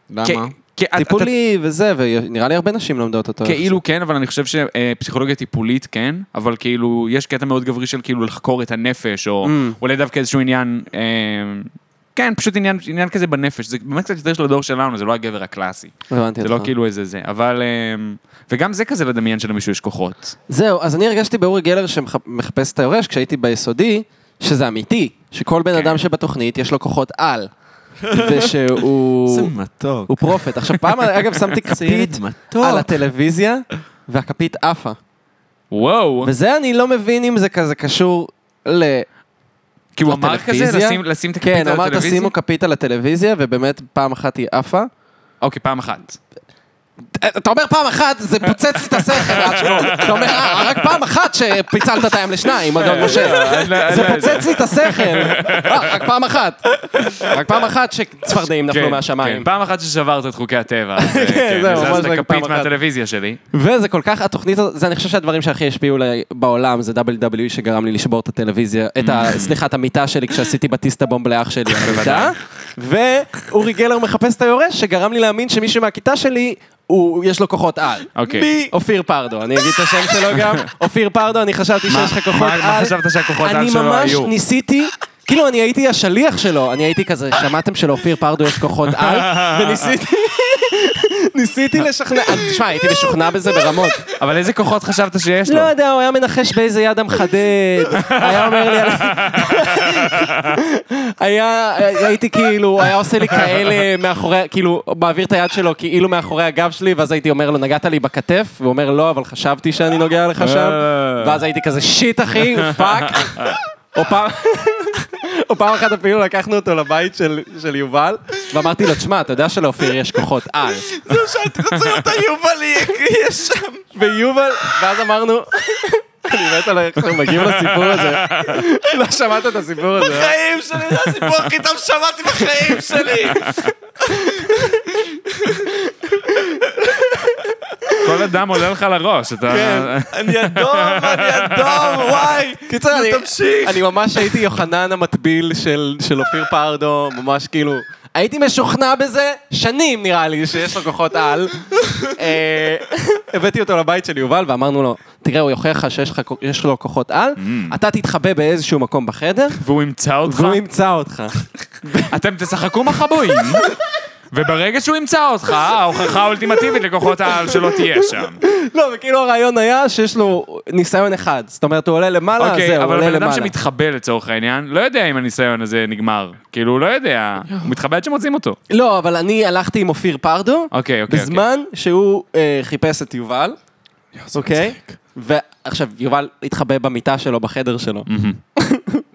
[SPEAKER 3] למה?
[SPEAKER 4] כי- כי-
[SPEAKER 5] טיפולי וזה, ונראה לי הרבה נשים לומדות אותו.
[SPEAKER 4] אתה- כאילו כן, אבל אני חושב שפסיכולוגיה טיפולית כן, אבל כאילו, יש קטע מאוד גברי של כאילו לחקור את הנפש, או
[SPEAKER 5] Mm.
[SPEAKER 4] אולי דווקא איזשהו עניין... אה, כן, פשוט עניין, עניין כזה בנפש, זה באמת קצת יותר של הדור שלנו, זה לא הגבר הקלאסי.
[SPEAKER 5] הבנתי
[SPEAKER 4] זה לא
[SPEAKER 5] אותך.
[SPEAKER 4] כאילו איזה זה, אבל... אמ, וגם זה כזה לדמיין שלמישהו יש כוחות.
[SPEAKER 5] זהו, אז אני הרגשתי באורי גלר שמחפש את היורש כשהייתי ביסודי, שזה אמיתי, שכל בן
[SPEAKER 4] כן.
[SPEAKER 5] אדם שבתוכנית יש לו כוחות על. ושהוא
[SPEAKER 3] מתוק.
[SPEAKER 5] הוא פרופט. עכשיו פעם, אגב, שמתי כפית
[SPEAKER 3] ילד
[SPEAKER 5] על
[SPEAKER 3] מתוק.
[SPEAKER 5] הטלוויזיה, והכפית עפה.
[SPEAKER 4] וואו.
[SPEAKER 5] וזה אני לא מבין אם זה כזה קשור ל...
[SPEAKER 4] כי הוא אמר כזה,
[SPEAKER 5] לטלוויזיה?
[SPEAKER 4] לשים- לשים את הכפית על
[SPEAKER 5] כן, אמרת
[SPEAKER 4] הטלוויזיה?
[SPEAKER 5] שימו כפית על הטלוויזיה, ובאמת פעם אחת היא עפה. אה,
[SPEAKER 4] אוקיי, פעם אחת.
[SPEAKER 5] אתה אומר פעם אחת, זה פוצץ לי את השכל, אשכול. אתה אומר, "אה, רק פעם אחת שפיצלת את הים לשניים, אדון משה.
[SPEAKER 4] אני לא- אני
[SPEAKER 5] זה
[SPEAKER 4] לא יודע.
[SPEAKER 5] פוצץ לי את השכל. אה, רק פעם אחת. רק פעם אחת שצפרדעים נפלו
[SPEAKER 4] כן,
[SPEAKER 5] מהשמיים.
[SPEAKER 4] כן, פעם אחת ששברת את חוקי הטבע. אז, אה, כן,
[SPEAKER 5] זהו,
[SPEAKER 4] אז
[SPEAKER 5] ממש
[SPEAKER 4] אז את
[SPEAKER 5] רק
[SPEAKER 4] הכפית
[SPEAKER 5] פעם אחת.
[SPEAKER 4] מהטלוויזיה שלי.
[SPEAKER 5] וזה כל כך, התוכנית הזאת, זה אני חושב שהדברים שהכי השפיעו עליי בעולם, זה WWE שגרם לי לשבור את הטלוויזיה, את ה... סליחה, את המיטה שלי כשעשיתי בטיסטה בומב לאח שלי על המיטה. ואורי גלר מחפש את היורש, שגרם לי להאמין שמישהו מהכיתה שלי, הוא, יש לו כוחות על.
[SPEAKER 4] אוקיי.
[SPEAKER 5] מי? אופיר פרדו, אני אגיד את השם שלו גם. אופיר פרדו, אני חשבתי שיש לך כוחות על.
[SPEAKER 4] מה- מה חשבת שהכוחות על שלו
[SPEAKER 5] אני
[SPEAKER 4] היו?
[SPEAKER 5] ממש ניסיתי... כאילו, אני הייתי השליח שלו, אני הייתי כזה, שמעתם שלאופיר פרדו יש כוחות על? וניסיתי ניסיתי לשכנע, תשמע, הייתי משוכנע בזה ברמות.
[SPEAKER 4] אבל איזה כוחות חשבת שיש לו?
[SPEAKER 5] לא יודע, הוא היה מנחש באיזה יד המחדד, היה אומר לי... על- היה, הייתי כאילו, היה עושה לי כאלה מאחורי, כאילו, מעביר את היד שלו כאילו מאחורי הגב שלי, ואז הייתי אומר לו, נגעת לי בכתף? והוא אומר, לא, אבל חשבתי שאני נוגע לך שם. ואז הייתי כזה, שיט אחי, פאק. או פעם... או פעם אחת אפילו לקחנו אותו לבית של, של יובל, ואמרתי לו, תשמע, אתה יודע שלאופיר יש כוחות על.
[SPEAKER 1] לא
[SPEAKER 5] ויובל, ואז אמרנו, אני מת על איך אנחנו מגיעים לסיפור הזה. לא שמעת את הסיפור הזה.
[SPEAKER 1] בחיים שלי, זה הסיפור הכי טוב ששמעתי בחיים שלי.
[SPEAKER 4] כל אדם עולה לך לראש, אתה...
[SPEAKER 5] כן.
[SPEAKER 1] אני אדום, אני אדום, וואי.
[SPEAKER 5] קיצר, אני-
[SPEAKER 1] תמשיך.
[SPEAKER 5] אני ממש הייתי יוחנן המטביל של של אופיר פרדו, ממש כאילו... הייתי משוכנע בזה שנים, נראה לי, שיש לו כוחות על. אה, הבאתי אותו לבית של יובל ואמרנו לו, תראה, הוא יוכיח לך שיש לך כו- יש לו כוחות על, אתה תתחבא באיזשהו מקום בחדר,
[SPEAKER 4] והוא ימצא אותך?
[SPEAKER 5] והוא ימצא אותך.
[SPEAKER 4] אתם תשחקו מחבואים. וברגע שהוא ימצא אותך, ההוכחה האולטימטיבית לכוחות העל שלו תהיה שם.
[SPEAKER 5] לא, וכאילו הרעיון היה שיש לו ניסיון אחד. זאת אומרת, הוא עולה למעלה,
[SPEAKER 4] אוקיי,
[SPEAKER 5] אה, זהו, הוא
[SPEAKER 4] אבל
[SPEAKER 5] עולה
[SPEAKER 4] הבן אדם
[SPEAKER 5] למעלה.
[SPEAKER 4] שמתחבא לצורך העניין, לא יודע אם הניסיון הזה נגמר. כאילו, הוא לא יודע. הוא מתחבא עד שמוצאים אותו.
[SPEAKER 5] לא, אבל אני הלכתי עם אופיר פרדו,
[SPEAKER 4] אוקיי, אוקיי.
[SPEAKER 5] בזמן שהוא אה, חיפש את יובל, אוקיי? ועכשיו, יובל התחבא במיטה שלו, בחדר שלו.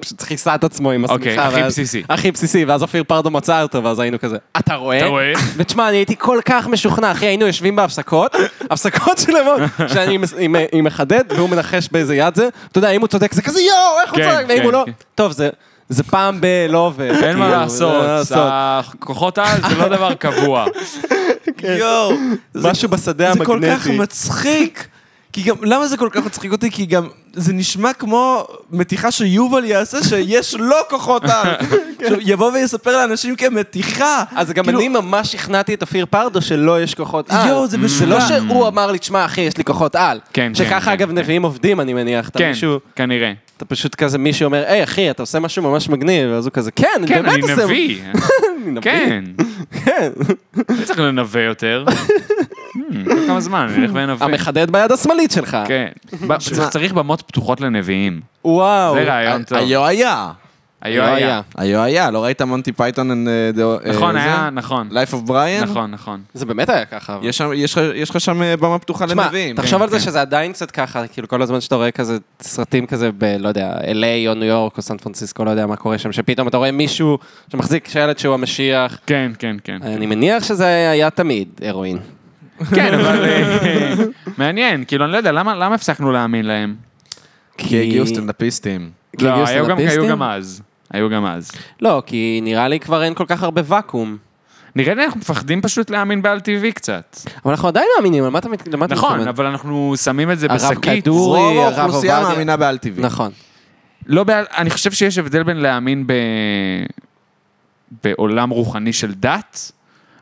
[SPEAKER 5] פשוט כיסה את עצמו עם
[SPEAKER 4] אוקיי,
[SPEAKER 5] השמיכה.
[SPEAKER 4] הכי
[SPEAKER 5] ואז-
[SPEAKER 4] בסיסי.
[SPEAKER 5] הכי בסיסי, ואז אופיר פרדו מצא אותו, ואז היינו כזה, אתה רואה?
[SPEAKER 4] אתה רואה?
[SPEAKER 5] ותשמע, אני הייתי כל כך משוכנע, אחי, היינו יושבים בהפסקות, הפסקות שלמות, שאני מס- עם- אה, עם מחדד, והוא מנחש באיזה יד זה, אתה יודע, אם הוא צודק זה כזה יואו, איך הוא
[SPEAKER 4] כן,
[SPEAKER 5] צודק, ואם
[SPEAKER 4] כן,
[SPEAKER 5] הוא לא,
[SPEAKER 4] כן.
[SPEAKER 5] טוב, זה... זה פעם ב... לא עובד.
[SPEAKER 4] אין מה
[SPEAKER 5] כאילו,
[SPEAKER 4] לעשות,
[SPEAKER 5] אין מה
[SPEAKER 4] הכוחות העל זה לא דבר קבוע.
[SPEAKER 3] יואו,
[SPEAKER 5] משהו בשדה
[SPEAKER 3] זה כל כך
[SPEAKER 5] כן. המגנטי.
[SPEAKER 3] מצחיק. כי גם, למה זה כל כך מצחיק אותי? כי גם, זה נשמע כמו מתיחה שיובל יעשה, שיש לו כוחות על. שהוא יבוא ויספר לאנשים כמתיחה.
[SPEAKER 5] אז גם
[SPEAKER 3] כאילו,
[SPEAKER 5] אני ממש שכנעתי את אופיר פרדו שלא יש כוחות על.
[SPEAKER 3] יואו, זה
[SPEAKER 5] זה לא
[SPEAKER 3] משוגע.
[SPEAKER 5] שהוא אמר לי, תשמע, אחי, יש לי כוחות על.
[SPEAKER 4] כן, כן,
[SPEAKER 5] שככה,
[SPEAKER 4] כן,
[SPEAKER 5] אגב, נביאים עובדים, אני מניח. אתה
[SPEAKER 4] כן,
[SPEAKER 5] מישהו-
[SPEAKER 4] כנראה.
[SPEAKER 5] אתה פשוט כזה, מישהו אומר, היי, אחי, אתה עושה משהו ממש מגניב, ואז הוא כזה, כן, אני
[SPEAKER 4] כן,
[SPEAKER 5] באמת
[SPEAKER 4] אני
[SPEAKER 5] עושה...
[SPEAKER 4] נביא.
[SPEAKER 5] אני נביא.
[SPEAKER 4] כן. לא צריך לנבא יותר. Hmm, כל כמה זמן, אני אלך ונבא.
[SPEAKER 5] המחדד ביד השמאלית שלך.
[SPEAKER 4] כן. ב- צריך- צריך במות פתוחות לנביאים.
[SPEAKER 5] וואו.
[SPEAKER 4] זה רעיון טוב.
[SPEAKER 3] היו היה.
[SPEAKER 4] היו היה.
[SPEAKER 3] היו היה, לא ראית מונטי פייתון? and, uh, the- uh,
[SPEAKER 4] נכון,
[SPEAKER 5] אה,
[SPEAKER 3] זה?
[SPEAKER 4] היה, נכון.
[SPEAKER 3] Life of Brian?
[SPEAKER 4] נכון, נכון.
[SPEAKER 5] זה באמת היה ככה. אבל.
[SPEAKER 3] יש שם- יש לך- יש לך שם אה, במה פתוחה
[SPEAKER 5] תשמע,
[SPEAKER 3] לנביאים.
[SPEAKER 5] תחשוב
[SPEAKER 4] כן,
[SPEAKER 5] על זה
[SPEAKER 4] כן.
[SPEAKER 5] שזה עדיין קצת ככה, כאילו כל הזמן שאתה רואה כזה סרטים כזה ב, לא יודע, LA או ניו יורק או סן פרנסיסקו, לא יודע מה קורה שם, שפתאום אתה רואה מישהו שמחזיק שלט שהוא המשיח.
[SPEAKER 4] כן, כן, כן.
[SPEAKER 5] אני מניח שזה היה תמיד הרואין.
[SPEAKER 4] כן, אבל... אה, מעניין, כאילו, אני לא יודע, למה למה הפסקנו להאמין להם?
[SPEAKER 3] כי הגיעו סטנדאפיסטים.
[SPEAKER 5] כי הגיעו
[SPEAKER 4] לא, היו גם- היו
[SPEAKER 5] סטנדאפיסטים?
[SPEAKER 4] גם אז. היו גם אז.
[SPEAKER 5] לא, כי נראה לי כבר אין כל כך הרבה ואקום.
[SPEAKER 4] נראה לי אנחנו מפחדים פשוט להאמין בעל טבעי קצת.
[SPEAKER 5] אבל אנחנו עדיין מאמינים, על מה אתה מת- למה אתה מתכוון?
[SPEAKER 4] נכון, אבל אנחנו שמים את זה
[SPEAKER 5] הרב
[SPEAKER 4] בשקית.
[SPEAKER 5] כדור. אורי,
[SPEAKER 3] רוב
[SPEAKER 5] הרב
[SPEAKER 3] האוכלוסייה
[SPEAKER 5] עובדיה.
[SPEAKER 3] מאמינה בעל-טבעי.
[SPEAKER 5] נכון.
[SPEAKER 4] לא, בעל- אני חושב שיש הבדל בין להאמין ב... בעולם רוחני של דת,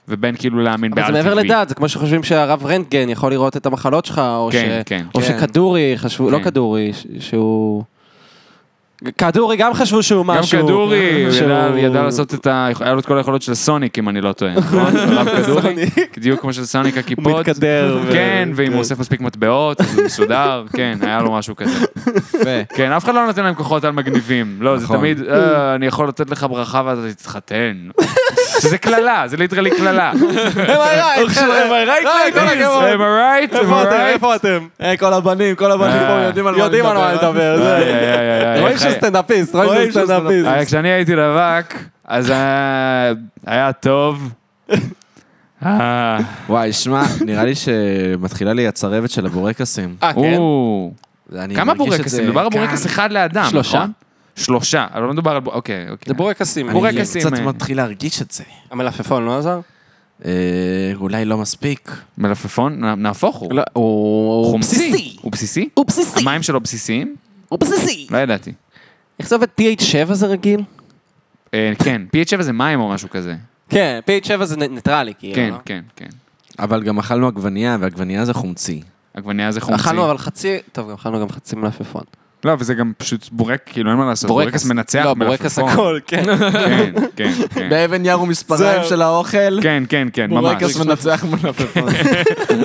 [SPEAKER 4] ובין כאילו להאמין בעל
[SPEAKER 5] אבל זה
[SPEAKER 4] טבעי.
[SPEAKER 5] מעבר לדעת, זה כמו שחושבים שהרב רנטגן יכול לראות את המחלות שלך, או,
[SPEAKER 4] כן,
[SPEAKER 5] ש...
[SPEAKER 4] כן,
[SPEAKER 5] או
[SPEAKER 3] כן.
[SPEAKER 5] שכדורי חשבו, לא
[SPEAKER 4] כן.
[SPEAKER 5] כדורי, ש... שהוא... כדורי גם חשבו שהוא
[SPEAKER 4] גם
[SPEAKER 5] משהו.
[SPEAKER 4] כדורי, הוא
[SPEAKER 5] שהוא-
[SPEAKER 4] ידע, ידע לעשות את ה... היה לו את כל היכולות של סוניק, אם אני לא טועה, נכון? הרב כדורי, בדיוק כמו של סוניק הכיפות.
[SPEAKER 5] הוא מתקדר. ו-
[SPEAKER 4] כן, ואם הוא אוסף מספיק מטבעות, אז הוא מסודר, כן, היה לו משהו כזה.
[SPEAKER 3] יפה.
[SPEAKER 4] כן, אף אחד לא נותן להם כוחות על מגניבים. לא, זה
[SPEAKER 3] נכון.
[SPEAKER 4] תמיד, "אה, אני יכול לתת לך ברכה ואתה תתחתן. שזה קללה, זה ליטרלי קללה.
[SPEAKER 5] Am I right? חבר'ה?
[SPEAKER 4] Right, am I right?
[SPEAKER 5] איפה
[SPEAKER 4] am I
[SPEAKER 5] אתם?
[SPEAKER 4] right?
[SPEAKER 5] איפה אתם?
[SPEAKER 3] היי, אה, כל הבנים, כל הבנים פה
[SPEAKER 4] אה.
[SPEAKER 3] יודעים על מה
[SPEAKER 5] יודעים על מה אני מדבר. זה-
[SPEAKER 4] איי, איי, איי, איי,
[SPEAKER 5] רואים
[SPEAKER 4] איך-
[SPEAKER 5] שהוא סטנדאפיסט, רואים
[SPEAKER 3] רואים
[SPEAKER 5] שהוא
[SPEAKER 3] שהוא
[SPEAKER 5] סטנדאפיסט.
[SPEAKER 4] אה, כשאני הייתי רווק, אז אה, היה טוב. אה,
[SPEAKER 3] וואי, שמע, נראה לי שמתחילה לי הצרבת של הבורקסים.
[SPEAKER 5] אה, כן?
[SPEAKER 4] או.
[SPEAKER 3] אני
[SPEAKER 4] כמה
[SPEAKER 3] מרגיש את זה כן,
[SPEAKER 4] בורקסים? מדובר על
[SPEAKER 3] כאן.
[SPEAKER 4] בורקס אחד לאדם, נכון?
[SPEAKER 5] שלושה.
[SPEAKER 4] שלושה, אבל לא מדובר על... בור- אוקיי, אוקיי.
[SPEAKER 5] זה בורקסים.
[SPEAKER 3] אני
[SPEAKER 4] בורקסים,
[SPEAKER 3] קצת
[SPEAKER 4] אה.
[SPEAKER 3] מתחיל להרגיש את זה.
[SPEAKER 5] המלפפון לא עזר?
[SPEAKER 3] אה, אולי לא מספיק.
[SPEAKER 4] מלפפון? נ- נהפוך הוא.
[SPEAKER 5] לא, הוא
[SPEAKER 4] חומצי.
[SPEAKER 3] כן.
[SPEAKER 4] הוא בסיסי?
[SPEAKER 5] הוא בסיסי.
[SPEAKER 4] המים שלו בסיסיים?
[SPEAKER 5] הוא בסיסי.
[SPEAKER 4] לא ידעתי.
[SPEAKER 5] איך זה עובד? TH7 זה רגיל?
[SPEAKER 4] אה, כן, PH7 זה מים או משהו כזה.
[SPEAKER 5] כן, TH7 זה נ- ניטרלי, כאילו.
[SPEAKER 4] כן,
[SPEAKER 5] לא?
[SPEAKER 4] כן, כן.
[SPEAKER 3] אבל גם אכלנו עגבנייה, ועגבנייה זה חומצי.
[SPEAKER 4] עגבנייה זה חומצי.
[SPEAKER 5] אכלנו אבל חצי, טוב, גם אכלנו גם חצי מלפפון.
[SPEAKER 4] לא, וזה גם פשוט בורק, כאילו אין מה לעשות,
[SPEAKER 5] בורקס.
[SPEAKER 4] בורקס מנצח
[SPEAKER 5] לא, בורקס
[SPEAKER 4] מלפפון.
[SPEAKER 5] הכל, כן.
[SPEAKER 4] כן, כן, כן.
[SPEAKER 3] באבן ירו מספריים
[SPEAKER 5] זהו.
[SPEAKER 3] של האוכל,
[SPEAKER 4] כן, כן, כן, ממש.
[SPEAKER 3] בורקס מנצח מלפפון.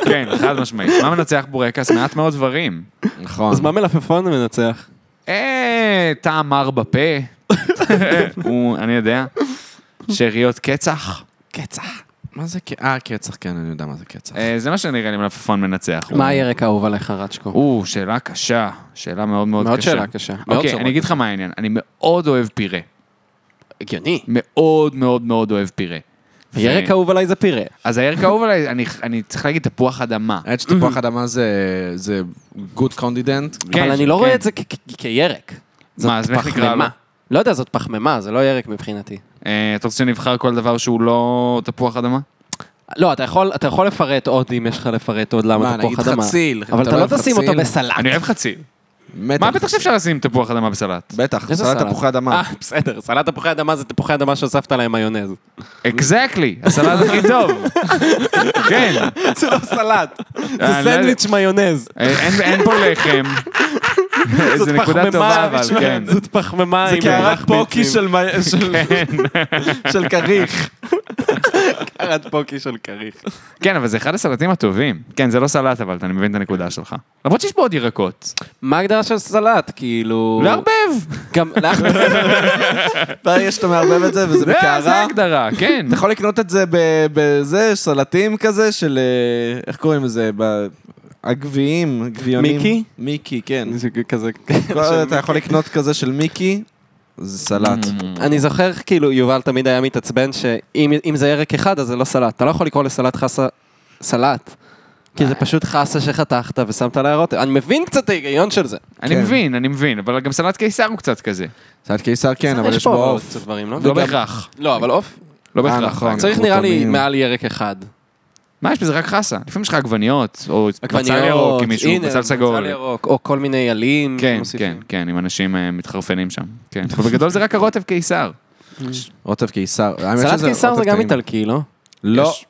[SPEAKER 4] כן, חד משמעית. מה מנצח בורקס? מעט מאוד דברים.
[SPEAKER 3] נכון.
[SPEAKER 5] אז מה מלפפון מנצח?
[SPEAKER 4] אה, טעם מר בפה. הוא, אני יודע. שאריות קצח.
[SPEAKER 5] קצח.
[SPEAKER 3] מה זה קצח? אה, קצח, כן, אני יודע מה זה קצח.
[SPEAKER 4] אה, זה מה שנראה לי מלפפון מנצח.
[SPEAKER 5] מה הירק האהוב עליך, רצ'קו?
[SPEAKER 4] או, שאלה קשה. שאלה מאוד מאוד קשה.
[SPEAKER 5] מאוד שאלה קשה. מאוד
[SPEAKER 4] אוקיי,
[SPEAKER 5] שאלה.
[SPEAKER 4] אני אגיד לך מה העניין. אני מאוד אוהב פירה.
[SPEAKER 5] הגיוני.
[SPEAKER 4] מאוד מאוד מאוד אוהב פירה. ו-
[SPEAKER 5] הירק האהוב עליי זה פירה.
[SPEAKER 4] אז הירק האהוב עליי, אני- אני צריך להגיד תפוח אדמה.
[SPEAKER 3] האמת שתפוח אדמה זה- זה good candidate.
[SPEAKER 4] כן,
[SPEAKER 5] אבל אני לא
[SPEAKER 4] כן.
[SPEAKER 5] רואה את זה כ- כ- כירק. זאת
[SPEAKER 4] אז איך נקרא
[SPEAKER 5] פחמימה.
[SPEAKER 4] לו?
[SPEAKER 5] לא יודע, זאת פחמימה, זה לא ירק מבחינתי.
[SPEAKER 4] אה, אתה רוצה שנבחר כל דבר שהוא לא תפוח אדמה?
[SPEAKER 5] לא, אתה יכול, אתה יכול לפרט עוד, אם יש לך לפרט עוד למה
[SPEAKER 3] מה,
[SPEAKER 5] תפוח
[SPEAKER 3] נגיד
[SPEAKER 5] אדמה.
[SPEAKER 3] חציל.
[SPEAKER 5] אבל אתה
[SPEAKER 3] אוהב
[SPEAKER 5] לא תשים אותו
[SPEAKER 3] חציל?
[SPEAKER 5] בסלט.
[SPEAKER 4] אני אוהב חציל.
[SPEAKER 3] בטח.
[SPEAKER 4] מה בטח שאפשר לשים תפוח אדמה בסלט?
[SPEAKER 3] בטח,
[SPEAKER 5] איזה
[SPEAKER 3] סלט תפוחי אדמה.
[SPEAKER 5] אה, בסדר, סלט תפוחי אדמה זה תפוחי אדמה שהוספת להם מיונז.
[SPEAKER 4] אקזקטלי, הסלט הכי טוב. כן.
[SPEAKER 5] זה לא סלט, זה
[SPEAKER 4] אה, אני לא
[SPEAKER 5] סנדוויץ' מיונז.
[SPEAKER 4] אה, אין- אין פה לחם. זה נקודה טובה אבל, כן.
[SPEAKER 5] זאת פחמימה עם
[SPEAKER 3] קערת
[SPEAKER 5] מרח
[SPEAKER 3] פוקי
[SPEAKER 5] ביצים.
[SPEAKER 3] של מי- של- של כריך.
[SPEAKER 5] קערת פוקי של כריך.
[SPEAKER 4] כן, אבל זה אחד הסלטים הטובים. כן, זה לא סלט אבל, אני מבין את הנקודה שלך. למרות שיש פה עוד ירקות.
[SPEAKER 5] מה ההגדרה של סלט? כאילו...
[SPEAKER 4] לערבב.
[SPEAKER 5] גם
[SPEAKER 3] ברגע שאתה מערבב את זה וזה
[SPEAKER 4] זה- אה, זה
[SPEAKER 3] בקערה. נכון.
[SPEAKER 4] ההגדרה, כן.
[SPEAKER 3] אתה יכול לקנות את זה ב- בזה, סלטים כזה של, אה, איך קוראים לזה? ב- הגביעים, גביונים.
[SPEAKER 5] מיקי?
[SPEAKER 3] מיקי, כן.
[SPEAKER 5] כזה...
[SPEAKER 3] אתה יכול לקנות כזה של מיקי, זה סלט.
[SPEAKER 5] אני זוכר, כאילו, יובל תמיד היה מתעצבן שאם אם זה ירק אחד, אז זה לא סלט. אתה לא יכול לקרוא לסלט חסה סלט. כי זה פשוט חסה שחתכת ושמת עליה רוטב. אני מבין קצת את ההיגיון של זה.
[SPEAKER 4] אני
[SPEAKER 3] כן.
[SPEAKER 4] מבין, אני מבין, אבל גם סלט קיסר הוא קצת כזה.
[SPEAKER 3] סלט קיסר כן, אבל יש בו
[SPEAKER 5] עוד
[SPEAKER 3] עוף.
[SPEAKER 5] קצת דברים, לא?
[SPEAKER 4] לא בהכרח.
[SPEAKER 5] לא, אבל עוף.
[SPEAKER 4] לא
[SPEAKER 3] אה,
[SPEAKER 4] בהכרח.
[SPEAKER 3] נכון.
[SPEAKER 5] צריך נראה לי
[SPEAKER 3] קרוטונים.
[SPEAKER 5] מעל ירק אחד.
[SPEAKER 4] מה יש בזה? רק חסה. לפעמים יש לך עגבניות, או בצל ירוק
[SPEAKER 5] עגבניות,
[SPEAKER 4] עם מישהו,
[SPEAKER 5] הנה,
[SPEAKER 4] בצל סגול.
[SPEAKER 5] בצל ירוק, או כל מיני עלים.
[SPEAKER 4] כן,
[SPEAKER 5] מוסיפים.
[SPEAKER 4] כן, כן, עם אנשים אה, מתחרפנים שם. כן. אבל בגדול זה רק הרוטב קיסר.
[SPEAKER 3] רוטב קיסר. האמת
[SPEAKER 5] סלט
[SPEAKER 3] שזה
[SPEAKER 5] קיסר
[SPEAKER 3] רוטב
[SPEAKER 5] זה גם
[SPEAKER 3] טעים.
[SPEAKER 5] איטלקי, לא?
[SPEAKER 3] לא,
[SPEAKER 4] יש-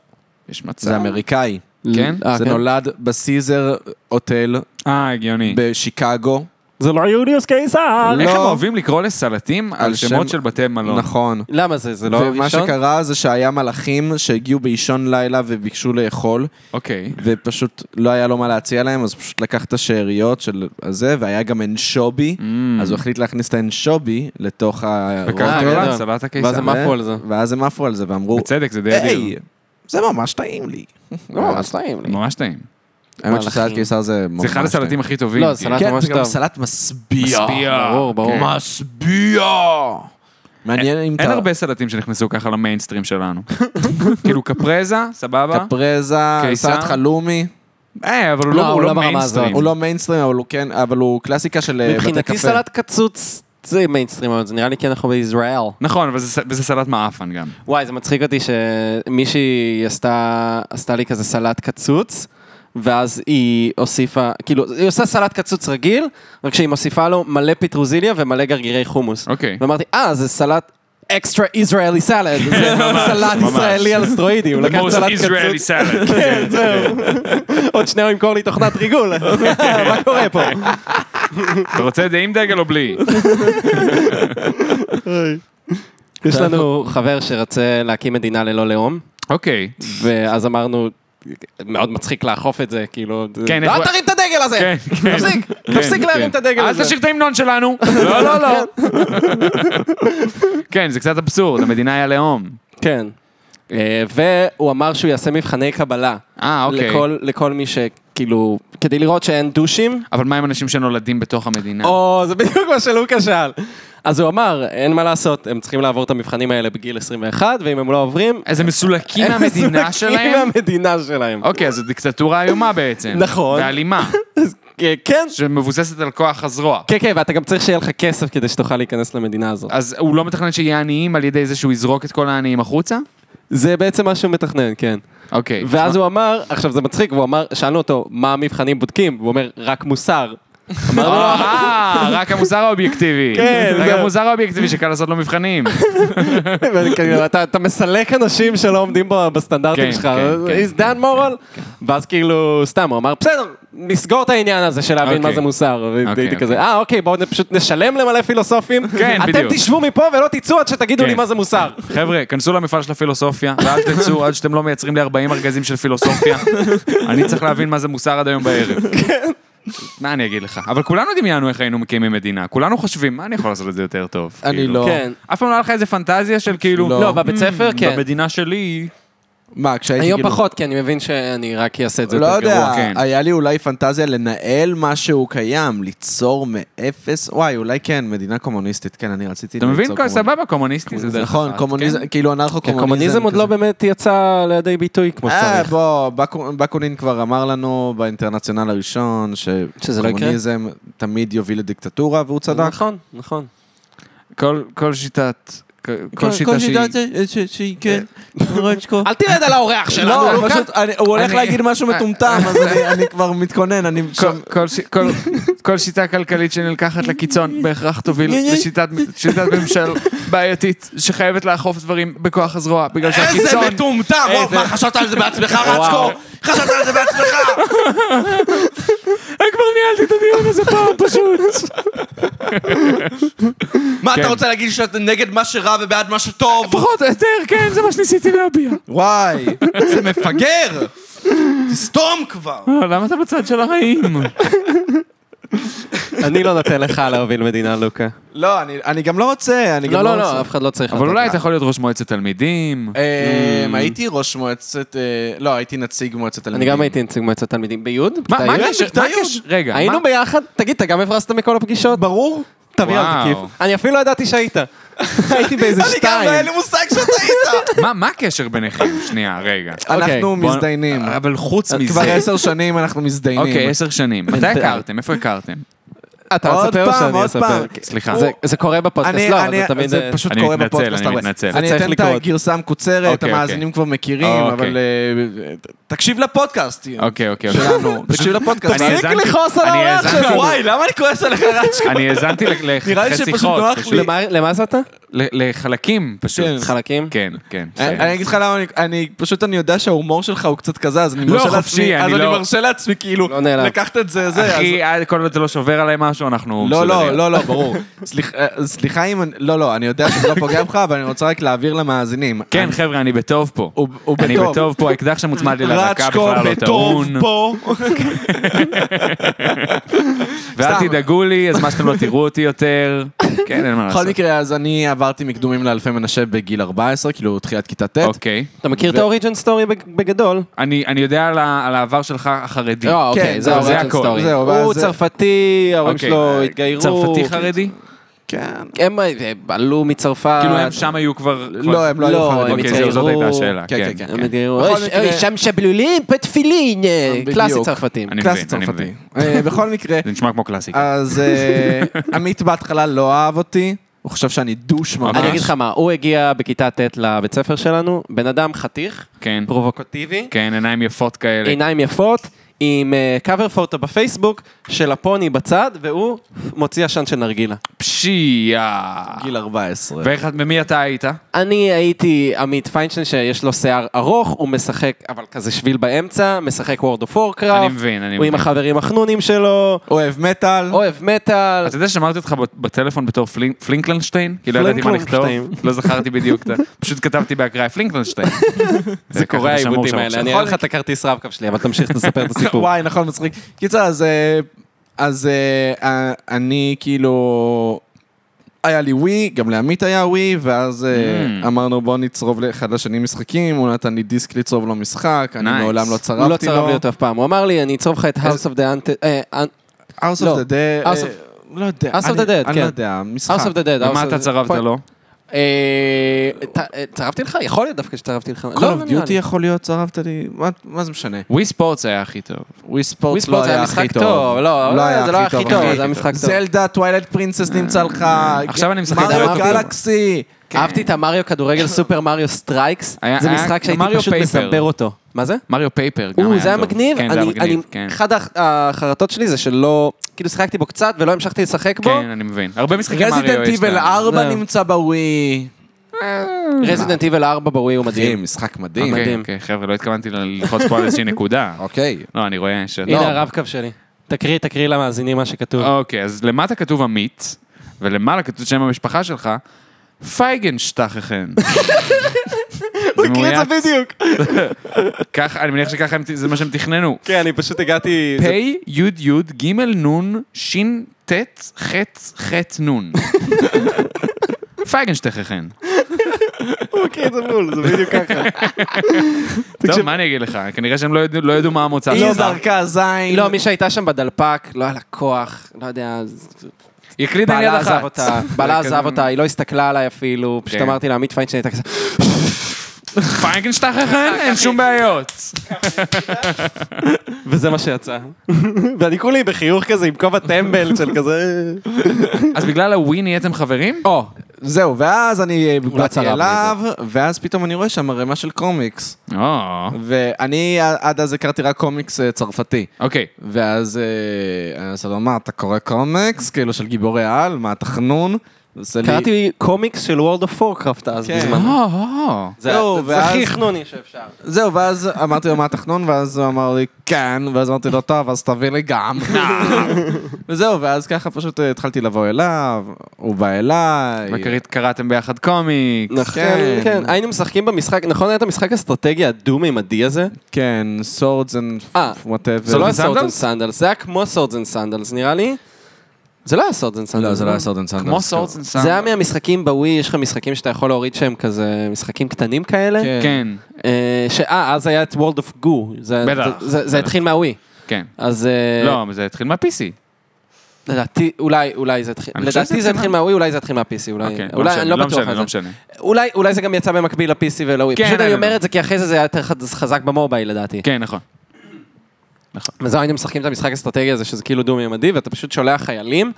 [SPEAKER 4] יש מצב.
[SPEAKER 3] זה אמריקאי.
[SPEAKER 4] כן?
[SPEAKER 5] אה,
[SPEAKER 3] זה לא- נולד בסיזר הוטל
[SPEAKER 4] אה, הגיוני.
[SPEAKER 3] בשיקגו.
[SPEAKER 5] זה לא יוליוס קיסר!
[SPEAKER 4] איך הם
[SPEAKER 3] לא.
[SPEAKER 4] אוהבים לקרוא לסלטים על
[SPEAKER 3] על
[SPEAKER 4] שמות
[SPEAKER 3] שם-
[SPEAKER 4] של בתי מלון.
[SPEAKER 3] נכון.
[SPEAKER 5] למה לא. זה? זה לא
[SPEAKER 3] ומה
[SPEAKER 5] ראשון?
[SPEAKER 3] שקרה זה שהיה מלאכים שהגיעו באישון לילה וביקשו לאכול,
[SPEAKER 4] אוקיי.
[SPEAKER 3] ופשוט לא היה לו מה להציע להם, אז פשוט לקח את השאריות של הזה, והיה גם אנשובי, אז הוא החליט להכניס את האנשובי לתוך
[SPEAKER 4] וככה
[SPEAKER 5] אה,
[SPEAKER 3] הרוטב,
[SPEAKER 4] נולד
[SPEAKER 5] גדול.
[SPEAKER 4] סלט
[SPEAKER 5] ואז
[SPEAKER 4] הקיסר.
[SPEAKER 5] הם עפו על זה.
[SPEAKER 3] ואז הם עפו על זה ואמרו,
[SPEAKER 4] בצדק, זה די
[SPEAKER 3] היי,
[SPEAKER 4] אדיר.
[SPEAKER 3] זה ממש טעים לי.
[SPEAKER 5] לא, אז טעים לי.
[SPEAKER 4] ממש טעים.
[SPEAKER 3] האמת
[SPEAKER 5] מלאכים.
[SPEAKER 3] שסלט קיסר זה ממש
[SPEAKER 4] זה אחד הסלטים הכי טובים.
[SPEAKER 5] לא, סלט
[SPEAKER 3] כן,
[SPEAKER 5] ממש
[SPEAKER 3] זה גם
[SPEAKER 5] טוב.
[SPEAKER 3] סלט משביע.
[SPEAKER 4] משביע.
[SPEAKER 5] ברור, ברור.
[SPEAKER 4] כן.
[SPEAKER 3] משביע. מעניין אם אתה...
[SPEAKER 4] אין הרבה סלטים שנכנסו ככה למיינסטרים שלנו. כאילו קפרזה, סבבה?
[SPEAKER 3] פרזה,
[SPEAKER 4] קיסר.
[SPEAKER 3] סלט חלומי.
[SPEAKER 4] אה, אבל הוא
[SPEAKER 5] לא,
[SPEAKER 4] לא- הוא
[SPEAKER 5] הוא
[SPEAKER 4] לא
[SPEAKER 5] לא ברמה
[SPEAKER 4] מיינסטרים.
[SPEAKER 5] הזאת.
[SPEAKER 3] הוא לא מיינסטרים, אבל הוא כן, אבל הוא קלאסיקה של אה, בתי קפה.
[SPEAKER 5] מבחינתי סלט קצוץ זה מיינסטרים היום, זה נראה לי כי אנחנו בישראל.
[SPEAKER 4] נכון, אבל זה ס- וזה סלט מעפן גם.
[SPEAKER 5] וואי, זה מצחיק אותי שמישהי עשתה, עשתה לי כזה סלט קצוץ, ואז היא הוסיפה, כאילו, היא עושה סלט קצוץ רגיל, רק שהיא מוסיפה לו מלא פטרוזיליה ומלא גרגירי חומוס.
[SPEAKER 4] אוקיי.
[SPEAKER 5] ואמרתי, אה, זה סלט אקסטרה ישראלי סלט, זה סלט
[SPEAKER 4] ממש.
[SPEAKER 5] ישראלי על סטרואידים, הוא לקח
[SPEAKER 4] Most
[SPEAKER 5] סלט
[SPEAKER 4] Israeli
[SPEAKER 5] קצוץ.
[SPEAKER 4] salad.
[SPEAKER 5] כן, זהו. עוד שנייה הוא ימכור לי תוכנת ריגול, מה קורה פה?
[SPEAKER 4] אתה רוצה את זה עם דגל או בלי?
[SPEAKER 5] יש לנו חבר שרצה להקים מדינה ללא לאום,
[SPEAKER 4] אוקיי.
[SPEAKER 5] ואז אמרנו, מאוד מצחיק לאכוף את זה, כאילו...
[SPEAKER 4] כן,
[SPEAKER 5] לא
[SPEAKER 4] איך-
[SPEAKER 5] תרים את הדגל הזה!
[SPEAKER 4] כן, כן.
[SPEAKER 5] תפסיק,
[SPEAKER 4] כן,
[SPEAKER 5] תפסיק
[SPEAKER 4] כן.
[SPEAKER 5] להרים את הדגל הזה.
[SPEAKER 4] אל תשאיר את ההמנון שלנו. לא, לא, לא. כן, זה קצת אבסורד, המדינה היא הלאום.
[SPEAKER 5] כן. אה, והוא אמר שהוא יעשה מבחני קבלה.
[SPEAKER 4] אה, אוקיי.
[SPEAKER 5] לכל- לכל מי שכאילו, כדי לראות שאין דושים.
[SPEAKER 4] אבל מה עם אנשים שנולדים בתוך המדינה?
[SPEAKER 5] או, זה בדיוק מה שלוקה שאל. אז הוא אמר, אין מה לעשות, הם צריכים לעבור את המבחנים האלה בגיל 21, ואם הם לא עוברים...
[SPEAKER 4] אז הם מסולקים
[SPEAKER 5] הם
[SPEAKER 4] מהמדינה
[SPEAKER 5] מסולקים
[SPEAKER 4] שלהם?
[SPEAKER 5] מהמדינה שלהם.
[SPEAKER 4] אוקיי, אז זו דיקטטורה איומה בעצם.
[SPEAKER 5] נכון.
[SPEAKER 4] ואלימה,
[SPEAKER 5] אה,
[SPEAKER 4] אוקיי.
[SPEAKER 5] כן.
[SPEAKER 4] שמבוססת על כוח הזרוע.
[SPEAKER 5] כן, כן, ואתה גם צריך שיהיה לך כסף כדי שתוכל להיכנס למדינה הזאת.
[SPEAKER 4] אז הוא לא מתכנן שיהיה עניים על ידי זה שהוא יזרוק את כל העניים החוצה?
[SPEAKER 5] זה בעצם מה שהוא מתכנן, כן.
[SPEAKER 4] אוקיי.
[SPEAKER 5] ואז הוא אמר, עכשיו זה מצחיק, והוא אמר, שאלנו אותו, מה המבחנים בודקים? והוא אומר, רק מוסר.
[SPEAKER 4] אה, רק המוסר האובייקטיבי.
[SPEAKER 5] כן,
[SPEAKER 4] רק
[SPEAKER 5] זהו.
[SPEAKER 4] המוסר האובייקטיבי שקל לעשות לו מבחנים.
[SPEAKER 5] ואני כאילו, אתה אתה מסלק אנשים שלא עומדים ב- בסטנדרטים
[SPEAKER 4] כן,
[SPEAKER 5] שלך.
[SPEAKER 4] כן, כן.
[SPEAKER 5] He's done moral. ואז כאילו, סתם, הוא אמר, בסדר, נסגור את העניין הזה של להבין
[SPEAKER 4] אוקיי.
[SPEAKER 5] מה זה מוסר.
[SPEAKER 4] אוקיי,
[SPEAKER 5] והייתי כזה,
[SPEAKER 4] אוקיי.
[SPEAKER 5] אה, אוקיי, בואו פשוט נשלם למלא פילוסופים.
[SPEAKER 4] כן,
[SPEAKER 5] אתם
[SPEAKER 4] בדיוק.
[SPEAKER 5] תשבו מפה ולא תצאו עד שתגידו
[SPEAKER 4] כן.
[SPEAKER 5] לי מה זה מוסר.
[SPEAKER 4] חבר'ה, כנסו למפעל של הפילוסופיה, ואל תצאו עד שאתם לא מייצרים לי 40 ארגזים של פילוסופיה. אני צריך להבין מה זה מוסר עד היום בערב. מה אני אגיד לך? אבל כולנו דמיינו איך היינו מקימים מדינה. כולנו חושבים, מה אני יכול לעשות את זה יותר טוב?
[SPEAKER 3] אני
[SPEAKER 4] כאילו.
[SPEAKER 3] לא.
[SPEAKER 5] כן.
[SPEAKER 4] אף פעם לא היה לך איזה פנטזיה של כאילו...
[SPEAKER 3] לא. לא,
[SPEAKER 5] בבית ספר,
[SPEAKER 4] "Hmm,
[SPEAKER 5] כן.
[SPEAKER 4] במדינה שלי...
[SPEAKER 3] מה, כשהייתי
[SPEAKER 5] היום
[SPEAKER 3] כאילו...
[SPEAKER 5] פחות, כי אני מבין שאני רק אעשה את זה
[SPEAKER 3] לא
[SPEAKER 5] יותר גרוע.
[SPEAKER 3] יודע,
[SPEAKER 4] כן.
[SPEAKER 3] היה לי אולי פנטזיה לנהל משהו קיים, ליצור מאפס, וואי, אולי כן, מדינה קומוניסטית, כן, אני רציתי
[SPEAKER 4] אתה
[SPEAKER 3] ליצור
[SPEAKER 4] מבין? כל- סבבה, קומוניסטי זה דרך
[SPEAKER 3] נכון,
[SPEAKER 4] אחת,
[SPEAKER 3] קומוניזם,
[SPEAKER 4] כן?
[SPEAKER 3] כאילו אנרכו-קומוניזם.
[SPEAKER 5] הקומוניזם עוד
[SPEAKER 3] כזה.
[SPEAKER 5] לא באמת יצא לידי ביטוי כמו
[SPEAKER 3] אה,
[SPEAKER 5] שצריך.
[SPEAKER 3] בוא, בקו- בקונין כבר אמר לנו באינטרנציונל הראשון,
[SPEAKER 5] שזה לא יקרה?
[SPEAKER 3] שקומוניזם תמיד יוביל לדיקטטורה, והוא צדק.
[SPEAKER 5] נכון, נכון.
[SPEAKER 4] כן? כל- כל שיטת...
[SPEAKER 5] כן,
[SPEAKER 4] כל שיטה שהיא...
[SPEAKER 3] שהיא, כן, רצ'קו.
[SPEAKER 5] אל תרד על האורח שלנו.
[SPEAKER 3] לא,
[SPEAKER 5] הוא
[SPEAKER 3] הוא
[SPEAKER 5] כאן.
[SPEAKER 3] פשוט, אני- הוא הולך
[SPEAKER 4] אני-
[SPEAKER 3] להגיד משהו מטומטם, אז אני- אני כבר מתכונן, אני שם...
[SPEAKER 4] כל- כל ש- כל- כל שיטה כלכלית שנלקחת לקיצון בהכרח תוביל לשיטת שיטת ממשל בעייתית שחייבת לאכוף דברים בכוח הזרוע בגלל
[SPEAKER 1] איזה
[SPEAKER 4] שהקיצון...
[SPEAKER 1] מטומטם! וואו, מה, חשבת על זה בעצמך,
[SPEAKER 5] וואו.
[SPEAKER 1] רצקו? חשבת על זה בעצמך?
[SPEAKER 4] אני כבר ניהלתי את הדיון הזה פעם פשוט.
[SPEAKER 1] מה,
[SPEAKER 4] כן.
[SPEAKER 1] אתה רוצה להגיד שאתה נגד מה שרע ובעד מה שטוב?
[SPEAKER 4] פחות או יותר, כן, זה מה שניסיתי להביע.
[SPEAKER 3] אה, וואי,
[SPEAKER 1] זה מפגר! תסתום כבר!
[SPEAKER 4] אה, למה אתה בצד של הרעים?
[SPEAKER 5] אני לא נותן לך להוביל מדינה, לוקה.
[SPEAKER 3] לא, אני- אני גם לא רוצה, אני גם
[SPEAKER 5] לא,
[SPEAKER 3] לא
[SPEAKER 5] לא,
[SPEAKER 3] רוצה.
[SPEAKER 5] לא, אף אחד לא צריך
[SPEAKER 4] אבל
[SPEAKER 5] לתת
[SPEAKER 4] אולי
[SPEAKER 5] לך.
[SPEAKER 4] אתה יכול להיות ראש מועצת תלמידים.
[SPEAKER 3] אמ, הייתי ראש מועצת, אה, לא, הייתי נציג מועצת
[SPEAKER 5] אני
[SPEAKER 3] תלמידים.
[SPEAKER 5] גם הייתי נציג מועצת תלמידים ביוד.
[SPEAKER 4] מה
[SPEAKER 5] בכיתה
[SPEAKER 4] מה
[SPEAKER 5] י'.
[SPEAKER 4] הקשר? מה הקשר? רגע, מה-
[SPEAKER 5] היינו ביחד, תגיד, אתה גם הפרסת מכל הפגישות? ברור. תביא על זה
[SPEAKER 4] וואו.
[SPEAKER 5] כיף. אני אפילו לא ידעתי שהיית. הייתי באיזה
[SPEAKER 1] אני גם לא היה
[SPEAKER 5] שתיים.
[SPEAKER 1] לי מושג שאתה היית!
[SPEAKER 4] מה- מה הקשר ביניכם? שנייה, רגע.
[SPEAKER 3] אנחנו
[SPEAKER 5] אוקיי,
[SPEAKER 4] בוא-
[SPEAKER 3] מזדיינים.
[SPEAKER 4] אבל חוץ
[SPEAKER 3] כבר
[SPEAKER 4] מזה...
[SPEAKER 3] עשר שנים אנחנו מזדיינים.
[SPEAKER 4] אוקיי, עשר שנים. מתי הכרתם? איפה הכרתם?
[SPEAKER 5] אתה
[SPEAKER 3] עוד
[SPEAKER 5] מספר או
[SPEAKER 3] פעם,
[SPEAKER 5] שאני
[SPEAKER 3] עוד
[SPEAKER 5] אספר?
[SPEAKER 3] פעם.
[SPEAKER 4] סליחה.
[SPEAKER 5] כן. זה- זה קורה בפודקאסט,
[SPEAKER 3] אני,
[SPEAKER 5] לא,
[SPEAKER 3] אני,
[SPEAKER 5] אבל תמיד...
[SPEAKER 3] זה
[SPEAKER 5] אה,
[SPEAKER 3] פשוט
[SPEAKER 4] אני
[SPEAKER 3] קורה
[SPEAKER 4] מתנצל,
[SPEAKER 3] בפודקאסט.
[SPEAKER 4] אני
[SPEAKER 3] הרבה.
[SPEAKER 4] מתנצל. זה
[SPEAKER 3] אני
[SPEAKER 5] צריך
[SPEAKER 3] אתן את
[SPEAKER 5] לקרות.
[SPEAKER 3] הגרסה
[SPEAKER 4] אוקיי,
[SPEAKER 3] המקוצרת,
[SPEAKER 4] אוקיי.
[SPEAKER 3] המאזינים כבר מכירים,
[SPEAKER 4] אוקיי.
[SPEAKER 3] אבל אה, תקשיב לפודקאסט.
[SPEAKER 4] אוקיי, אוקיי. אוקיי.
[SPEAKER 3] שלנו, תקשיב לפודקאסט.
[SPEAKER 4] אני
[SPEAKER 3] תפסיק
[SPEAKER 4] האזנתי-
[SPEAKER 5] לכעוס על
[SPEAKER 4] אני
[SPEAKER 5] האורח
[SPEAKER 4] האזנתי-
[SPEAKER 5] שלנו.
[SPEAKER 1] וואי, למה אני כועס עליך, רצקו?
[SPEAKER 4] אני האזנתי ל- לחצי חוד.
[SPEAKER 3] נראה לי שפשוט נוח
[SPEAKER 4] פשוט.
[SPEAKER 3] לי.
[SPEAKER 5] למה- למה זה אתה?
[SPEAKER 4] ל- לחלקים פשוט.
[SPEAKER 5] חלקים?
[SPEAKER 4] כן, כן.
[SPEAKER 3] אני אני אגיד לך למה, אני- אני פשוט, אני יודע שההומור שלך הוא קצת כזה, אז אני
[SPEAKER 4] לא,
[SPEAKER 3] מרשה
[SPEAKER 4] חופשי,
[SPEAKER 3] לעצמי, אז
[SPEAKER 4] אני
[SPEAKER 3] אני
[SPEAKER 4] לא-
[SPEAKER 3] מרשה לעצמי, כאילו,
[SPEAKER 5] לא נעלב.
[SPEAKER 3] לקחת את זה, זה, אז-
[SPEAKER 4] אחי, אה, כל עוד אתה לא שובר עליי משהו, אנחנו...
[SPEAKER 3] לא, לא,
[SPEAKER 4] מסודרים.
[SPEAKER 3] לא, לא, ברור. סליח- אה, סליחה אם, אני- לא, לא, אני יודע שזה לא פוגע בך, אבל אני רוצה רק להעביר למאזינים.
[SPEAKER 4] כן, חבר'ה, אני בטוב פה.
[SPEAKER 3] הוא הוא
[SPEAKER 4] אני
[SPEAKER 3] בטוב.
[SPEAKER 4] בטוב פה, האקדח שמוצמד לי לרקה
[SPEAKER 3] רצ'קו
[SPEAKER 4] בכלל לא
[SPEAKER 3] בטוב
[SPEAKER 4] טעון.
[SPEAKER 3] פה.
[SPEAKER 4] ואל
[SPEAKER 3] סתם.
[SPEAKER 4] תדאגו לי, אז מה שאתם לא תראו אותי יותר. כן, אין מה
[SPEAKER 3] בכל
[SPEAKER 4] לעשות.
[SPEAKER 3] מקרה, אז אני עברתי מקדומים לאלפי מנשה בגיל 14, כאילו תחילת כיתה ט'.
[SPEAKER 4] אוקיי.
[SPEAKER 5] אתה מכיר את האוריג'ן סטורי בגדול?
[SPEAKER 4] אני אני יודע על ה- על העבר שלך החרדי.
[SPEAKER 5] לא, אוקיי,
[SPEAKER 3] כן,
[SPEAKER 5] זה
[SPEAKER 3] זהו, זה
[SPEAKER 5] האוריג'ן
[SPEAKER 4] הכל.
[SPEAKER 5] סטורי.
[SPEAKER 3] זהו,
[SPEAKER 5] הוא
[SPEAKER 3] ואז-
[SPEAKER 5] צרפתי, ההורים
[SPEAKER 4] אוקיי.
[SPEAKER 5] שלו התגיירו.
[SPEAKER 4] צרפתי חרדי?
[SPEAKER 3] כן.
[SPEAKER 5] הם אה, עלו מצרפת.
[SPEAKER 4] כאילו הם שם היו כבר...
[SPEAKER 3] אה, לא, הם לא
[SPEAKER 5] לא,
[SPEAKER 3] היו
[SPEAKER 5] הם
[SPEAKER 3] חרדים.
[SPEAKER 4] אוקיי, זהו,
[SPEAKER 5] התגיירו.
[SPEAKER 4] זאת הייתה השאלה.
[SPEAKER 3] כן,
[SPEAKER 4] כן,
[SPEAKER 3] כן,
[SPEAKER 5] הם
[SPEAKER 4] כן.
[SPEAKER 5] התגיירו.
[SPEAKER 3] בכל
[SPEAKER 5] "אוי,
[SPEAKER 3] מקרה-
[SPEAKER 5] אוי, שם שבלולים, פטפילין. אה,
[SPEAKER 3] בדיוק.
[SPEAKER 5] קלאסי צרפתים.
[SPEAKER 4] אני
[SPEAKER 3] קלאסי
[SPEAKER 4] מבין, אני
[SPEAKER 3] צרפתי.
[SPEAKER 4] מבין.
[SPEAKER 3] אה, בכל מקרה,
[SPEAKER 4] זה נשמע כמו קלאסיקה.
[SPEAKER 3] אז אה, עמית בהתחלה לא אהב אותי, הוא חשב שאני דוש ממש.
[SPEAKER 4] אוקיי.
[SPEAKER 5] אני אגיד לך מה, הוא הגיע בכיתה ט' לבית ספר שלנו, בן אדם חתיך,
[SPEAKER 4] כן.
[SPEAKER 5] פרובוקטיבי,
[SPEAKER 4] כן, עיניים יפות כאלה.
[SPEAKER 5] אה, עיניים יפות, עם קאבר פוטו בפייסבוק של הפוני בצד, והוא מוציא עשן של נרגילה.
[SPEAKER 4] פשיעה.
[SPEAKER 3] גיל 14.
[SPEAKER 4] ואיך, את- ומי אתה היית?
[SPEAKER 5] לא. אני הייתי עמית פיינשטיין שיש לו שיער ארוך, הוא משחק, אבל כזה שביל באמצע, משחק וורד אוף
[SPEAKER 4] אני
[SPEAKER 5] וורקראפט,
[SPEAKER 4] מבין, אני
[SPEAKER 5] הוא עם
[SPEAKER 4] מבין. אוקיי.
[SPEAKER 5] החברים החנונים שלו,
[SPEAKER 3] אוהב מטאל.
[SPEAKER 5] אוהב מטאל.
[SPEAKER 4] אתה יודע ששמרתי אותך ב- בטלפון בתור פלינ- פלינקלנשטיין? כי לא ידעתי מה לכתוב,
[SPEAKER 5] פלינקלנשטיין.
[SPEAKER 4] לא זכרתי בדיוק, את ה- פשוט כתבתי בהקראה פלינקלנשטיין. אה,
[SPEAKER 5] זה קורה
[SPEAKER 4] ככה שמור
[SPEAKER 5] העיוותים
[SPEAKER 4] שם
[SPEAKER 5] האלה,
[SPEAKER 4] עכשיו.
[SPEAKER 5] אני אראה לך את הכרטיס רב-קו שלי, אבל תמשיך לספר את הסיפור.
[SPEAKER 3] וואי, נכון, מצחיק. קיצר, אז, אה, אז אה, אה, אני כאילו... היה לי ווי, גם לעמית היה ווי, ואז אה,
[SPEAKER 4] Mm.
[SPEAKER 3] אמרנו בוא נצרוב לאחד לשני משחקים, הוא נתן לי דיסק לצרוב לו משחק, אני
[SPEAKER 4] Nice.
[SPEAKER 3] מעולם לא
[SPEAKER 5] הוא לא
[SPEAKER 3] צרבתי
[SPEAKER 5] צרב
[SPEAKER 3] לו.
[SPEAKER 5] לי אותו אף פעם, הוא אמר לי, אני אצרוב לך את House of the Ant- אה, Ant-
[SPEAKER 3] House
[SPEAKER 5] לא.
[SPEAKER 3] of the Dead.
[SPEAKER 5] House
[SPEAKER 3] אה, לא יודע.
[SPEAKER 5] House of
[SPEAKER 3] אני-
[SPEAKER 5] the Dead,
[SPEAKER 3] אני
[SPEAKER 5] כן.
[SPEAKER 3] לא יודע, משחק.
[SPEAKER 5] House of the Dead.
[SPEAKER 4] ומה
[SPEAKER 5] House
[SPEAKER 4] אתה
[SPEAKER 5] of-
[SPEAKER 4] צרבת לא- לו?
[SPEAKER 5] אה, ת- אה, צרבתי לך? יכול להיות דווקא שצרבתי לך.
[SPEAKER 3] Call
[SPEAKER 5] לא, לא
[SPEAKER 3] of
[SPEAKER 5] נראה
[SPEAKER 3] Duty
[SPEAKER 5] לי.
[SPEAKER 3] יכול להיות, צרבת לי, מה- מה זה משנה?
[SPEAKER 4] ווי ספורטס היה הכי טוב.
[SPEAKER 3] ווי ספורטס
[SPEAKER 5] Wii
[SPEAKER 3] לא
[SPEAKER 5] Sports
[SPEAKER 3] היה הכי טוב.
[SPEAKER 5] לא, זה לא היה הכי טוב,
[SPEAKER 3] אחי.
[SPEAKER 5] זה היה משחק טוב. אה.
[SPEAKER 3] זלדה, טווילד פרינסס נמצא לך.
[SPEAKER 4] עכשיו אני משחק
[SPEAKER 3] מריו
[SPEAKER 5] את המריו.
[SPEAKER 3] גלקסי.
[SPEAKER 5] אהבתי את המריו כדורגל סופר מריו סטרייקס,
[SPEAKER 4] היה-
[SPEAKER 5] זה
[SPEAKER 4] היה
[SPEAKER 5] משחק שהייתי
[SPEAKER 4] מריו
[SPEAKER 5] פשוט
[SPEAKER 4] פייפר.
[SPEAKER 5] מספר אותו. מה זה?
[SPEAKER 4] מריו פייפר גם היה
[SPEAKER 5] או,
[SPEAKER 4] טוב.
[SPEAKER 5] זה היה מגניב.
[SPEAKER 4] כן, זה היה
[SPEAKER 5] אני- אני-
[SPEAKER 4] מגניב, כן.
[SPEAKER 5] אחד הח- החרטות שלי זה שלא... כאילו שיחקתי בו קצת ולא המשכתי לשחק בו.
[SPEAKER 4] כן, אני מבין. הרבה משחקי מריו יש להם.
[SPEAKER 7] רזידנט איבל 4
[SPEAKER 5] זהו.
[SPEAKER 7] נמצא בווי.
[SPEAKER 5] רזידנט איבל 4 בווי הוא מדהים.
[SPEAKER 7] מדהים, משחק מדהים.
[SPEAKER 5] אוקיי.
[SPEAKER 4] מדהים.
[SPEAKER 5] מדהים.
[SPEAKER 4] אוקיי, חבר'ה, לא התכוונתי ל- ללחוץ פה על איזושהי נקודה.
[SPEAKER 7] אוקיי.
[SPEAKER 4] לא, אני רואה ש...
[SPEAKER 5] הנה הרב-קו שלי. תקריא, תקריא למאזינים מה שכתוב.
[SPEAKER 4] אוקיי, אז למטה כתוב עמית, ולמעלה כתוב שם המשפחה שלך, פייגנשטחכן. הוא
[SPEAKER 1] הקריא את זה בדיוק.
[SPEAKER 4] ככה, אני מניח שככה הם ת- זה מה שהם תכננו.
[SPEAKER 5] כן, אני פשוט הגעתי...
[SPEAKER 4] פ, י, י, ג, נ, ש, ט, ח, ח, נ. פייגנשטחכן.
[SPEAKER 1] הוא
[SPEAKER 3] אוקיי,
[SPEAKER 1] הקריא את זה בול, זה בדיוק ככה.
[SPEAKER 4] טוב, מה אני אגיד לך? כנראה שהם לא ידעו- לא ידעו מה המוצא
[SPEAKER 7] היא
[SPEAKER 4] שלך.
[SPEAKER 7] זרקה זין.
[SPEAKER 5] לא, מי שהייתה שם בדלפק, לא היה לה כוח, לא יודע, אז-
[SPEAKER 4] היא
[SPEAKER 1] לא.
[SPEAKER 4] הקלידה
[SPEAKER 5] בעלה
[SPEAKER 4] ליד
[SPEAKER 5] עזב
[SPEAKER 4] אחת.
[SPEAKER 5] אותה, בעלה
[SPEAKER 4] זה כזה-
[SPEAKER 5] עזב אותה, היא לא הסתכלה עליי אפילו, פשוט
[SPEAKER 4] כן.
[SPEAKER 5] אמרתי לה, עמית פיינשטיין הייתה כזה,
[SPEAKER 4] פייגנשטחכן, אין שום בעיות.
[SPEAKER 5] וזה מה שיצא. ואני כולי בחיוך כזה עם כובע טמבל של כזה...
[SPEAKER 4] אז בגלל הווי נהייתם חברים?
[SPEAKER 5] או,
[SPEAKER 3] זהו, ואז אני
[SPEAKER 5] לא
[SPEAKER 3] באתי
[SPEAKER 5] צרב לי
[SPEAKER 3] אליו, ואז פתאום אני רואה שם ערימה של קומיקס.
[SPEAKER 4] או.
[SPEAKER 3] ואני אה, עד אז הכרתי רק קומיקס אה, צרפתי.
[SPEAKER 4] אוקיי.
[SPEAKER 3] ואז אה, אני עושה לו, מה, אתה קורא קומיקס? כאילו של גיבורי על? מה, אתה חנון? הוא עושה לי-
[SPEAKER 5] קראתי קומיקס של וורד אוף פורקראפט אז
[SPEAKER 3] כן.
[SPEAKER 5] בזמן.
[SPEAKER 4] או, או.
[SPEAKER 5] זה
[SPEAKER 3] לא,
[SPEAKER 5] זה
[SPEAKER 3] ואז-
[SPEAKER 5] הכי חנוני שאפשר.
[SPEAKER 3] זהו, ואז אמרתי לו, מה התחנון? ואז הוא אמר לי, כן, ואז אמרתי לו, טוב, אז תביא לי גם.
[SPEAKER 5] אה.
[SPEAKER 3] וזהו, ואז ככה פשוט אה, התחלתי לבוא אליו, הוא בא אליי.
[SPEAKER 4] וכרית- אה. קראתם ביחד קומיקס.
[SPEAKER 5] אה. נכון,
[SPEAKER 3] כן.
[SPEAKER 5] כן, היינו משחקים במשחק, נכון היה את המשחק האסטרטגי הדו-מימדי הזה?
[SPEAKER 3] כן, swords and
[SPEAKER 5] אה,
[SPEAKER 3] whatever.
[SPEAKER 5] זה לא היה
[SPEAKER 4] and
[SPEAKER 5] סורדס אנד
[SPEAKER 4] Sandals?
[SPEAKER 5] סנדלס, זה היה כמו סורדס אנד סנדלס נראה לי. זה לא היה סורדס אנד סנדלס.
[SPEAKER 3] לא, זה לא היה swords and sandals.
[SPEAKER 4] כמו סורטס אנד
[SPEAKER 5] זה היה מהמשחקים בווי, יש לך משחקים שאתה יכול להוריד שהם כזה משחקים קטנים כאלה.
[SPEAKER 3] כן.
[SPEAKER 4] כן,
[SPEAKER 5] אה, שאה, אז היה את World of גו.
[SPEAKER 4] בטח.
[SPEAKER 5] זה התחיל מהווי.
[SPEAKER 4] כן.
[SPEAKER 5] אז אה,
[SPEAKER 4] לא, זה התחיל מה-PC.
[SPEAKER 5] לדעתי, אולי, אולי זה התחיל,
[SPEAKER 4] אני חושב
[SPEAKER 5] לדעתי
[SPEAKER 4] שזה
[SPEAKER 5] זה
[SPEAKER 4] התחיל
[SPEAKER 5] התחיל מהווי, אולי זה התחיל מה-PC, אולי,
[SPEAKER 4] אוקיי,
[SPEAKER 5] אולי, אני
[SPEAKER 4] משנה,
[SPEAKER 5] לא בטוח
[SPEAKER 4] משנה,
[SPEAKER 5] על
[SPEAKER 4] לא
[SPEAKER 5] זה.
[SPEAKER 4] משנה.
[SPEAKER 5] אולי, אולי זה גם יצא במקביל ל-PC ולווי,
[SPEAKER 4] כן,
[SPEAKER 5] פשוט
[SPEAKER 4] אני
[SPEAKER 5] אני אומר
[SPEAKER 4] מבין.
[SPEAKER 5] את זה כי אחרי זה זה היה יותר ח- חזק במובייל לדעתי.
[SPEAKER 4] כן, נכון.
[SPEAKER 5] וזהו, היינו משחקים את המשחק האסטרטגי הזה, שזה כאילו דו-מימדי, ואתה פשוט שולח חיילים,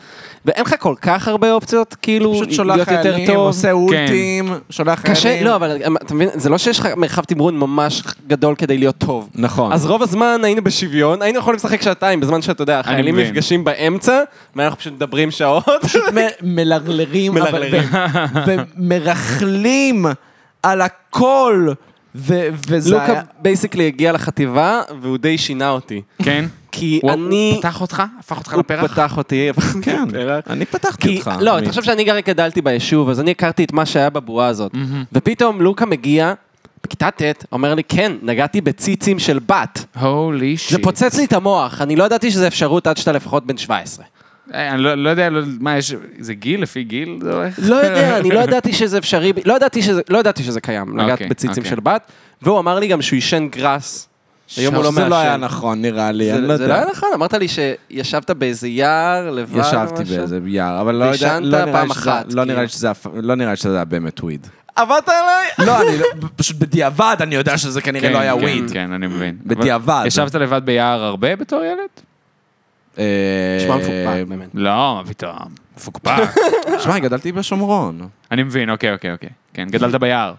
[SPEAKER 5] ואין לך כל כך הרבה אופציות, כאילו,
[SPEAKER 3] פשוט שולח
[SPEAKER 5] להיות יותר
[SPEAKER 3] חיילים,
[SPEAKER 5] טוב. כן.
[SPEAKER 3] עושה אולטים, שולח חיילים.
[SPEAKER 5] קשה, לא, אבל אתה מבין, זה לא שיש לך מרחב תמרון ממש גדול כדי להיות טוב.
[SPEAKER 3] נכון.
[SPEAKER 5] אז רוב הזמן היינו בשוויון, היינו יכולים לשחק שעתיים, בזמן שאתה יודע, החיילים
[SPEAKER 4] מבין.
[SPEAKER 5] נפגשים באמצע, ואנחנו פשוט מדברים שעות.
[SPEAKER 3] מ- מלרלרים, אבל-
[SPEAKER 5] מלרלרים.
[SPEAKER 3] ו- ומרכלים על הכל, ו- וזה
[SPEAKER 5] לוקה
[SPEAKER 3] היה...
[SPEAKER 5] בייסיקלי הגיע לחטיבה, והוא די שינה אותי.
[SPEAKER 4] כן?
[SPEAKER 5] כי
[SPEAKER 4] הוא-
[SPEAKER 5] אני...
[SPEAKER 4] הוא פתח אותך? הפך אותך
[SPEAKER 5] הוא
[SPEAKER 4] לפרח? כן.
[SPEAKER 5] פתח אותי, הפך אותי לפרח.
[SPEAKER 3] אני פתחתי
[SPEAKER 5] כי,
[SPEAKER 3] אותך.
[SPEAKER 5] לא,
[SPEAKER 3] עמית.
[SPEAKER 5] אתה חושב שאני גר גדלתי ביישוב, אז אני הכרתי את מה שהיה בבועה הזאת. ופתאום לוקה מגיע, בכיתה ט', אומר לי, כן, נגעתי בציצים של בת.
[SPEAKER 4] הולי שיט.
[SPEAKER 5] זה פוצץ לי את המוח, אני לא ידעתי שזה אפשרות עד שאתה לפחות בן 17.
[SPEAKER 4] אני לא לא יודע, לא- מה יש... זה גיל לפי גיל? זה הולך?
[SPEAKER 5] לא יודע, אני לא ידעתי שזה אפשרי, ב- לא ידעתי שזה, לא ידעתי שזה קיים, לגעת
[SPEAKER 4] אוקיי,
[SPEAKER 5] בציצים
[SPEAKER 4] אוקיי.
[SPEAKER 5] של בת, והוא אמר לי גם שהוא עישן גראס. היום הוא לא
[SPEAKER 3] זה לא היה
[SPEAKER 5] מעשן.
[SPEAKER 3] נכון, נראה לי, אני לא
[SPEAKER 5] זה זה לא
[SPEAKER 3] יודע.
[SPEAKER 5] היה נכון, אמרת לי שישבת באיזה יער לבד. או
[SPEAKER 3] ישבתי
[SPEAKER 5] משהו.
[SPEAKER 3] באיזה יער, אבל לא יודע,
[SPEAKER 5] ועישנת
[SPEAKER 3] לא נראה
[SPEAKER 5] פעם
[SPEAKER 3] לי שזה-
[SPEAKER 5] אחת,
[SPEAKER 3] לא נראה לי
[SPEAKER 5] כאילו.
[SPEAKER 3] שזה, אף- לא נראה לי שזה היה באמת וויד.
[SPEAKER 5] עבדת עליי?
[SPEAKER 3] לא, אני לא- פשוט בדיעבד אני יודע שזה כנראה
[SPEAKER 4] כן,
[SPEAKER 3] לא היה
[SPEAKER 4] כן,
[SPEAKER 3] וויד.
[SPEAKER 4] כן, אני מבין.
[SPEAKER 3] בדיעבד.
[SPEAKER 4] אבל ישבת לבד ביער הרבה בתור ילד?
[SPEAKER 3] אה,
[SPEAKER 5] נשמע מפוקפק, באמת.
[SPEAKER 4] לא, מה פתאום. מפוקפק.
[SPEAKER 3] שמע, גדלתי בשומרון.
[SPEAKER 4] אני מבין, אוקיי, אוקיי, אוקיי. כן, גדלת ביער.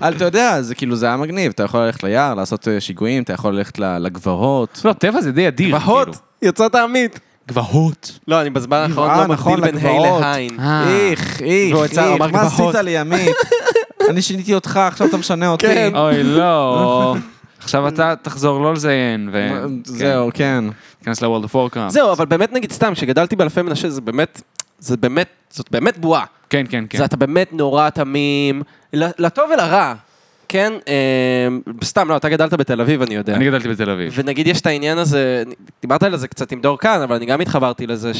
[SPEAKER 3] אבל אתה יודע, זה כאילו, זה היה מגניב, אתה יכול ללכת ליער, לעשות אה, שיגועים, אתה יכול ללכת ל- לגבעות.
[SPEAKER 4] לא, טבע זה די אדיר.
[SPEAKER 5] גבהות,
[SPEAKER 4] כאילו.
[SPEAKER 5] יצאת עמית.
[SPEAKER 4] גבהות.
[SPEAKER 5] לא, אני בזמן האחרון
[SPEAKER 3] גבעה,
[SPEAKER 5] לא
[SPEAKER 3] נכון,
[SPEAKER 5] מבדיל בין ה'
[SPEAKER 3] לגבעות.
[SPEAKER 5] להין.
[SPEAKER 4] אה.
[SPEAKER 3] איך, איך,
[SPEAKER 5] והוא יצא, הוא אמר
[SPEAKER 3] איך, מה
[SPEAKER 5] גבהות.
[SPEAKER 3] עשית לי, עמית? אני שיניתי אותך, עכשיו אתה משנה אותי.
[SPEAKER 5] כן.
[SPEAKER 4] אוי, לא. עכשיו אתה תחזור לא לזיין, ו...
[SPEAKER 5] אוקיי.
[SPEAKER 3] זהו, כן.
[SPEAKER 4] כן, תיכנס ל-World of Warcraft.
[SPEAKER 5] זהו, אבל באמת נגיד סתם, כשגדלתי באלפי מנשה, זה באמת, זה באמת, זאת באמת בועה.
[SPEAKER 4] כן, כן, כן.
[SPEAKER 5] זה אתה באמת נורא תמים, ל- לטוב ולרע. כן, אה, סתם, לא, אתה גדלת בתל אביב, אני יודע.
[SPEAKER 4] אני גדלתי בתל אביב.
[SPEAKER 5] ונגיד יש את העניין הזה, דיברת על זה קצת עם דור כאן, אבל אני גם התחברתי לזה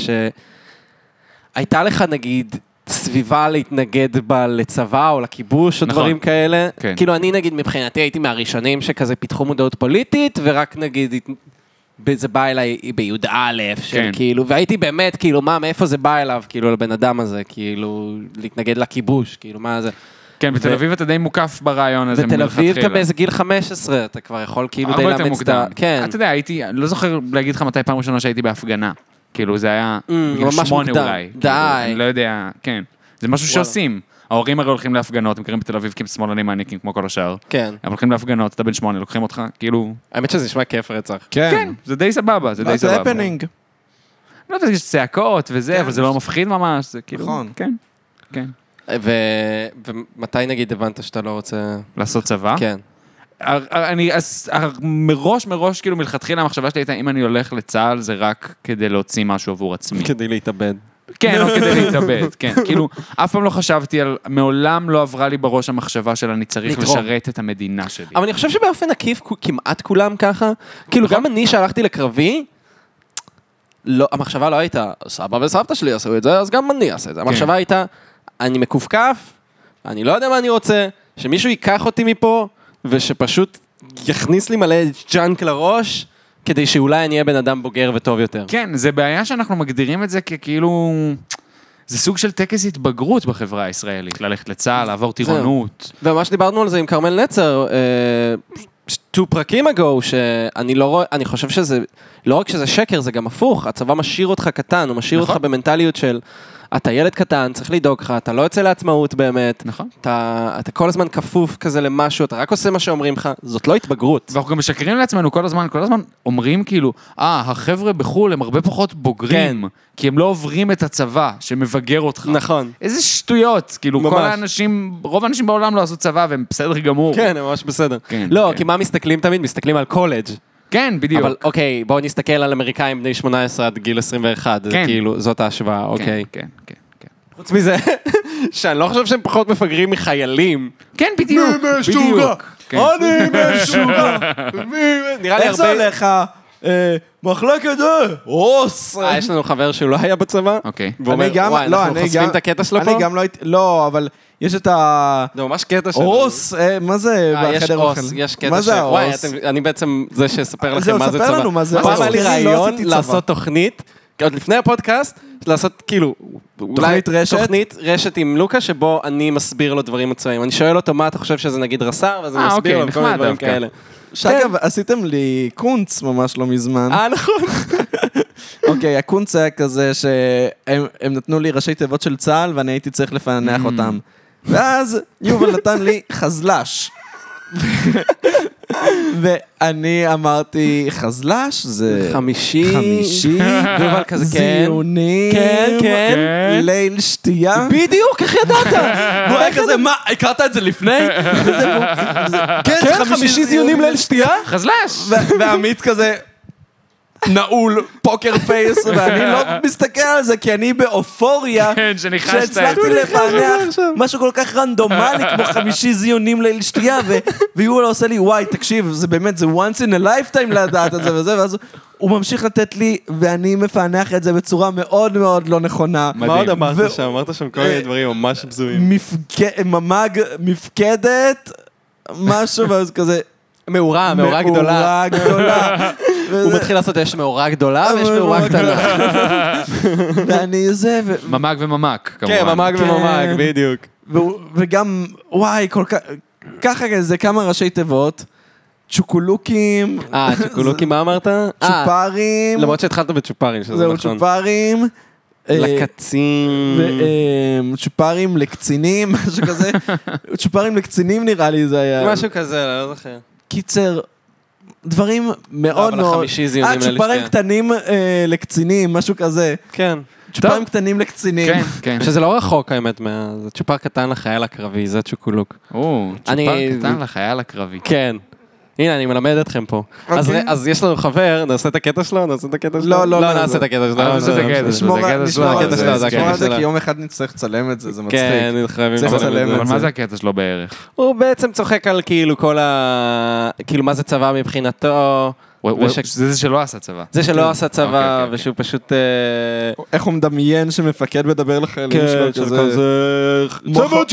[SPEAKER 5] שהייתה לך נגיד סביבה להתנגד בה לצבא או לכיבוש או
[SPEAKER 4] נכון.
[SPEAKER 5] דברים כאלה.
[SPEAKER 4] כן.
[SPEAKER 5] כאילו אני נגיד מבחינתי הייתי מהראשונים שכזה פיתחו מודעות פוליטית, ורק נגיד הת- ב- זה בא אליי בי"א,
[SPEAKER 4] כן.
[SPEAKER 5] כן. כאילו, והייתי באמת, כאילו, מה, מאיפה זה בא אליו, כאילו, לבן אדם הזה, כאילו, להתנגד לכיבוש, כאילו, מה זה.
[SPEAKER 4] כן, בתל
[SPEAKER 5] ו-
[SPEAKER 4] אביב אתה די מוקף ברעיון הזה
[SPEAKER 5] בתל אביב אתה
[SPEAKER 4] מלכתחילה.
[SPEAKER 5] באיזה גיל 15, אתה כבר יכול כאילו די
[SPEAKER 4] הרבה יותר
[SPEAKER 5] לאמץ את
[SPEAKER 4] מוקדם.
[SPEAKER 5] ה... כן.
[SPEAKER 4] אתה יודע, הייתי, אני לא זוכר להגיד לך מתי פעם ראשונה שהייתי בהפגנה. כאילו, זה היה בגיל
[SPEAKER 5] Mm, ממש
[SPEAKER 4] שמונה
[SPEAKER 5] מוקדם.
[SPEAKER 4] אולי. כאילו,
[SPEAKER 5] די.
[SPEAKER 4] אני לא יודע, כן. זה משהו
[SPEAKER 5] וואלה.
[SPEAKER 4] שעושים. ההורים הרי הולכים להפגנות, הם קוראים בתל אביב כי הם שמאלנים מעניקים כמו כל השאר.
[SPEAKER 5] כן.
[SPEAKER 4] הם הולכים להפגנות, אתה בן שמונה, לוקחים אותך, כאילו...
[SPEAKER 5] האמת שזה נשמע כיף רצח.
[SPEAKER 4] כן, זה די סבבה, זה די
[SPEAKER 3] כן. זה
[SPEAKER 4] סבבה.
[SPEAKER 3] הפנינג.
[SPEAKER 4] לא יודע, יש צעקות וזה, אבל זה לא מפחיד ממש, זה כאילו...
[SPEAKER 3] נכון.
[SPEAKER 4] כן, כן.
[SPEAKER 5] ו- ומתי נגיד הבנת שאתה לא רוצה...
[SPEAKER 4] לעשות צבא?
[SPEAKER 5] כן.
[SPEAKER 4] הר- הר- אני אז הר- מראש מראש כאילו מלכתחילה המחשבה שלי הייתה אם אני הולך לצה"ל זה רק כדי להוציא משהו עבור עצמי.
[SPEAKER 5] כדי להתאבד.
[SPEAKER 4] כן, או כדי להתאבד, כן. כאילו, אף פעם לא חשבתי על, מעולם לא עברה לי בראש המחשבה של אני צריך
[SPEAKER 5] לתרום.
[SPEAKER 4] לשרת את המדינה שלי.
[SPEAKER 5] אבל אני חושב שבאופן עקיף כו- כמעט כולם ככה. כאילו, גם אני שהלכתי לקרבי, לא, המחשבה לא הייתה, סבא וסבתא שלי עשו את זה, אז גם אני אעשה את זה. המחשבה הייתה, אני מכופכף, אני לא יודע מה אני רוצה, שמישהו ייקח אותי מפה, ושפשוט יכניס לי מלא ג'אנק לראש, כדי שאולי אני אהיה בן אדם בוגר וטוב יותר.
[SPEAKER 4] כן, זה בעיה שאנחנו מגדירים את זה ככאילו... זה סוג של טקס התבגרות בחברה הישראלית, ללכת לצה"ל, לעבור טירונות.
[SPEAKER 5] וממש דיברנו על זה עם כרמל נצר, טו פרקים אגו, שאני לא רואה, אני חושב שזה, לא רק שזה שקר, זה גם הפוך, הצבא משאיר אותך קטן, הוא משאיר
[SPEAKER 4] נכון.
[SPEAKER 5] אותך במנטליות של, אתה ילד קטן, צריך לדאוג לך, אתה לא יוצא לעצמאות באמת,
[SPEAKER 4] נכון.
[SPEAKER 5] אתה, אתה כל הזמן כפוף כזה למשהו, אתה רק עושה מה שאומרים לך, זאת לא התבגרות.
[SPEAKER 4] ואנחנו גם משקרים לעצמנו כל הזמן, כל הזמן אומרים כאילו, אה, החבר'ה בחו"ל הם הרבה פחות בוגרים, כן. כי הם לא עוברים את הצבא שמבגר אותך.
[SPEAKER 5] נכון.
[SPEAKER 4] איזה שטויות, כאילו,
[SPEAKER 5] ממש.
[SPEAKER 4] ממש. כל האנשים, רוב האנשים בעולם לא עשו צבא והם בסדר גמור.
[SPEAKER 5] כן, ממש בסדר.
[SPEAKER 4] כן,
[SPEAKER 5] לא,
[SPEAKER 4] כן.
[SPEAKER 5] כי מה מסתכלים תמיד? מסתכלים על קולג'.
[SPEAKER 4] כן, בדיוק.
[SPEAKER 5] אבל אוקיי, בואו נסתכל על אמריקאים בני 18 עד גיל 21, זה
[SPEAKER 4] כן.
[SPEAKER 5] כאילו, זאת ההשוואה,
[SPEAKER 4] כן,
[SPEAKER 5] אוקיי.
[SPEAKER 4] כן, כן, כן.
[SPEAKER 5] חוץ מזה, שאני לא חושב שהם פחות מפגרים מחיילים.
[SPEAKER 4] כן, בדיוק, בדיוק. כן.
[SPEAKER 1] אני משוגע.
[SPEAKER 5] נראה לי הרבה...
[SPEAKER 1] עליך? אה, מחלקת אה, רוס.
[SPEAKER 5] אה, יש לנו חבר שהוא לא היה בצבא.
[SPEAKER 4] אוקיי.
[SPEAKER 5] והוא אומר,
[SPEAKER 3] אני גם-
[SPEAKER 5] וואי,
[SPEAKER 3] לא,
[SPEAKER 5] אנחנו
[SPEAKER 3] אני
[SPEAKER 5] חושפים
[SPEAKER 3] גם-
[SPEAKER 5] את הקטע שלו פה?
[SPEAKER 3] אני גם לא הייתי, לא, אבל יש את ה...
[SPEAKER 5] זה ממש קטע שלו.
[SPEAKER 3] רוס, אה, מה זה
[SPEAKER 5] אה, יש
[SPEAKER 3] בחדר
[SPEAKER 5] עוס,
[SPEAKER 3] אוכל?
[SPEAKER 5] יש קטע
[SPEAKER 3] מה זה
[SPEAKER 5] של- וואי,
[SPEAKER 3] העוס?
[SPEAKER 5] אתם- אני בעצם זה שאספר לכם
[SPEAKER 3] זהו,
[SPEAKER 5] מה זה צבא.
[SPEAKER 3] ספר לנו מה זה
[SPEAKER 5] פעם
[SPEAKER 3] עוס.
[SPEAKER 5] היה לי
[SPEAKER 3] אני לא
[SPEAKER 5] רעיון
[SPEAKER 3] עשיתי צבא.
[SPEAKER 5] לעשות תוכנית, עוד לפני הפודקאסט, לעשות כאילו... אולי
[SPEAKER 3] תוכנית רשת?
[SPEAKER 5] תוכנית רשת עם לוקה, שבו אני מסביר לו דברים מצויים. אני שואל אותו מה אתה חושב שזה נגיד רס"ר, ואז אני
[SPEAKER 4] אה,
[SPEAKER 5] מסביר
[SPEAKER 4] אוקיי,
[SPEAKER 5] לו כל מיני
[SPEAKER 4] נחמד
[SPEAKER 5] דברים
[SPEAKER 4] דווקא.
[SPEAKER 5] כאלה.
[SPEAKER 3] שאגב, עשיתם לי קונץ ממש לא מזמן.
[SPEAKER 5] כן. אה, נכון.
[SPEAKER 3] אוקיי, הקונץ היה כזה שהם הם נתנו לי ראשי תיבות של צה"ל ואני הייתי צריך
[SPEAKER 5] Mm.
[SPEAKER 3] לפענח אותם. ואז יובל נתן לי חזל"ש. ואני אמרתי, חזל"ש זה
[SPEAKER 5] חמישי.
[SPEAKER 3] חמישי,
[SPEAKER 5] יובל כזה, כן.
[SPEAKER 3] זיונים,
[SPEAKER 5] כן, כן.
[SPEAKER 3] ליל שתייה.
[SPEAKER 5] בדיוק, איך ידעת?
[SPEAKER 3] והוא היה כזה, מה, הכרת את זה לפני? וזה- וזה-
[SPEAKER 5] כן, חמישי זיונים ליל שתייה?
[SPEAKER 4] חזל"ש!
[SPEAKER 3] ו- ועמית כזה נעול, פוקר פייס, ואני לא מסתכל על זה כי אני באופוריה.
[SPEAKER 4] כן, שניחשת את
[SPEAKER 3] שהצלחתי
[SPEAKER 4] זה.
[SPEAKER 3] לפענח משהו כל כך רנדומלי כמו חמישי זיונים ליל שתייה ו- ויובל עושה לי וואי תקשיב זה באמת זה once in a lifetime לדעת את זה וזה ואז הוא ממשיך לתת לי ואני מפענח את זה בצורה מאוד מאוד לא נכונה.
[SPEAKER 4] מדהים.
[SPEAKER 3] ו-
[SPEAKER 5] שם? אמרת שם כל מיני דברים ממש בזויים.
[SPEAKER 3] מפק- ממ"ג מפקדת משהו ואז כזה
[SPEAKER 5] מאורע, מאורע גדולה.
[SPEAKER 3] מאורה גדולה.
[SPEAKER 5] הוא
[SPEAKER 3] וזה-
[SPEAKER 5] מתחיל לעשות, יש מאורע אה, גדולה ויש
[SPEAKER 3] אבל
[SPEAKER 5] מאורע
[SPEAKER 3] מאורע
[SPEAKER 5] קטנה.
[SPEAKER 3] ואני זה, ו-
[SPEAKER 4] ממ"ג וממ"ק,
[SPEAKER 5] כן,
[SPEAKER 4] כמובן.
[SPEAKER 3] וממ"ג,
[SPEAKER 5] בדיוק.
[SPEAKER 3] והוא- וגם, וואי, כל כך, ככה זה כמה ראשי תיבות, צ'וקולוקים,
[SPEAKER 5] אה, צ'וקולוקי, מה אמרת? אה,
[SPEAKER 3] צ'ופרים,
[SPEAKER 5] למרות שהתחלת בצ'ופרים, שזה
[SPEAKER 3] זהו,
[SPEAKER 5] נכון.
[SPEAKER 3] צ'ופרים, אה,
[SPEAKER 5] לקצין.
[SPEAKER 3] ו- אה, צ'ופרים לקצינים, משהו כזה, צ'ופרים לקצינים נראה לי זה היה,
[SPEAKER 5] משהו כזה, אני לא זוכר.
[SPEAKER 3] קיצר, דברים מאוד
[SPEAKER 5] אבל
[SPEAKER 3] מאוד,
[SPEAKER 5] החמישי זיונים
[SPEAKER 3] אה,
[SPEAKER 5] האלה
[SPEAKER 3] צ'ופרים
[SPEAKER 5] שנייה.
[SPEAKER 3] קטנים אה, לקצינים, משהו כזה,
[SPEAKER 5] כן.
[SPEAKER 3] צ'ופרים קטנים לקצינים,
[SPEAKER 4] כן, כן.
[SPEAKER 5] שזה לא רחוק האמת, מה- זה צ'ופר קטן לחייל הקרבי, זה צ'וקולוק.
[SPEAKER 4] או,
[SPEAKER 5] אני-
[SPEAKER 4] צ'ופר קטן לחייל הקרבי.
[SPEAKER 5] כן. הנה, אני מלמד אתכם פה. אז ר- אז יש לנו חבר, נעשה את הקטע שלו? נעשה את הקטע שלו?
[SPEAKER 3] אוקיי. לא, לא,
[SPEAKER 5] לא
[SPEAKER 3] לא,
[SPEAKER 5] נעשה
[SPEAKER 3] לא.
[SPEAKER 5] את הקטע שלו.
[SPEAKER 4] אה,
[SPEAKER 5] לא,
[SPEAKER 4] זה
[SPEAKER 5] לא,
[SPEAKER 4] את
[SPEAKER 5] לא.
[SPEAKER 4] הקטע. זה
[SPEAKER 3] נשמור
[SPEAKER 4] בגדל
[SPEAKER 3] נשמור
[SPEAKER 4] שלו,
[SPEAKER 3] על זה,
[SPEAKER 5] זה- זה
[SPEAKER 3] נשמור על זה,
[SPEAKER 5] הקטע
[SPEAKER 3] כי
[SPEAKER 5] שלו.
[SPEAKER 3] יום אחד נצטרך לצלם את זה, זה מצחיק.
[SPEAKER 5] כן, חייבים
[SPEAKER 3] צריך
[SPEAKER 5] לצלם
[SPEAKER 3] לצלם
[SPEAKER 5] את זה.
[SPEAKER 4] אבל
[SPEAKER 3] את
[SPEAKER 4] מה
[SPEAKER 3] זה.
[SPEAKER 4] זה הקטע שלו בערך?
[SPEAKER 5] הוא בעצם צוחק על כאילו כל ה... כאילו מה זה צבא מבחינתו,
[SPEAKER 4] הוא- הוא-
[SPEAKER 5] וש-
[SPEAKER 4] זה זה שלא עשה צבא.
[SPEAKER 5] זה שלא עשה
[SPEAKER 4] אוקיי, אוקיי,
[SPEAKER 5] צבא,
[SPEAKER 4] אוקיי.
[SPEAKER 5] ושהוא פשוט... אה,
[SPEAKER 3] איך הוא מדמיין שמפקד מדבר לחיילים
[SPEAKER 5] כן,
[SPEAKER 3] שלו כן, כזה.
[SPEAKER 5] כזה...
[SPEAKER 3] צבע צבע!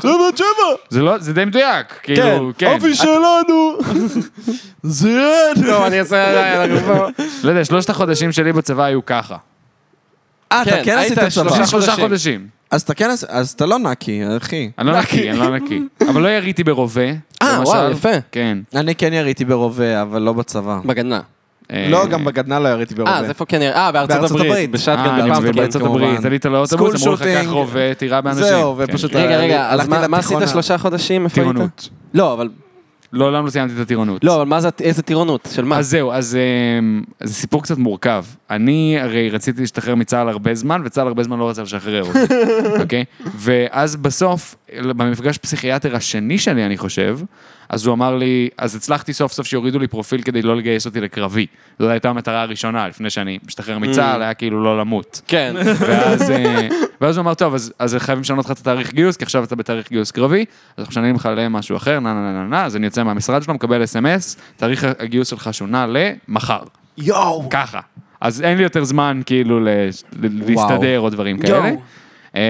[SPEAKER 3] צבע צבע!
[SPEAKER 4] זה לא, זה די מדויק. כאילו, כן.
[SPEAKER 3] שלנו! זיין!
[SPEAKER 5] טוב, לא, אני אעשה... אנחנו פה.
[SPEAKER 4] לא יודע, שלושת החודשים שלי בצבא היו ככה.
[SPEAKER 3] אה, אתה כן
[SPEAKER 5] היית
[SPEAKER 3] עשית
[SPEAKER 5] שלושה
[SPEAKER 3] צבא.
[SPEAKER 4] שלושה
[SPEAKER 5] חודשים.
[SPEAKER 4] חודשים.
[SPEAKER 3] אז אתה כן עשית, אז אתה לא נקי, אחי.
[SPEAKER 4] אני לא נקי, אני לא נקי. אבל לא יריתי ברובה.
[SPEAKER 5] אה,
[SPEAKER 4] למשל.
[SPEAKER 5] וואו, יפה.
[SPEAKER 4] כן.
[SPEAKER 3] אני כן יריתי ברובה, אבל לא בצבא.
[SPEAKER 5] בגדנה.
[SPEAKER 4] אה,
[SPEAKER 3] לא, גם בגדנ"ל לא יריתי ברובה.
[SPEAKER 5] אה, אז איפה כן נראה? אה, בארצות
[SPEAKER 3] בארצות
[SPEAKER 5] הברית.
[SPEAKER 3] הברית.
[SPEAKER 5] בשעת
[SPEAKER 4] אה,
[SPEAKER 5] גם
[SPEAKER 4] אני
[SPEAKER 5] בפעם
[SPEAKER 4] מבין,
[SPEAKER 3] כן,
[SPEAKER 4] בארצות
[SPEAKER 3] כמובן.
[SPEAKER 4] הברית, עלית לאוטובוס,
[SPEAKER 3] School
[SPEAKER 4] אמרו לך קח
[SPEAKER 3] shooting.
[SPEAKER 4] רובה, תירה באנשים.
[SPEAKER 3] זהו,
[SPEAKER 4] כן.
[SPEAKER 3] ופשוט...
[SPEAKER 5] רגע,
[SPEAKER 3] היה לי-
[SPEAKER 5] רגע, אה, אז
[SPEAKER 3] הלכתי
[SPEAKER 5] מה מה עשית
[SPEAKER 3] לתיכון ה-
[SPEAKER 5] שלושה חודשים? איפה היית?
[SPEAKER 4] טירונות.
[SPEAKER 5] לא, אבל...
[SPEAKER 4] לעולם לא סיימתי את הטירונות.
[SPEAKER 5] לא, אבל מה זה, איזה טירונות? של מה?
[SPEAKER 4] אז זהו, אז אמ, זה סיפור קצת מורכב. אני הרי רציתי להשתחרר מצה"ל הרבה זמן, וצה"ל הרבה זמן לא רצה לשחרר אותי, אוקיי? ואז בסוף, במפגש פסיכיאטר השני שלי, אני חושב, אז הוא אמר לי, אז הצלחתי סוף סוף שיורידו לי פרופיל כדי לא לגייס אותי לקרבי. זו הייתה המטרה הראשונה, לפני שאני משתחרר מצה"ל, היה כאילו לא למות.
[SPEAKER 5] כן.
[SPEAKER 4] ואז, אה, ואז הוא אמר, טוב, אז, אז חייבים לשנות לך את התאריך גיוס, כי עכשיו אתה בתאריך גיוס קרבי, אז אנחנו משנים לך למשהו אחר, נה נה נה נה נה, אז אני יוצא מהמשרד שלו, מקבל אס.אם.אס, תאריך הגיוס שלך שונה למחר. יואו! ככה. אז אין לי יותר זמן כאילו ל- ל- להסתדר או דברים כאלה. אה,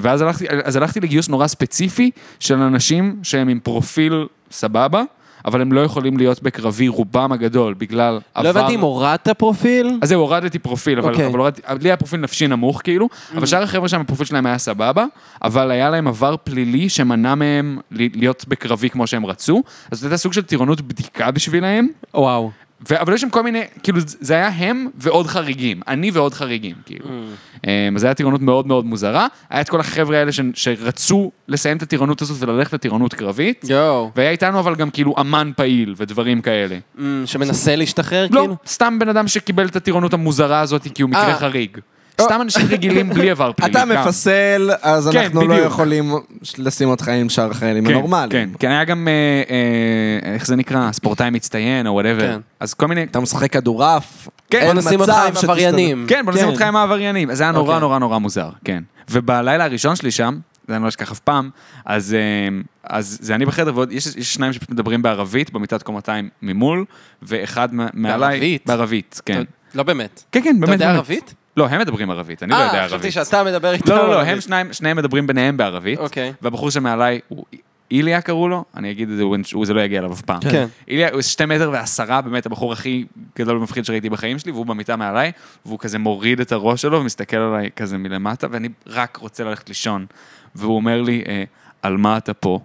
[SPEAKER 4] ואז הלכתי, אז הלכתי לגיוס נורא ספציפי של אנשים שהם עם פרופיל סבבה, אבל הם לא יכולים להיות בקרבי רובם הגדול, בגלל
[SPEAKER 5] לא
[SPEAKER 4] עבר...
[SPEAKER 5] הבנתי אם הורדת פרופיל?
[SPEAKER 4] אז זהו, הורדתי פרופיל, אבל,
[SPEAKER 5] אוקיי. Mm.
[SPEAKER 4] okay. אבל הורדתי, לי היה פרופיל נפשי נמוך כאילו, אבל שאר החבר'ה שם, הפרופיל שלהם היה סבבה, אבל היה להם עבר פלילי שמנע מהם ל- להיות בקרבי כמו שהם רצו, אז זה היה סוג של טירונות בדיקה בשבילהם,
[SPEAKER 5] וואו.
[SPEAKER 4] ו- אבל יש שם כל מיני, כאילו, זה זה היה הם ועוד חריגים, אני ועוד חריגים, כאילו.
[SPEAKER 5] Mm.
[SPEAKER 4] אמ, אז זו הייתה טירונות מאוד מאוד מוזרה, היה את כל החבר'ה האלה ש- שרצו לסיים את הטירונות הזאת וללכת לטירונות קרבית,
[SPEAKER 5] יואו.
[SPEAKER 4] והיה איתנו אבל גם כאילו אמן פעיל ודברים כאלה.
[SPEAKER 5] אמ, שמנסה להשתחרר,
[SPEAKER 4] לא,
[SPEAKER 5] כאילו?
[SPEAKER 4] סתם בן אדם שקיבל את הטירונות המוזרה הזאת כי הוא מקרה
[SPEAKER 5] אה.
[SPEAKER 4] חריג. סתם אנשים רגילים בלי עבר פלילי.
[SPEAKER 3] אתה
[SPEAKER 4] גם.
[SPEAKER 3] מפסל, אז
[SPEAKER 4] כן,
[SPEAKER 3] אנחנו לא
[SPEAKER 4] בדיוק.
[SPEAKER 3] יכולים לשים אותך עם שאר החיילים
[SPEAKER 4] כן,
[SPEAKER 3] הנורמליים.
[SPEAKER 4] כן, כן, היה גם, אה, אה, איך זה נקרא, ספורטאי מצטיין או וואטאבר.
[SPEAKER 5] כן.
[SPEAKER 4] אז כל מיני...
[SPEAKER 3] אתה משחק כדורעף,
[SPEAKER 4] כן,
[SPEAKER 3] אין
[SPEAKER 5] בוא נשים אותך
[SPEAKER 3] מצב
[SPEAKER 5] עם
[SPEAKER 3] שתסתדר.
[SPEAKER 5] עבריינים.
[SPEAKER 4] כן, בוא נשים
[SPEAKER 3] כן.
[SPEAKER 4] אותך עם העבריינים. אז זה היה נורא
[SPEAKER 5] אוקיי.
[SPEAKER 4] נורא נורא מוזר, כן. ובלילה הראשון שלי שם, זה אני לא אשכח אף פעם, אז, אה, אז זה אני בחדר, ועוד יש, יש שניים שפשוט מדברים בערבית, במיטת קומתיים ממול, ואחד מה- מעליי...
[SPEAKER 5] בערבית?
[SPEAKER 4] בערבית, כן.
[SPEAKER 5] אתה- לא באמת.
[SPEAKER 4] כן, כן, באמת.
[SPEAKER 5] אתה יודע
[SPEAKER 4] באמת.
[SPEAKER 5] ערבית?
[SPEAKER 4] לא, הם מדברים ערבית, אני לא יודע
[SPEAKER 5] אה,
[SPEAKER 4] ערבית.
[SPEAKER 5] חשבתי שאתה מדבר איתם.
[SPEAKER 4] לא, לא, לא,
[SPEAKER 5] ערבית.
[SPEAKER 4] הם שניים, שניהם מדברים ביניהם בערבית.
[SPEAKER 5] אוקיי.
[SPEAKER 4] והבחור שמעליי, הוא איליה קראו לו, אני אגיד את זה, הוא- הוא- זה לא יגיע אליו אף פעם.
[SPEAKER 5] כן.
[SPEAKER 4] איליה הוא שתי מטר ועשרה, באמת הבחור הכי גדול ומפחיד שראיתי בחיים שלי, והוא במיטה מעליי, והוא כזה מוריד את הראש שלו ומסתכל עליי כזה מלמטה, ואני רק רוצה ללכת לישון. והוא אומר לי, אה, על מה אתה פה?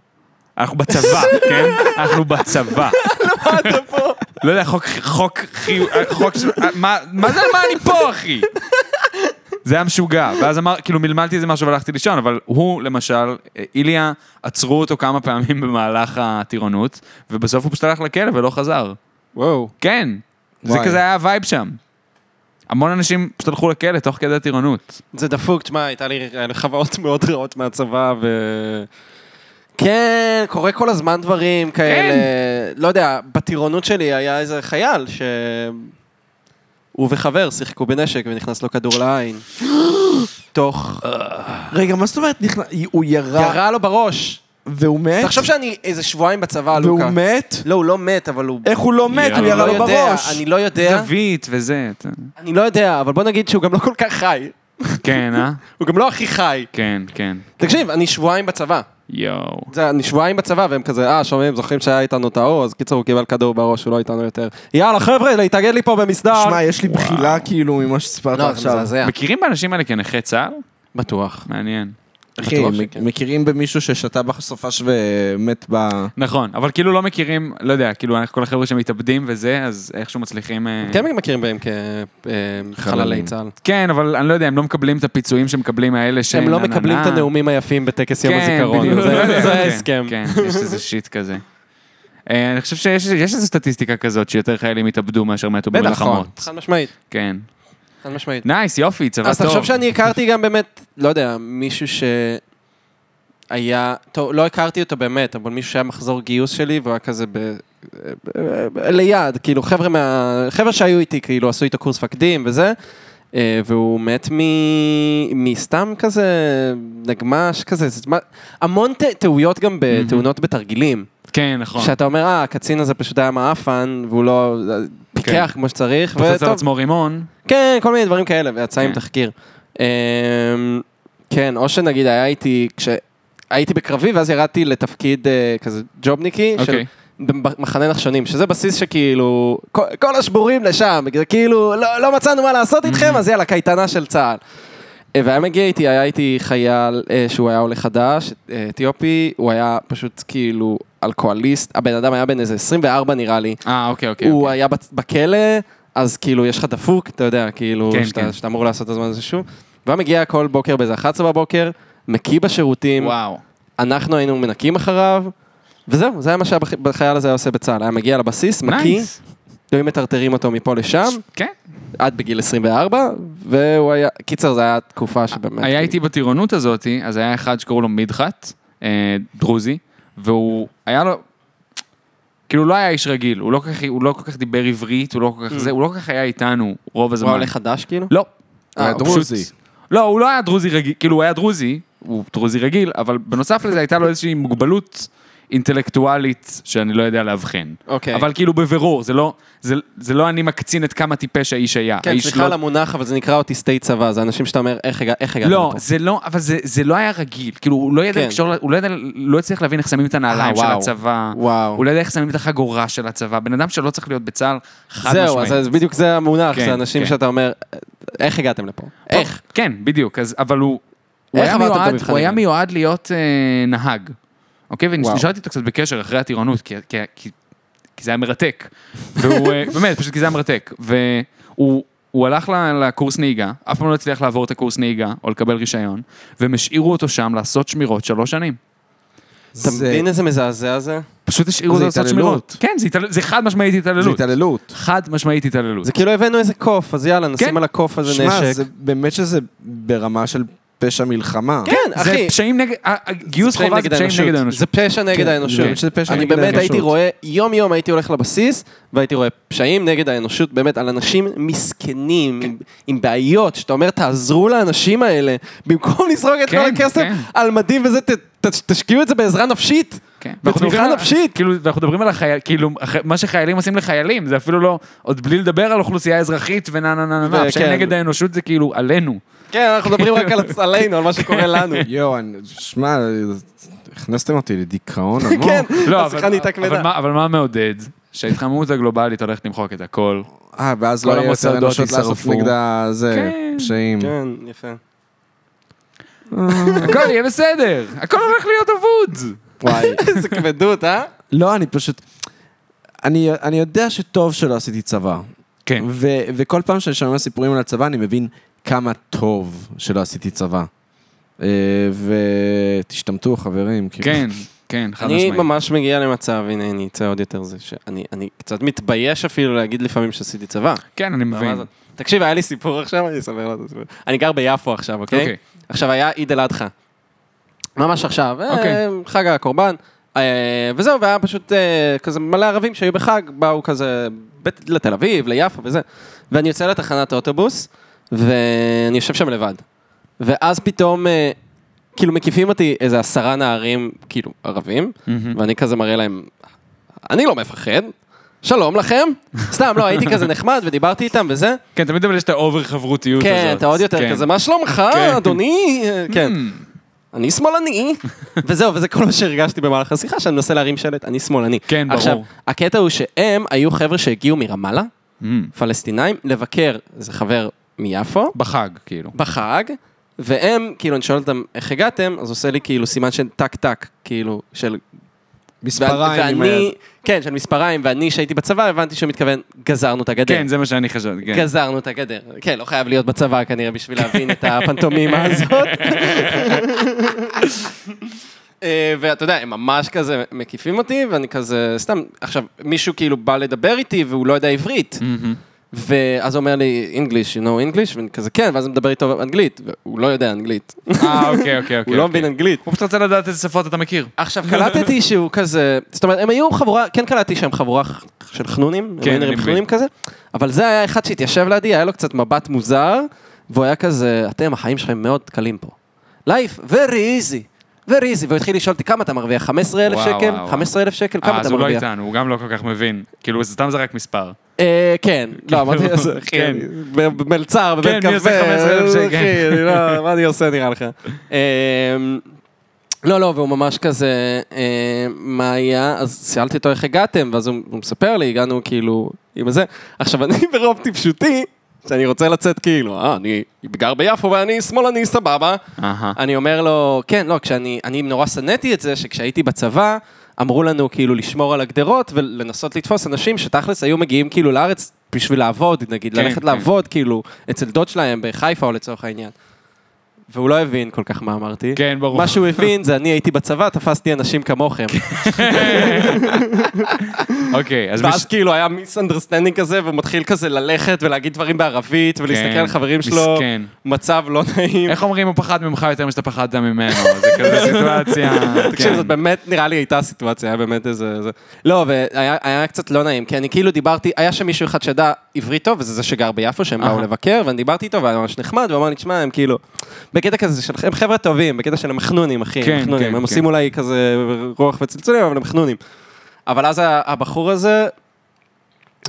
[SPEAKER 4] אנחנו בצבא, כן? אנחנו בצבא. לא יודע, חוק, חוק, חי- חוק, ש- מה מה זה, מה אני פה, אחי? זה היה משוגע, ואז אמר, כאילו מלמלתי איזה משהו והלכתי לישון, אבל הוא, למשל, אה, איליה, עצרו אותו כמה פעמים במהלך הטירונות, ובסוף הוא פשוט הלך לכלא ולא חזר.
[SPEAKER 5] וואו.
[SPEAKER 4] כן, זה
[SPEAKER 3] וואי.
[SPEAKER 4] כזה היה הווייב שם. המון אנשים פשוט הלכו לכלא תוך כדי הטירונות.
[SPEAKER 5] זה דפוק, תשמע, הייתה לי היה לי חוויות מאוד רעות מהצבא, ו... כן, קורה כל הזמן דברים כאלה.
[SPEAKER 4] כן.
[SPEAKER 5] לא יודע, בטירונות שלי היה איזה חייל ש... הוא וחבר שיחקו בנשק ונכנס לו כדור לעין. תוך...
[SPEAKER 4] אה.
[SPEAKER 3] רגע, מה זאת אומרת? נכנס- הוא ירה,
[SPEAKER 5] ירה לו בראש.
[SPEAKER 3] והוא מת?
[SPEAKER 5] תחשוב שאני איזה שבועיים בצבא, לוקה.
[SPEAKER 3] והוא מת?
[SPEAKER 5] לא, הוא לא מת, אבל הוא...
[SPEAKER 3] איך הוא לא מת? הוא
[SPEAKER 4] ירה
[SPEAKER 3] ירה
[SPEAKER 5] אני
[SPEAKER 3] לו
[SPEAKER 5] לא יודע,
[SPEAKER 3] בראש.
[SPEAKER 5] אני לא יודע,
[SPEAKER 4] זווית וזה, אתה-
[SPEAKER 5] אני לא יודע, אבל בוא נגיד שהוא גם לא כל כך חי.
[SPEAKER 4] כן, אה?
[SPEAKER 5] הוא גם לא הכי חי.
[SPEAKER 4] כן, כן.
[SPEAKER 5] תקשיב, אני שבועיים בצבא.
[SPEAKER 4] יואו.
[SPEAKER 5] זה, אני שבועיים בצבא, והם כזה, אה, שומעים, זוכרים שהיה איתנו טהור, אז קיצור, הוא קיבל כדור בראש, הוא לא איתנו יותר. יאללה, חבר'ה, להתאגד לי פה במסדר.
[SPEAKER 3] שמע, יש לי בחילה כאילו ממה שסיפרת
[SPEAKER 5] לא, זה
[SPEAKER 3] עכשיו.
[SPEAKER 5] מזעזע.
[SPEAKER 4] מכירים באנשים האלה כנכי צה"ל?
[SPEAKER 5] בטוח.
[SPEAKER 4] מעניין.
[SPEAKER 3] אחי,
[SPEAKER 5] בטוח
[SPEAKER 3] מ-
[SPEAKER 5] שכן.
[SPEAKER 3] מכירים במישהו ששתה בסופש ומת ב...
[SPEAKER 4] נכון, אבל כאילו לא מכירים, לא יודע, כאילו כל החבר'ה שמתאבדים וזה, אז איכשהו מצליחים... אה,
[SPEAKER 5] כן מכירים בהם כחללי צה"ל.
[SPEAKER 4] כן, אבל אני לא יודע, הם לא מקבלים את הפיצויים שמקבלים האלה ש...
[SPEAKER 5] הם לא
[SPEAKER 4] נה, נה,
[SPEAKER 5] מקבלים
[SPEAKER 4] נה.
[SPEAKER 5] את הנאומים היפים בטקס יום
[SPEAKER 4] כן,
[SPEAKER 5] הזיכרון.
[SPEAKER 4] בדיוק.
[SPEAKER 5] זה-
[SPEAKER 4] לא יודע,
[SPEAKER 5] זה
[SPEAKER 4] כן,
[SPEAKER 5] ההסכם.
[SPEAKER 4] כן, יש איזה שיט כזה. אה, אני חושב שיש יש איזו סטטיסטיקה כזאת שיותר חיילים התאבדו מאשר מתו
[SPEAKER 5] בטח,
[SPEAKER 4] במלחמות.
[SPEAKER 5] חד משמעית,
[SPEAKER 4] כן.
[SPEAKER 5] חד משמעית.
[SPEAKER 4] נייס, יופי, צבא טוב.
[SPEAKER 5] אז תחשוב שאני הכרתי גם באמת, לא יודע, מישהו שהיה, טוב, לא הכרתי אותו באמת, אבל מישהו שהיה מחזור גיוס שלי, והוא היה כזה ב... ב- ב- ליד, כאילו, חבר'ה מה... חבר'ה שהיו איתי, כאילו, עשו איתו קורס מפקדים וזה, אה, והוא מת מ... מסתם כזה נגמש כזה, זה- מה- המון ת- טעויות גם בתאונות בתרגילים.
[SPEAKER 4] כן, נכון.
[SPEAKER 5] שאתה אומר, אה, הקצין הזה פשוט היה מעפן, והוא לא פיקח כמו שצריך,
[SPEAKER 4] כן. פוצץ על
[SPEAKER 5] וטוב,
[SPEAKER 4] עצמו רימון.
[SPEAKER 5] כן, כל מיני דברים כאלה, ויצא עם
[SPEAKER 4] כן.
[SPEAKER 5] תחקיר. אמ, כן, או שנגיד היה איתי, כשהייתי בקרבי, ואז ירדתי לתפקיד אה, כזה ג'ובניקי, של
[SPEAKER 4] אוקיי.
[SPEAKER 5] מחנה נחשונים, שזה בסיס שכאילו, כל, כל השבורים לשם, כאילו, לא, לא מצאנו מה לעשות איתכם, אז יאללה, קייטנה של צה"ל. אה, והיה מגיע איתי, היה איתי חייל אה, שהוא היה עולה חדש, אה, אתיופי, הוא היה פשוט כאילו אלכוהוליסט, הבן אדם היה בן איזה 24 נראה לי,
[SPEAKER 4] אה, אוקיי, אוקיי.
[SPEAKER 5] הוא
[SPEAKER 4] אוקיי.
[SPEAKER 5] היה בצ- בכלא, אז כאילו יש לך דפוק, אתה יודע, כאילו,
[SPEAKER 4] כן,
[SPEAKER 5] שאתה-
[SPEAKER 4] כן.
[SPEAKER 5] שאתה אמור לעשות את הזמן הזה שוב. והוא היה מגיע כל בוקר באיזה 11 בבוקר, מקיא בשירותים,
[SPEAKER 4] וואו.
[SPEAKER 5] אנחנו היינו מנקים אחריו, וזהו, זה היה מה שהחייל הזה היה עושה בצה"ל. היה מגיע לבסיס, מקיא,
[SPEAKER 4] נייס.
[SPEAKER 5] היו מטרטרים אותו מפה לשם,
[SPEAKER 4] כן.
[SPEAKER 5] עד בגיל 24, והוא היה... קיצר, זו הייתה תקופה שבאמת... כאילו,
[SPEAKER 4] היה איתי בטירונות הזאת, אז היה אחד שקראו לו מדחת, אה, דרוזי, והוא היה לו, כאילו הוא לא היה איש רגיל, הוא לא כל כך, הוא לא כל כך דיבר עברית, הוא לא כל כך
[SPEAKER 5] Mm.
[SPEAKER 4] זה, הוא לא כל כך היה איתנו רוב
[SPEAKER 5] הוא היה
[SPEAKER 4] הזמן.
[SPEAKER 5] עולה חדש, כאילו?
[SPEAKER 4] לא.
[SPEAKER 5] אה,
[SPEAKER 4] הוא פשוט-
[SPEAKER 3] דרוזי.
[SPEAKER 4] לא, הוא לא היה דרוזי רגיל, כאילו הוא היה דרוזי, הוא דרוזי רגיל, אבל בנוסף לזה הייתה לו איזושהי מוגבלות אינטלקטואלית שאני לא יודע לאבחן.
[SPEAKER 5] אוקיי.
[SPEAKER 4] אבל כאילו בבירור, זה לא, זה, זה לא אני מקצין את כמה טיפש האיש היה.
[SPEAKER 5] כן,
[SPEAKER 4] האיש לא-
[SPEAKER 5] סליחה על המונח, אבל זה נקרא אוטיסטי צבא, זה אנשים שאתה אומר, איך הגע- איך הגעת
[SPEAKER 4] לא,
[SPEAKER 5] לפה?
[SPEAKER 4] זה לא, אבל זה, זה לא היה רגיל. כאילו, הוא לא ידע
[SPEAKER 5] כן.
[SPEAKER 4] לקשור, הוא לא ידע, לא הצליח להבין איך שמים את הנעליים
[SPEAKER 5] אה,
[SPEAKER 4] של
[SPEAKER 5] וואו.
[SPEAKER 4] הצבא.
[SPEAKER 5] וואו.
[SPEAKER 4] הוא לא ידע איך שמים את החגורה של הצבא. בן אדם שלא צריך להיות בצה"ל, חד
[SPEAKER 5] זהו,
[SPEAKER 4] משמעית.
[SPEAKER 5] אז אז בדיוק זה המונח,
[SPEAKER 4] כן,
[SPEAKER 5] זה אנשים
[SPEAKER 4] כן.
[SPEAKER 5] שאתה אומר, איך הגעתם לפה?
[SPEAKER 4] טוב,
[SPEAKER 5] איך?
[SPEAKER 4] כן, בדיוק. אז, אבל הוא... הוא
[SPEAKER 5] איך
[SPEAKER 4] היה,
[SPEAKER 5] עברתם את
[SPEAKER 4] מיועד,
[SPEAKER 5] המבחנים?
[SPEAKER 4] הוא היה מיועד להיות אה, נהג, אוקיי?
[SPEAKER 5] וואו.
[SPEAKER 4] ונשארתי איתו קצת בקשר אחרי הטירונות, כי, כי, כי, כי זה היה מרתק. והוא, אה, באמת, פשוט כי זה היה מרתק. והוא הוא הלך ל- לקורס נהיגה, אף פעם לא הצליח לעבור את הקורס נהיגה, או לקבל רישיון, והם השאירו אותו שם לעשות שמירות שלוש שנים.
[SPEAKER 5] אתה מבין איזה מזעזע זה?
[SPEAKER 4] פשוט השאירו אותו
[SPEAKER 3] זה
[SPEAKER 4] לעשות
[SPEAKER 3] התעללות.
[SPEAKER 4] שמירות. כן, זה, התעל... זה חד משמעית
[SPEAKER 3] זה
[SPEAKER 4] התעללות.
[SPEAKER 3] התעללות.
[SPEAKER 4] חד משמעית התעללות.
[SPEAKER 5] זה כאילו הבאנו איזה קוף, אז יאללה, נשים
[SPEAKER 4] כן.
[SPEAKER 5] על הקוף הזה
[SPEAKER 3] שמע,
[SPEAKER 5] נשק.
[SPEAKER 3] זה באמת שזה ברמה של פשע מלחמה.
[SPEAKER 5] כן,
[SPEAKER 4] זה
[SPEAKER 5] אחי.
[SPEAKER 4] פשעים נגד, ה- ה- גיוס
[SPEAKER 5] פשעים
[SPEAKER 4] חובה זה פשעים נגד האנושות.
[SPEAKER 5] זה פשע נגד
[SPEAKER 3] כן, זה
[SPEAKER 5] האנושות.
[SPEAKER 3] באמת שזה פשע
[SPEAKER 5] אני
[SPEAKER 3] נגד
[SPEAKER 5] באמת הייתי
[SPEAKER 3] האנושות.
[SPEAKER 5] רואה, יום-יום הייתי הולך לבסיס, והייתי רואה פשעים נגד האנושות, באמת, על אנשים מסכנים,
[SPEAKER 4] כן.
[SPEAKER 5] עם- עם בעיות, שאתה אומר, תעזרו לאנשים האלה, במקום לזרוק את כל
[SPEAKER 4] כן,
[SPEAKER 5] הכסף
[SPEAKER 4] כן.
[SPEAKER 5] על מדים וזה, ת- ת- תשקיעו את זה בעזרה נפשית.
[SPEAKER 4] כן. ואנחנו מדברים
[SPEAKER 5] בתמיכה
[SPEAKER 4] על-
[SPEAKER 5] נפשית.
[SPEAKER 4] כאילו, ואנחנו מדברים על החייל, כאילו, הח- מה שחיילים עושים לחיילים, זה אפילו לא, עוד בלי לדבר על אוכלוסייה אזרחית ונה נה נה נה נה,
[SPEAKER 5] זה-
[SPEAKER 4] פשעים
[SPEAKER 5] כן.
[SPEAKER 4] נגד האנושות זה כאילו עלינו.
[SPEAKER 5] כן, אנחנו מדברים רק על הצ- עלינו, על מה שקורה לנו.
[SPEAKER 3] יואו, אני- שמע, הכנסתם אותי לדיכאון עמוק.
[SPEAKER 5] כן,
[SPEAKER 4] לא,
[SPEAKER 5] השיחה
[SPEAKER 4] אבל-
[SPEAKER 5] נהייתה
[SPEAKER 4] אבל
[SPEAKER 5] כבדה.
[SPEAKER 4] מה- אבל מה מעודד? שההתחממות הגלובלית הולכת למחוק את הכל.
[SPEAKER 3] אה, ואז
[SPEAKER 4] כל
[SPEAKER 3] לא יהיה יותר
[SPEAKER 4] המוסדות
[SPEAKER 3] אנושות לעשות
[SPEAKER 4] יישרפו.
[SPEAKER 3] נגדה זה,
[SPEAKER 4] כן.
[SPEAKER 3] פשעים.
[SPEAKER 5] כן, יפה.
[SPEAKER 4] הכל יהיה בסדר, הכל הולך להיות אבוד.
[SPEAKER 3] וואי.
[SPEAKER 5] איזה כבדות, אה?
[SPEAKER 3] לא, אני פשוט... אני, אני יודע שטוב שלא עשיתי צבא.
[SPEAKER 4] כן.
[SPEAKER 3] ו, וכל פעם שאני שומע סיפורים על הצבא, אני מבין כמה טוב שלא עשיתי צבא. אה, ותשתמטו, חברים. כאילו.
[SPEAKER 4] כן, כן, חד
[SPEAKER 5] אני
[SPEAKER 4] משמעית.
[SPEAKER 5] ממש מגיע למצב, הנה, אני אצא עוד יותר זה, שאני אני קצת מתבייש אפילו להגיד לפעמים שעשיתי צבא.
[SPEAKER 4] כן, אני
[SPEAKER 5] ברמה
[SPEAKER 4] מבין.
[SPEAKER 5] הזאת. תקשיב, היה לי סיפור עכשיו, אני אספר לך את הסיפור. אני גר ביפו עכשיו, אוקיי?
[SPEAKER 4] אוקיי.
[SPEAKER 5] עכשיו היה עיד אל אדחא. ממש עכשיו, אה,
[SPEAKER 4] אוקיי.
[SPEAKER 5] חג הקורבן. אה, וזהו, והיה פשוט אה, כזה מלא ערבים שהיו בחג, באו כזה בית- לתל אביב, ליפו וזה. ואני יוצא לתחנת האוטובוס, ואני יושב שם לבד. ואז פתאום, אה, כאילו מקיפים אותי איזה עשרה נערים, כאילו, ערבים,
[SPEAKER 4] Mm.
[SPEAKER 5] ואני כזה מראה להם, אני לא מפחד, שלום לכם. סתם, לא, הייתי כזה נחמד ודיברתי איתם וזה.
[SPEAKER 4] כן, תמיד אבל יש את האובר חברותיות הזאת.
[SPEAKER 5] כן, אתה עוד יותר
[SPEAKER 4] כן.
[SPEAKER 5] כזה, מה שלומך,
[SPEAKER 4] כן. Hmm.
[SPEAKER 5] אדוני? כן. אני שמאלני. וזהו, וזה כל מה שהרגשתי במהלך השיחה, שאני מנסה להרים שלט, אני שמאלני.
[SPEAKER 4] כן, ברור.
[SPEAKER 5] עכשיו, הקטע הוא שהם היו חבר'ה שהגיעו מרמאללה,
[SPEAKER 4] אמ,
[SPEAKER 5] פלסטינאים, לבקר איזה חבר מיפו,
[SPEAKER 4] בחג, כאילו.
[SPEAKER 5] בחג, והם, כאילו, אני שואל אותם, איך הגעתם? אז עושה לי כאילו סימן של טק-טק, כאילו, של
[SPEAKER 3] מספריים עם
[SPEAKER 5] ואני,
[SPEAKER 3] היד.
[SPEAKER 5] כן, של מספריים, ואני שהייתי בצבא הבנתי שהוא מתכוון, גזרנו את הגדר.
[SPEAKER 4] כן, זה מה שאני חשבתי, כן.
[SPEAKER 5] גזרנו את הגדר. כן, לא חייב להיות בצבא כנראה בשביל להבין את הפנטומימה הזאת. אה, ואתה יודע, הם ממש כזה מקיפים אותי, ואני כזה, סתם, עכשיו, מישהו כאילו בא לדבר איתי והוא לא יודע עברית. ואז הוא אומר לי, English, you know English? ואני כזה, כן, ואז אני מדבר איתו אנגלית, והוא לא יודע אנגלית.
[SPEAKER 4] אה, אוקיי, אוקיי, אוקיי.
[SPEAKER 5] הוא לא
[SPEAKER 4] אוקיי.
[SPEAKER 5] מבין אנגלית.
[SPEAKER 4] הוא פשוט רצה לדעת איזה שפות אתה מכיר.
[SPEAKER 5] עכשיו, קלטתי שהוא כזה, זאת אומרת, הם היו חבורה, כן קלטתי שהם חבורה ח- של חנונים,
[SPEAKER 4] כן,
[SPEAKER 5] הם היו
[SPEAKER 4] אני
[SPEAKER 5] נראים
[SPEAKER 4] מבין.
[SPEAKER 5] חנונים כזה, אבל זה היה אחד שהתיישב לידי, היה לו קצת מבט מוזר, והוא היה כזה, אתם, החיים שלכם מאוד קלים פה. Life, very easy, very easy, והוא התחיל לשאול אותי, כמה אתה מרוויח? 15,000
[SPEAKER 4] וואו,
[SPEAKER 5] שקל?
[SPEAKER 4] וואו.
[SPEAKER 5] 15,000 שקל? כמה
[SPEAKER 4] אה,
[SPEAKER 5] אתה
[SPEAKER 4] אז הוא לא
[SPEAKER 5] מרוויח?
[SPEAKER 4] איתנו, הוא גם לא כל כך מבין. כאילו, זה סתם זרק מספר.
[SPEAKER 5] אה, כן, לא, אמרתי, "אז, אחי,
[SPEAKER 4] כן.
[SPEAKER 5] אני ב- במלצר, בבית
[SPEAKER 4] כן, מי
[SPEAKER 5] קפה,
[SPEAKER 4] עושה 15,000 שקל?
[SPEAKER 5] אחי, אני לא- מה אני עושה נראה לך? אה, לא, לא, והוא ממש כזה, אה, מה היה? אז שאלתי אותו איך הגעתם, ואז הוא הוא מספר לי, הגענו כאילו עם זה. עכשיו, אני ברוב טיפשותי, שאני רוצה לצאת כאילו, אה, אני גר ביפו ואני שמאלני, סבבה.
[SPEAKER 4] אהה.
[SPEAKER 5] אני אומר לו, כן, לא, כשאני, אני נורא שנאתי את זה, שכשהייתי בצבא, אמרו לנו כאילו לשמור על הגדרות ולנסות לתפוס אנשים שתכלס היו מגיעים כאילו לארץ בשביל לעבוד, נגיד,
[SPEAKER 4] כן,
[SPEAKER 5] ללכת
[SPEAKER 4] כן.
[SPEAKER 5] לעבוד כאילו אצל דוד שלהם בחיפה או לצורך העניין. והוא לא הבין כל כך מה אמרתי.
[SPEAKER 4] כן, ברור. כן,
[SPEAKER 5] מה שהוא הבין זה אני הייתי בצבא, תפסתי אנשים כמוכם.
[SPEAKER 4] אוקיי, אז
[SPEAKER 5] ואז כאילו היה מיסאנדרסטנדינג כזה, והוא מתחיל כזה ללכת ולהגיד דברים בערבית, ולהסתכל כאילו על חברים שלו,
[SPEAKER 4] כן, מסכן.
[SPEAKER 5] מצב לא נעים.
[SPEAKER 4] כן. איך אומרים הוא פחד ממך יותר משאתה פחדת ממנו? זה כזה סיטואציה.
[SPEAKER 5] תקשיב,
[SPEAKER 4] כן.
[SPEAKER 5] זאת באמת, נראה לי הייתה סיטואציה, היה באמת איזה... זה- לא, והיה היה קצת לא נעים, כי אני כאילו דיברתי, היה שם מישהו אחד שידע עברית טוב, וזה זה שגר ביפו, שהם באו
[SPEAKER 4] אהה.
[SPEAKER 5] לבקר, ואני דיברתי איתו, והיה ממש נחמד, והוא אמר לי, תשמע, הם כאילו... בקטע כזה של... הם חבר'ה טובים, בקטע של הם חנונים, אחי,
[SPEAKER 4] כן,
[SPEAKER 5] הם חנונים.
[SPEAKER 4] כן,
[SPEAKER 5] הם
[SPEAKER 4] כן.
[SPEAKER 5] עושים אולי כזה רוח וצלצולים, אבל הם חנונים. אבל אז ה- הבחור הזה,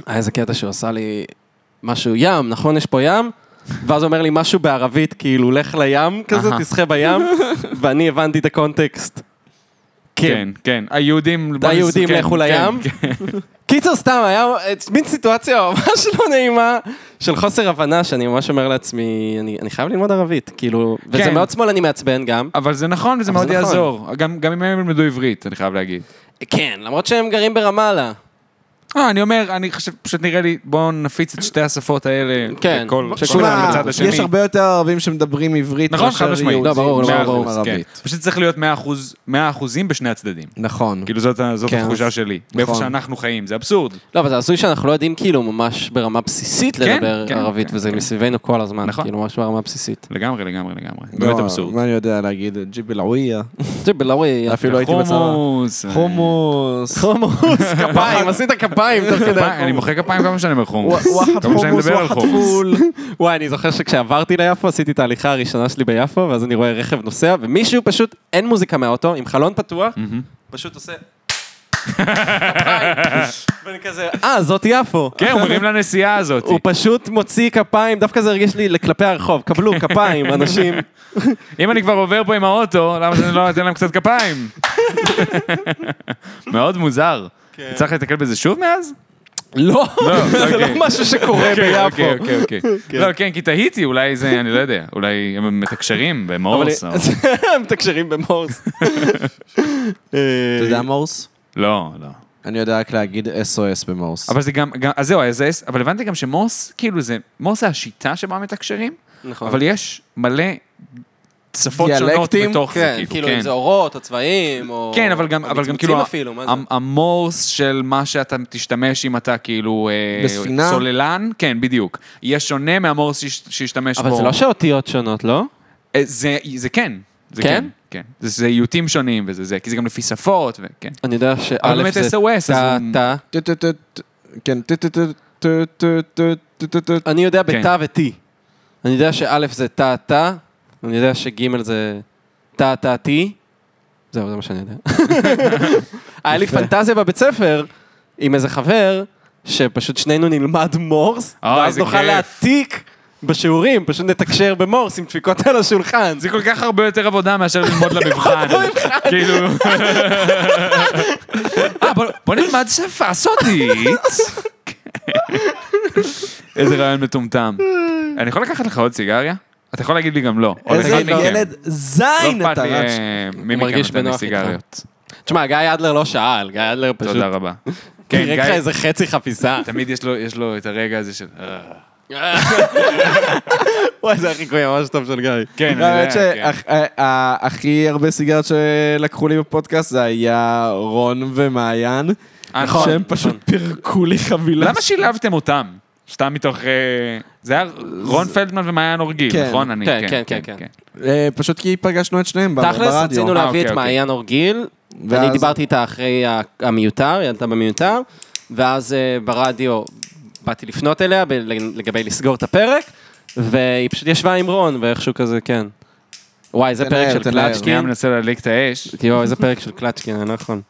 [SPEAKER 5] היה איזה קטע שהוא עשה לי משהו, ים, נכון? יש פה ים? ואז הוא אומר לי משהו בערבית, כאילו, לך לים כזה,
[SPEAKER 4] אהה.
[SPEAKER 5] תשחה בים, ואני הבנתי את הקונטקסט.
[SPEAKER 4] כן, כן. היהודים... בוא נס-
[SPEAKER 5] היהודים,
[SPEAKER 4] כן,
[SPEAKER 5] לכו
[SPEAKER 4] כן,
[SPEAKER 5] לים.
[SPEAKER 4] כן.
[SPEAKER 5] קיצר, סתם, היה מין סיטואציה ממש לא נעימה של חוסר הבנה, שאני ממש אומר לעצמי, אני, אני חייב ללמוד ערבית, כאילו, וזה
[SPEAKER 4] כן.
[SPEAKER 5] מאוד שמאלני מעצבן גם.
[SPEAKER 4] אבל זה נכון וזה
[SPEAKER 5] אבל
[SPEAKER 4] מאוד
[SPEAKER 5] זה נכון.
[SPEAKER 4] יעזור. גם גם אם הם ילמדו עברית, אני חייב להגיד.
[SPEAKER 5] כן, למרות שהם גרים ברמאללה.
[SPEAKER 4] אה, אני אומר, אני חושב, פשוט נראה לי, בואו נפיץ את שתי השפות האלה.
[SPEAKER 5] כן.
[SPEAKER 4] כל-
[SPEAKER 5] שמע,
[SPEAKER 4] שכולם
[SPEAKER 3] שמע,
[SPEAKER 4] בצד השני.
[SPEAKER 3] יש הרבה יותר ערבים שמדברים עברית
[SPEAKER 4] נכון, חד
[SPEAKER 3] מאשר
[SPEAKER 4] משמעית.
[SPEAKER 3] יהודים.
[SPEAKER 5] לא, ברור,
[SPEAKER 4] מאה
[SPEAKER 5] לא,
[SPEAKER 4] אחוז,
[SPEAKER 5] ברור.
[SPEAKER 4] כן.
[SPEAKER 3] ערבית.
[SPEAKER 4] פשוט צריך להיות 100 אחוז, 100 אחוזים בשני הצדדים.
[SPEAKER 3] נכון.
[SPEAKER 4] כאילו זאת ה- זאת
[SPEAKER 5] כן,
[SPEAKER 4] התחושה
[SPEAKER 5] אז-
[SPEAKER 4] שלי. באיפה
[SPEAKER 3] נכון.
[SPEAKER 4] שאנחנו חיים, זה אבסורד.
[SPEAKER 5] לא, אבל זה הזוי שאנחנו לא יודעים כאילו ממש ברמה בסיסית
[SPEAKER 4] כן,
[SPEAKER 5] לדבר
[SPEAKER 4] כן,
[SPEAKER 5] ערבית,
[SPEAKER 4] כן,
[SPEAKER 5] וזה
[SPEAKER 4] כן.
[SPEAKER 5] מסביבנו כל הזמן,
[SPEAKER 4] נכון.
[SPEAKER 5] כאילו ממש ברמה בסיסית.
[SPEAKER 4] לגמרי, לגמרי, לגמרי.
[SPEAKER 3] לא,
[SPEAKER 4] באמת אבסורד.
[SPEAKER 3] מה אני יודע להגיד? ג'יבלאוויה.
[SPEAKER 5] זה בלאווי,
[SPEAKER 3] אפילו הייתי בצבא.
[SPEAKER 4] חומוס.
[SPEAKER 3] חומוס.
[SPEAKER 5] חומוס, כפיים, עשית כפיים תוך כדי.
[SPEAKER 4] נכון. כפיים, אני מוחא כפיים כמה שאני אומר חומוס.
[SPEAKER 3] וואחד
[SPEAKER 4] כמה שאני
[SPEAKER 3] חומוס,
[SPEAKER 4] מדבר על
[SPEAKER 3] וואחד
[SPEAKER 4] חומוס.
[SPEAKER 3] פול.
[SPEAKER 5] וואי, אני זוכר שכשעברתי ליפו, עשיתי את ההליכה הראשונה שלי ביפו, ואז אני רואה רכב נוסע, ומישהו פשוט, אין מוזיקה מהאוטו, עם חלון פתוח, פשוט עושה... כפיים. ואני כזה, אה, זאת יפו.
[SPEAKER 4] כן, אומרים לנסיעה הזאת.
[SPEAKER 5] הוא פשוט מוציא כפיים, דווקא זה הרגיש לי לכלפי הרחוב, קבלו כפיים, אנשים.
[SPEAKER 4] אם אני כבר עובר פה עם האוטו, למה שאני לא נותן להם קצת כפיים? מאוד מוזר.
[SPEAKER 3] כן.
[SPEAKER 4] צריך להתקל בזה שוב מאז?
[SPEAKER 5] לא, זה
[SPEAKER 4] אוקיי.
[SPEAKER 5] לא משהו שקורה ביפו.
[SPEAKER 4] אוקיי, אוקיי, אוקיי. לא, כן, כי תהיתי, אולי זה, אני לא יודע. אולי הם מתקשרים במורס.
[SPEAKER 5] אבל-
[SPEAKER 4] או-
[SPEAKER 5] הם מתקשרים במורס.
[SPEAKER 3] אתה יודע מורס?
[SPEAKER 4] לא, לא.
[SPEAKER 3] אני יודע רק להגיד SOS במורס.
[SPEAKER 4] אבל זה גם, גם- אז זהו, אז זה- אבל הבנתי גם שמורס, כאילו זה, מורס זה השיטה שבה מתקשרים,
[SPEAKER 5] נכון.
[SPEAKER 4] אבל יש מלא שפות שונות
[SPEAKER 3] דיאלקטים?
[SPEAKER 4] בתוך זה,
[SPEAKER 5] כן,
[SPEAKER 4] כאילו,
[SPEAKER 5] כאילו אם
[SPEAKER 4] כן.
[SPEAKER 5] זה אורות או צבעים או...
[SPEAKER 4] כן, אבל גם,
[SPEAKER 5] או
[SPEAKER 4] אבל גם
[SPEAKER 5] מצמצים
[SPEAKER 4] כאילו,
[SPEAKER 5] אפילו, מה זה?
[SPEAKER 4] המ- המורס של מה שאתה תשתמש אם אתה כאילו... אה,
[SPEAKER 3] בספינה?
[SPEAKER 4] סוללן, כן, בדיוק. יהיה שונה מהמורס שיש- שהשתמש בו.
[SPEAKER 5] אבל זה לא שהאותיות שונות, לא?
[SPEAKER 4] אה, זה, זה כן. זה
[SPEAKER 5] כן?
[SPEAKER 4] כן? כן. זה, זה איותים שונים וזה זה, כי זה גם לפי שפות, וכן.
[SPEAKER 5] אני יודע
[SPEAKER 4] אבל
[SPEAKER 5] שא'
[SPEAKER 4] באמת
[SPEAKER 5] זה
[SPEAKER 4] SOS, אז
[SPEAKER 5] תא,
[SPEAKER 4] הוא-
[SPEAKER 5] תא.
[SPEAKER 3] טו, טו, טו, טו, כן, טו, טו, טו, טו, טו, טו, טו, טו, טו.
[SPEAKER 5] אני יודע
[SPEAKER 4] כן.
[SPEAKER 5] בתא ותי. אני יודע שא' זה תא, תא, אני יודע שג' זה תא, תא, תי. זהו, זה מה שאני יודע. היה לי פנטזיה בבית ספר עם איזה חבר, שפשוט שנינו נלמד מורס,
[SPEAKER 4] אוי,
[SPEAKER 5] ואז
[SPEAKER 4] אה, איזה
[SPEAKER 5] נוכל
[SPEAKER 4] כיף.
[SPEAKER 5] להעתיק בשיעורים, פשוט נתקשר במורס עם דפיקות על השולחן.
[SPEAKER 4] זה כל כך הרבה יותר עבודה מאשר ללמוד למבחן. כאילו... אה, בוא- בוא נלמד שפה סודית. איזה רעיון מטומטם. אני יכול לקחת לך עוד סיגריה? אתה יכול להגיד לי גם לא. או
[SPEAKER 3] איזה
[SPEAKER 4] לאחד מכם.
[SPEAKER 3] ילד זין אתה
[SPEAKER 4] לא אכפת לי
[SPEAKER 3] רץ.
[SPEAKER 4] אה, מי
[SPEAKER 5] הוא מרגיש
[SPEAKER 4] מכם נותן לי
[SPEAKER 5] בנוח
[SPEAKER 4] סיגריות.
[SPEAKER 5] איתך. תשמע, גיא אדלר לא שאל, גיא אדלר פשוט...
[SPEAKER 4] תודה רבה. כן,
[SPEAKER 5] פירק לך
[SPEAKER 4] גיא,
[SPEAKER 5] איזה חצי חפיסה.
[SPEAKER 4] תמיד יש לו- יש לו את הרגע הזה של... אה.
[SPEAKER 5] וואי, זה החיקוי ממש טוב של גיא.
[SPEAKER 4] כן, אני
[SPEAKER 3] האמת
[SPEAKER 4] יודע. כן.
[SPEAKER 3] שהכי אה, הרבה סיגרת שלקחו לי בפודקאסט זה היה רון ומעיין,
[SPEAKER 4] אה,
[SPEAKER 5] נכון.
[SPEAKER 3] שהם פשוט פירקו לי חבילה.
[SPEAKER 4] למה שילבתם אותם? סתם מתוך... אה, זה היה רון פלדמן ומעיין אורגיל,
[SPEAKER 3] כן.
[SPEAKER 4] נכון? אני-
[SPEAKER 5] כן, כן, כן, כן.
[SPEAKER 3] אה, פשוט כי פגשנו את שניהם ב- ברדיו.
[SPEAKER 5] תכלס, רצינו
[SPEAKER 4] אה,
[SPEAKER 5] להביא את
[SPEAKER 4] אוקיי, אוקיי.
[SPEAKER 5] מעיין אורגיל,
[SPEAKER 3] ואז-
[SPEAKER 5] אני דיברתי איתה אחרי ה- המיותר, היא עלתה במיותר, ואז אה, ברדיו באתי לפנות אליה ב- לגבי לסגור את הפרק, והיא פשוט ישבה עם רון, ואיכשהו כזה, כן. וואי, זה
[SPEAKER 3] תנער,
[SPEAKER 5] פרק של
[SPEAKER 3] תנער.
[SPEAKER 4] שנייה
[SPEAKER 5] קלצ'קין.
[SPEAKER 4] מנסה להדליק את האש.
[SPEAKER 5] תראו, איזה פרק של קלצ'קין, אני לא יכול.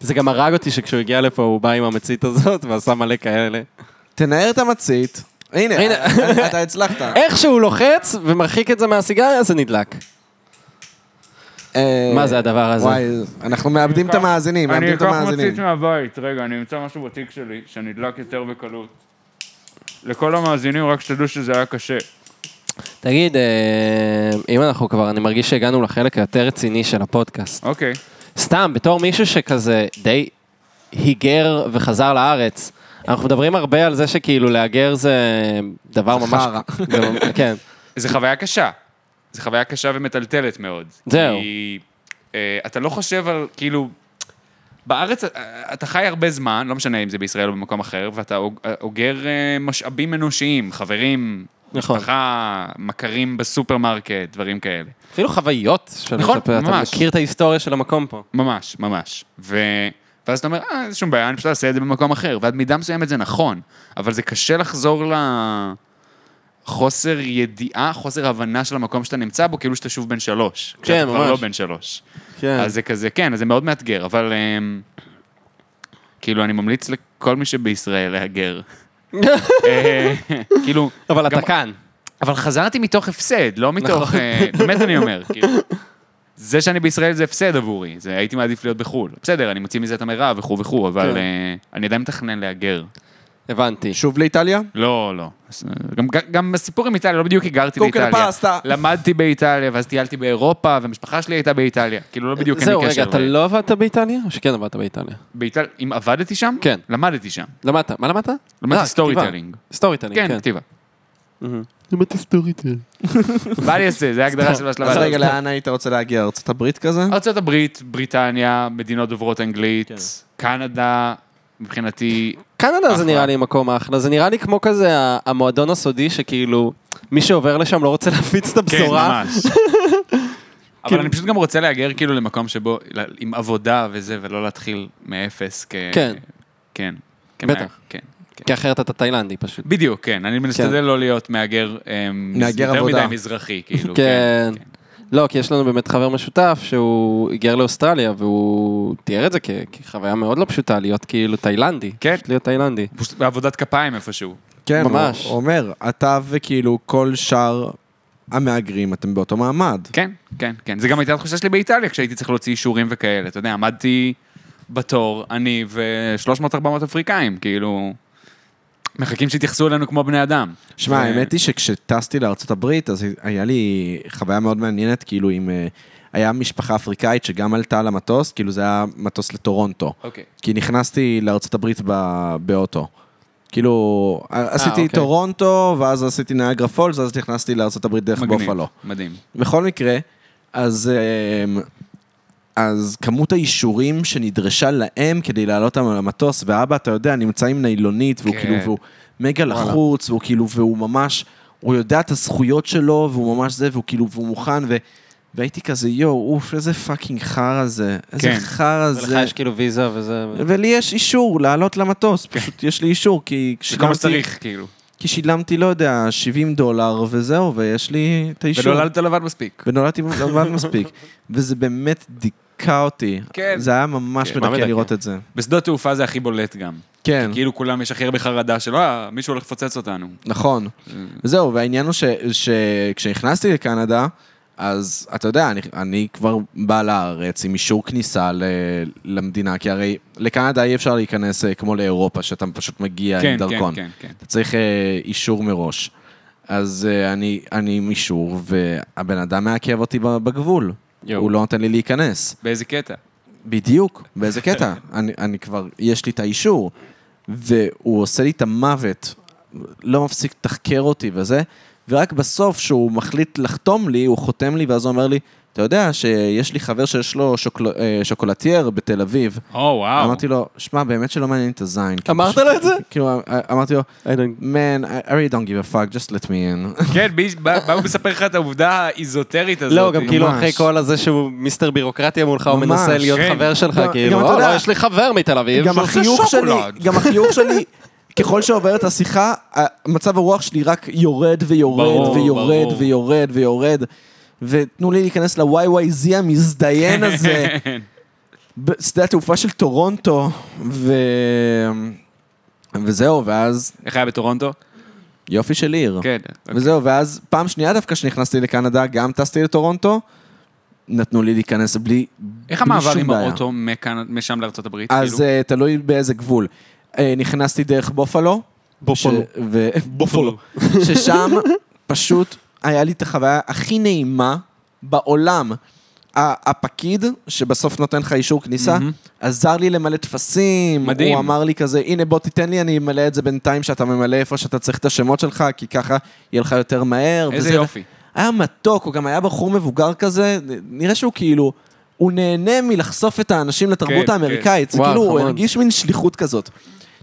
[SPEAKER 5] זה גם הרג אותי שכשהוא הגיע לפה הוא בא עם המצית הזאת ועשה מלא כאלה.
[SPEAKER 3] תנער את המצית. הנה,
[SPEAKER 5] הנה. אה,
[SPEAKER 3] אתה- אתה הצלחת.
[SPEAKER 5] איך שהוא לוחץ ומרחיק את זה מהסיגריה, זה נדלק.
[SPEAKER 3] אה,
[SPEAKER 5] מה זה הדבר הזה?
[SPEAKER 3] וואי, אנחנו מאבדים את המאזינים, מאבדים את המאזינים.
[SPEAKER 4] מהבית, רגע, אני אמצא משהו בתיק שלי, שנדלק יותר בקלות. לכל המאזינים, רק שתדעו שזה היה קשה.
[SPEAKER 5] תגיד, אה, אם אנחנו כבר, אני מרגיש שהגענו לחלק היותר רציני של הפודקאסט.
[SPEAKER 4] אוקיי.
[SPEAKER 5] סתם, בתור מישהו שכזה די היגר וחזר לארץ, אנחנו מדברים הרבה על זה שכאילו להגר זה דבר ממש...
[SPEAKER 3] חרא.
[SPEAKER 5] זה ממש- כן.
[SPEAKER 4] זו חוויה קשה. זו חוויה קשה ומטלטלת מאוד.
[SPEAKER 5] זהו.
[SPEAKER 4] כי אה, אתה לא חושב על, כאילו, בארץ אה, אתה חי הרבה זמן, לא משנה אם זה בישראל או במקום אחר, ואתה אוג- אה, אוגר אה, משאבים אנושיים, חברים,
[SPEAKER 5] נכון.
[SPEAKER 4] משפחה, מכרים בסופרמרקט, דברים כאלה.
[SPEAKER 5] אפילו חוויות של
[SPEAKER 4] נכון,
[SPEAKER 5] מטפל, אתה
[SPEAKER 4] ממש.
[SPEAKER 5] מכיר את ההיסטוריה של המקום פה.
[SPEAKER 4] ממש, ממש. ו... ואז אתה אומר, אה, אין שום בעיה, אני פשוט אעשה את זה במקום אחר. ועד מידה מסוימת זה נכון, אבל זה קשה לחזור לחוסר ידיעה, חוסר הבנה של המקום שאתה נמצא בו, כאילו שאתה שוב בן שלוש. כן, כשאתה כבר
[SPEAKER 5] ממש.
[SPEAKER 4] לא בן שלוש.
[SPEAKER 5] כן.
[SPEAKER 4] אז זה כזה, כן, אז זה מאוד מאתגר, אבל... אמ, כאילו, אני ממליץ לכל מי שבישראל להגר. אה, כאילו,
[SPEAKER 5] אבל
[SPEAKER 4] גם-
[SPEAKER 5] אתה כאן.
[SPEAKER 4] אבל חזרתי מתוך הפסד, לא מתוך...
[SPEAKER 5] נכון.
[SPEAKER 4] אה, באמת אני אומר, כאילו. זה שאני בישראל זה הפסד עבורי, זה, הייתי מעדיף להיות בחו"ל. בסדר, אני מוציא מזה את המרע וכו' וכו', אבל
[SPEAKER 5] כן.
[SPEAKER 4] אה, אני עדיין מתכנן להגר.
[SPEAKER 5] הבנתי.
[SPEAKER 3] שוב לאיטליה?
[SPEAKER 4] לא, לא. אז, אה, גם, גם הסיפור עם איטליה, לא בדיוק הגרתי
[SPEAKER 3] קוקל
[SPEAKER 4] לאיטליה.
[SPEAKER 3] פסטה.
[SPEAKER 4] למדתי באיטליה, ואז טיילתי באירופה, והמשפחה שלי הייתה באיטליה. כאילו, לא בדיוק אין לי
[SPEAKER 5] זהו,
[SPEAKER 4] קשר.
[SPEAKER 5] רגע, אתה
[SPEAKER 4] ל-
[SPEAKER 5] לא עבדת באיטליה? או שכן עבדת באיטליה?
[SPEAKER 4] באיטליה, אם עבדתי שם?
[SPEAKER 5] כן.
[SPEAKER 4] למדתי שם.
[SPEAKER 5] למדת, מה למדת?
[SPEAKER 4] למדתי
[SPEAKER 5] אה,
[SPEAKER 4] סטורי
[SPEAKER 5] כתיבה.
[SPEAKER 4] טלינג.
[SPEAKER 5] סטורי טלינג,
[SPEAKER 4] כן,
[SPEAKER 5] כן.
[SPEAKER 4] כתיבה.
[SPEAKER 5] למדתי סטורי טלינג.
[SPEAKER 4] מה אני אעשה? זה ההגדרה של השלב
[SPEAKER 3] אז
[SPEAKER 4] הזה.
[SPEAKER 3] רגע, לאן היית רוצה להגיע? ארצות הברית כזה?
[SPEAKER 5] אה,
[SPEAKER 4] ארצות הברית, בריטניה, מדינות דוברות אנגלית, קנדה, מבחינתי,
[SPEAKER 5] קנדה
[SPEAKER 4] אחלה.
[SPEAKER 5] זה נראה לי מקום אחלה, זה נראה לי כמו כזה ה- המועדון הסודי שכאילו, מי שעובר לשם לא רוצה להפיץ את הבשורה.
[SPEAKER 4] כן, ממש. אבל אני פשוט גם רוצה להגר כאילו למקום שבו, ל- עם עבודה וזה, ולא להתחיל מאפס כ...
[SPEAKER 5] כן.
[SPEAKER 4] כן.
[SPEAKER 5] בטח.
[SPEAKER 4] כמהג- כן.
[SPEAKER 5] כי אחרת אתה תאילנדי פשוט.
[SPEAKER 4] בדיוק, כן. אני משתדל לא להיות מהגר... אמ,
[SPEAKER 3] מהגר
[SPEAKER 4] יותר
[SPEAKER 3] עבודה.
[SPEAKER 4] מדי מזרחי, כאילו.
[SPEAKER 5] כן. לא, כי יש לנו באמת חבר משותף שהוא היגר לאוסטרליה והוא תיאר את זה כ- כחוויה מאוד לא פשוטה להיות כאילו תאילנדי.
[SPEAKER 4] כן.
[SPEAKER 5] פשוט להיות תאילנדי.
[SPEAKER 4] פשוט בעבודת כפיים איפשהו.
[SPEAKER 3] כן,
[SPEAKER 5] ממש.
[SPEAKER 3] הוא אומר, אתה וכאילו כל שאר המהגרים, אתם באותו מעמד.
[SPEAKER 4] כן, כן, כן. זה גם הייתה התחושה שלי באיטליה, כשהייתי צריך להוציא אישורים וכאלה. אתה יודע, עמדתי בתור, אני ו-300-400 אפריקאים, כאילו... מחכים שיתייחסו אלינו כמו בני אדם.
[SPEAKER 3] שמע,
[SPEAKER 4] ו-
[SPEAKER 3] האמת היא שכשטסתי לארצות הברית, אז היה לי חוויה מאוד מעניינת, כאילו עם... אה, היה משפחה אפריקאית שגם עלתה למטוס, כאילו זה היה מטוס לטורונטו.
[SPEAKER 4] אוקיי.
[SPEAKER 3] כי נכנסתי לארצות הברית ב- באוטו. כאילו,
[SPEAKER 4] אה,
[SPEAKER 3] עשיתי
[SPEAKER 5] אוקיי.
[SPEAKER 3] טורונטו, ואז עשיתי ניאגרה פולס, ואז נכנסתי לארצות הברית דרך
[SPEAKER 4] מגניב.
[SPEAKER 3] בופלו.
[SPEAKER 4] מדהים.
[SPEAKER 3] בכל מקרה, אז, אמ, אז כמות האישורים שנדרשה להם כדי לעלות אותם על המטוס, ואבא, אתה יודע, נמצא עם ניילונית, והוא
[SPEAKER 4] כן.
[SPEAKER 3] כאילו, והוא מגה לחוץ, והוא כאילו, והוא ממש, הוא יודע את הזכויות שלו, והוא ממש זה, והוא כאילו, והוא מוכן, ו... והייתי כזה, יואו, אוף, איזה פאקינג חרא זה, איזה
[SPEAKER 4] כן.
[SPEAKER 3] חרא
[SPEAKER 5] ולך
[SPEAKER 3] זה.
[SPEAKER 5] יש כאילו ויזה וזה.
[SPEAKER 3] ולי יש אישור לעלות למטוס, פשוט יש לי אישור, כי
[SPEAKER 4] כן. זה כל מה
[SPEAKER 3] שילמתי,
[SPEAKER 4] שצריך, כאילו.
[SPEAKER 3] כי שילמתי, לא יודע, 70 דולר וזהו, ויש לי את האישור.
[SPEAKER 4] ולא ללדת לבד מספיק.
[SPEAKER 3] ונולדתי לבן מספיק, וזה באמת דיכא אותי.
[SPEAKER 4] כן.
[SPEAKER 3] זה היה ממש
[SPEAKER 4] כן,
[SPEAKER 3] מדכא
[SPEAKER 5] מה מדכא?
[SPEAKER 3] לראות את זה.
[SPEAKER 4] בשדות תעופה זה הכי בולט גם.
[SPEAKER 3] כן,
[SPEAKER 4] כאילו כולם יש הכי הרבה חרדה של, אה, מישהו הולך לפוצץ אותנו.
[SPEAKER 3] נכון. וזהו, והעניין הוא שכשנכנסתי לקנדה, אז אתה יודע, אני, אני כבר בא לארץ עם אישור כניסה ל, למדינה, כי הרי לקנדה אי אפשר להיכנס אה, כמו לאירופה, שאתה פשוט מגיע
[SPEAKER 4] כן,
[SPEAKER 3] עם
[SPEAKER 4] כן,
[SPEAKER 3] דרכון.
[SPEAKER 4] כן, כן.
[SPEAKER 3] אתה צריך אה, אישור מראש. אז אה, אני, אני עם אישור, והבן אדם מעכב אותי בגבול.
[SPEAKER 5] יואו.
[SPEAKER 3] הוא לא נותן לי להיכנס.
[SPEAKER 4] באיזה קטע?
[SPEAKER 3] בדיוק, באיזה קטע? אני, אני כבר, יש לי את האישור, והוא עושה לי את המוות, לא מפסיק לתחקר אותי וזה, ורק בסוף, שהוא מחליט לחתום לי, הוא חותם לי, ואז הוא אומר לי, אתה יודע שיש לי חבר שיש לו שוקול, אה, שוקולטייר בתל אביב.
[SPEAKER 4] או, וואו.
[SPEAKER 3] אמרתי לו, שמע, באמת שלא מעניין את הזין. כי
[SPEAKER 5] אמרת
[SPEAKER 3] פשוט-
[SPEAKER 5] לו את זה?
[SPEAKER 3] כאילו, אמרתי לו,
[SPEAKER 5] I don't-
[SPEAKER 3] man, I I really don't give a fuck, just let me in.
[SPEAKER 4] כן, בי- בא בא ומספר לך את העובדה האיזוטרית הזאת.
[SPEAKER 5] לא, גם כאילו
[SPEAKER 3] ממש.
[SPEAKER 5] אחרי כל הזה שהוא מיסטר בירוקרטיה מולך, הוא
[SPEAKER 3] ממש,
[SPEAKER 5] מנסה להיות
[SPEAKER 4] כן.
[SPEAKER 5] חבר שלך,
[SPEAKER 3] גם-
[SPEAKER 5] כאילו,
[SPEAKER 3] גם אתה
[SPEAKER 5] "אה,
[SPEAKER 3] יודע-
[SPEAKER 5] לא, יש לי חבר מתל אביב.
[SPEAKER 3] גם
[SPEAKER 5] שעושה
[SPEAKER 3] החיוך שלי,
[SPEAKER 4] שוקולד.
[SPEAKER 3] גם החיוך שלי, ככל שעוברת השיחה, ה- מצב הרוח שלי רק יורד ויורד
[SPEAKER 4] ברור,
[SPEAKER 3] ויורד
[SPEAKER 4] ברור.
[SPEAKER 3] ויורד ויורד. ותנו לי להיכנס ל-YYZ המזדיין הזה, בשדה התעופה של טורונטו, ו... וזהו, ואז
[SPEAKER 4] איך היה בטורונטו?
[SPEAKER 3] יופי של עיר.
[SPEAKER 4] כן.
[SPEAKER 3] וזהו, ואז פעם שנייה דווקא שנכנסתי לקנדה, גם טסתי לטורונטו, נתנו לי להיכנס בלי
[SPEAKER 4] איך
[SPEAKER 3] בלי
[SPEAKER 4] המעבר
[SPEAKER 3] שום
[SPEAKER 4] עם
[SPEAKER 3] בעיה.
[SPEAKER 4] האוטו מכאן- משם לארצות הברית?
[SPEAKER 3] אז
[SPEAKER 4] כאילו?
[SPEAKER 3] אה, תלוי באיזה גבול. אה, נכנסתי דרך בופלו.
[SPEAKER 5] בופלו.
[SPEAKER 3] ש- ו- בופלו. ששם פשוט היה לי את החוויה הכי נעימה בעולם. ה- הפקיד, שבסוף נותן לך אישור כניסה, עזר לי למלא טפסים.
[SPEAKER 4] מדהים.
[SPEAKER 3] הוא אמר לי כזה, הנה בוא תיתן לי, אני אמלא את זה בינתיים שאתה ממלא איפה שאתה צריך את השמות שלך, כי ככה יהיה לך יותר מהר.
[SPEAKER 4] איזה
[SPEAKER 3] וזה."
[SPEAKER 4] יופי.
[SPEAKER 3] היה מתוק, הוא גם היה בחור מבוגר כזה, נראה שהוא כאילו, הוא נהנה מלחשוף את האנשים לתרבות
[SPEAKER 4] כן.
[SPEAKER 3] האמריקאית, זה
[SPEAKER 5] וואו,
[SPEAKER 3] כאילו, הוא
[SPEAKER 5] חמוד.
[SPEAKER 3] הרגיש מין שליחות כזאת.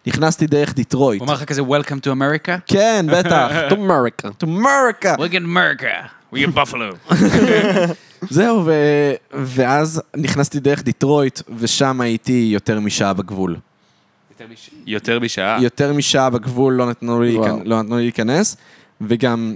[SPEAKER 3] נכנסתי דרך דיטרויט.
[SPEAKER 4] הוא אמר לך כזה, Welcome to America?
[SPEAKER 3] כן, בטח.
[SPEAKER 5] אמריקה.
[SPEAKER 3] to America.
[SPEAKER 4] We're in America. We're in Buffalo.
[SPEAKER 3] זהו, ו... ואז נכנסתי דרך דיטרויט, ושם הייתי יותר משעה בגבול.
[SPEAKER 4] יותר משעה.
[SPEAKER 3] יותר משעה בגבול לא נתנו לי,
[SPEAKER 5] וואו.
[SPEAKER 3] להיכנ... לא נתנו לי להיכנס, וגם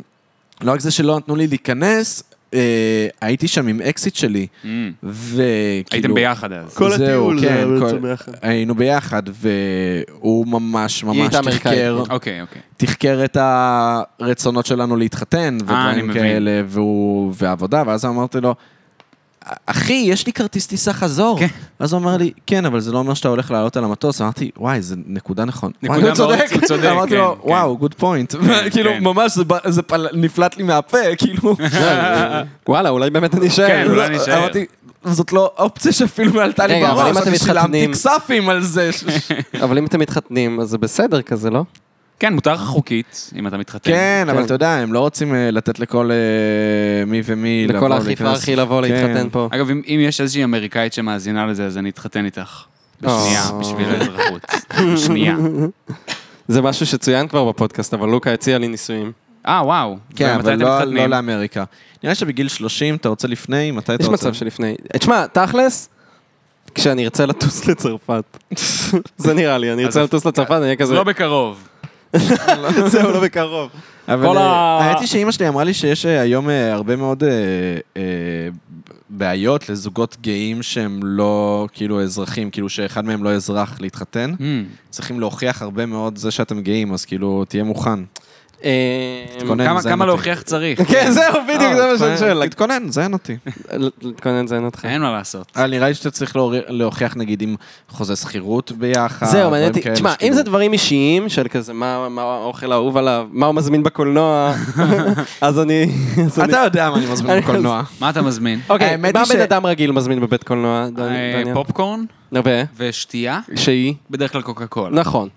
[SPEAKER 3] לא רק זה שלא נתנו לי להיכנס, אה, הייתי שם עם אקזיט שלי,
[SPEAKER 4] Mm.
[SPEAKER 3] וכאילו...
[SPEAKER 4] הייתם ביחד אז.
[SPEAKER 3] כל
[SPEAKER 1] זהו,
[SPEAKER 3] הטיול
[SPEAKER 1] כן,
[SPEAKER 3] זה
[SPEAKER 1] כל-
[SPEAKER 3] בעצם היינו ביחד, והוא ממש
[SPEAKER 5] היא
[SPEAKER 3] ממש
[SPEAKER 5] הייתה אמריקאית.
[SPEAKER 3] תחקר,
[SPEAKER 4] אוקיי, אוקיי.
[SPEAKER 3] תחקר את הרצונות שלנו להתחתן,
[SPEAKER 4] אה, אני
[SPEAKER 3] ודברים
[SPEAKER 4] מבין.
[SPEAKER 3] כאלה, והוא, ועבודה, ואז אמרתי לו, אחי, יש לי כרטיס טיסה חזור.
[SPEAKER 4] כן.
[SPEAKER 3] אז הוא אמר לי, כן, אבל זה לא אומר שאתה הולך לעלות על המטוס. אמרתי, וואי, זו נקודה נכון.
[SPEAKER 4] נקודה
[SPEAKER 3] וואי, הוא
[SPEAKER 4] מאוד- הוא צודק,
[SPEAKER 3] אמרתי לו,
[SPEAKER 4] כן, כן.
[SPEAKER 3] וואו, גוד פוינט. כאילו,
[SPEAKER 4] כן.
[SPEAKER 3] ממש, זה בא- זה פל- נפלט לי מהפה, כאילו. לא,
[SPEAKER 5] וואלה, אולי באמת אני
[SPEAKER 4] כן,
[SPEAKER 5] אשאר.
[SPEAKER 4] אולי אני אשאר.
[SPEAKER 3] אמרתי, זאת לא אופציה שאפילו עלתה לי
[SPEAKER 5] רגע, אבל
[SPEAKER 3] בראש,
[SPEAKER 5] אם אתם
[SPEAKER 3] אני שילמתי
[SPEAKER 5] מתחתנים-
[SPEAKER 3] כספים על זה.
[SPEAKER 5] אבל אם אתם מתחתנים, אז זה בסדר כזה, לא?
[SPEAKER 4] כן, מותר לך חוקית, אם אתה מתחתן.
[SPEAKER 3] כן, אבל
[SPEAKER 5] כן.
[SPEAKER 3] אתה יודע, הם לא רוצים אה, לתת לכל אה, מי ומי לבוא
[SPEAKER 5] לכל האחי
[SPEAKER 3] להיכנס.
[SPEAKER 5] פרחי לבוא
[SPEAKER 3] כן.
[SPEAKER 5] להתחתן פה.
[SPEAKER 4] אגב, אם אם יש איזושהי אמריקאית שמאזינה לזה, אז אני אתחתן איתך. בשנייה,
[SPEAKER 5] אה.
[SPEAKER 4] בשביל האזרחות. בשנייה.
[SPEAKER 5] זה משהו שצוין כבר בפודקאסט, אבל לוקה הציע לי נישואים.
[SPEAKER 4] אה, וואו.
[SPEAKER 3] כן,
[SPEAKER 4] ומתי
[SPEAKER 3] אבל
[SPEAKER 4] אתם
[SPEAKER 3] לא,
[SPEAKER 4] מתחתנים?
[SPEAKER 3] לא לאמריקה. נראה שבגיל 30 אתה רוצה לפני, מתי אתה
[SPEAKER 5] יש
[SPEAKER 3] רוצה?
[SPEAKER 5] מצב שלפני. אה, תשמע, תכלס, כשאני ארצה לטוס לצרפת. זה נראה לי, אני ארצה
[SPEAKER 4] אז-
[SPEAKER 5] לטוס לצרפת, אני אהיה כזה...
[SPEAKER 4] לא בקרוב.
[SPEAKER 5] זהו, לא בקרוב.
[SPEAKER 3] אבל
[SPEAKER 5] כל
[SPEAKER 3] אה,
[SPEAKER 5] ה-
[SPEAKER 3] האמת היא שאימא שלי אמרה לי שיש אה, היום אה, הרבה מאוד אה, אה, בעיות לזוגות גאים שהם לא כאילו אזרחים, כאילו שאחד מהם לא אזרח להתחתן.
[SPEAKER 5] Mm.
[SPEAKER 4] Hmm.
[SPEAKER 3] צריכים להוכיח הרבה מאוד זה שאתם גאים, אז כאילו, תהיה מוכן.
[SPEAKER 5] אה,
[SPEAKER 3] תתכונן,
[SPEAKER 4] כמה-
[SPEAKER 3] זיין
[SPEAKER 4] כמה
[SPEAKER 3] אותי.
[SPEAKER 4] להוכיח צריך?
[SPEAKER 5] כן, זהו, בדיוק, זה מה שאני שואל.
[SPEAKER 3] אה, תתכונן, זיין אותי.
[SPEAKER 5] להתכונן לזיין אותך.
[SPEAKER 4] אין מה לעשות.
[SPEAKER 3] אה, נראה לי שאתה צריך להור- להוכיח נגיד עם חוזה שכירות ביחד.
[SPEAKER 5] זהו,
[SPEAKER 3] דברים
[SPEAKER 5] מעניין אותי.
[SPEAKER 3] כאלה
[SPEAKER 5] תשמע, אם
[SPEAKER 3] שכאילו-
[SPEAKER 5] זה דברים אישיים, של כזה, מה מה האוכל האהוב עליו, מה הוא מזמין בקולנוע, אז אני... אז אני-
[SPEAKER 3] אתה יודע מה אני מזמין
[SPEAKER 5] אני-
[SPEAKER 3] בקולנוע.
[SPEAKER 4] מה אתה מזמין?
[SPEAKER 5] אוקיי,
[SPEAKER 3] האמת
[SPEAKER 5] מה
[SPEAKER 3] היא ש-
[SPEAKER 5] בן אדם רגיל מזמין בבית קולנוע, דני-
[SPEAKER 4] אה,
[SPEAKER 5] דניאל?
[SPEAKER 4] פופקורן
[SPEAKER 5] נו, ו?
[SPEAKER 4] ושתייה,
[SPEAKER 5] שהיא?
[SPEAKER 4] בדרך כלל קוקה קולה.
[SPEAKER 5] נכון.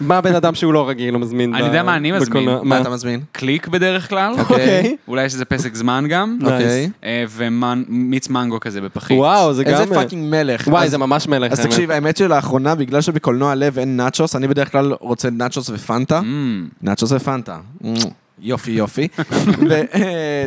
[SPEAKER 5] מה בן אדם שהוא לא רגיל הוא מזמין
[SPEAKER 4] אני
[SPEAKER 5] ב-
[SPEAKER 4] יודע מה אני מזמין.
[SPEAKER 5] בקולנוע?
[SPEAKER 3] מה אתה מזמין?
[SPEAKER 4] קליק בדרך כלל.
[SPEAKER 5] אוקיי.
[SPEAKER 4] אולי יש איזה פסק זמן גם.
[SPEAKER 3] אוקיי.
[SPEAKER 4] אה, ומיץ מנגו כזה בפחית.
[SPEAKER 5] וואו, זה גם... אה,
[SPEAKER 3] איזה פאקינג מלך.
[SPEAKER 5] וואי,
[SPEAKER 3] אז-
[SPEAKER 5] זה ממש מלך.
[SPEAKER 3] אז
[SPEAKER 5] האמת.
[SPEAKER 3] תקשיב, האמת שלאחרונה, בגלל שבקולנוע לב אין נאצ'וס, אני בדרך כלל רוצה נאצ'וס ופנטה.
[SPEAKER 4] אמ,
[SPEAKER 3] נאצ'וס ופנטה. Mm. יופי, יופי.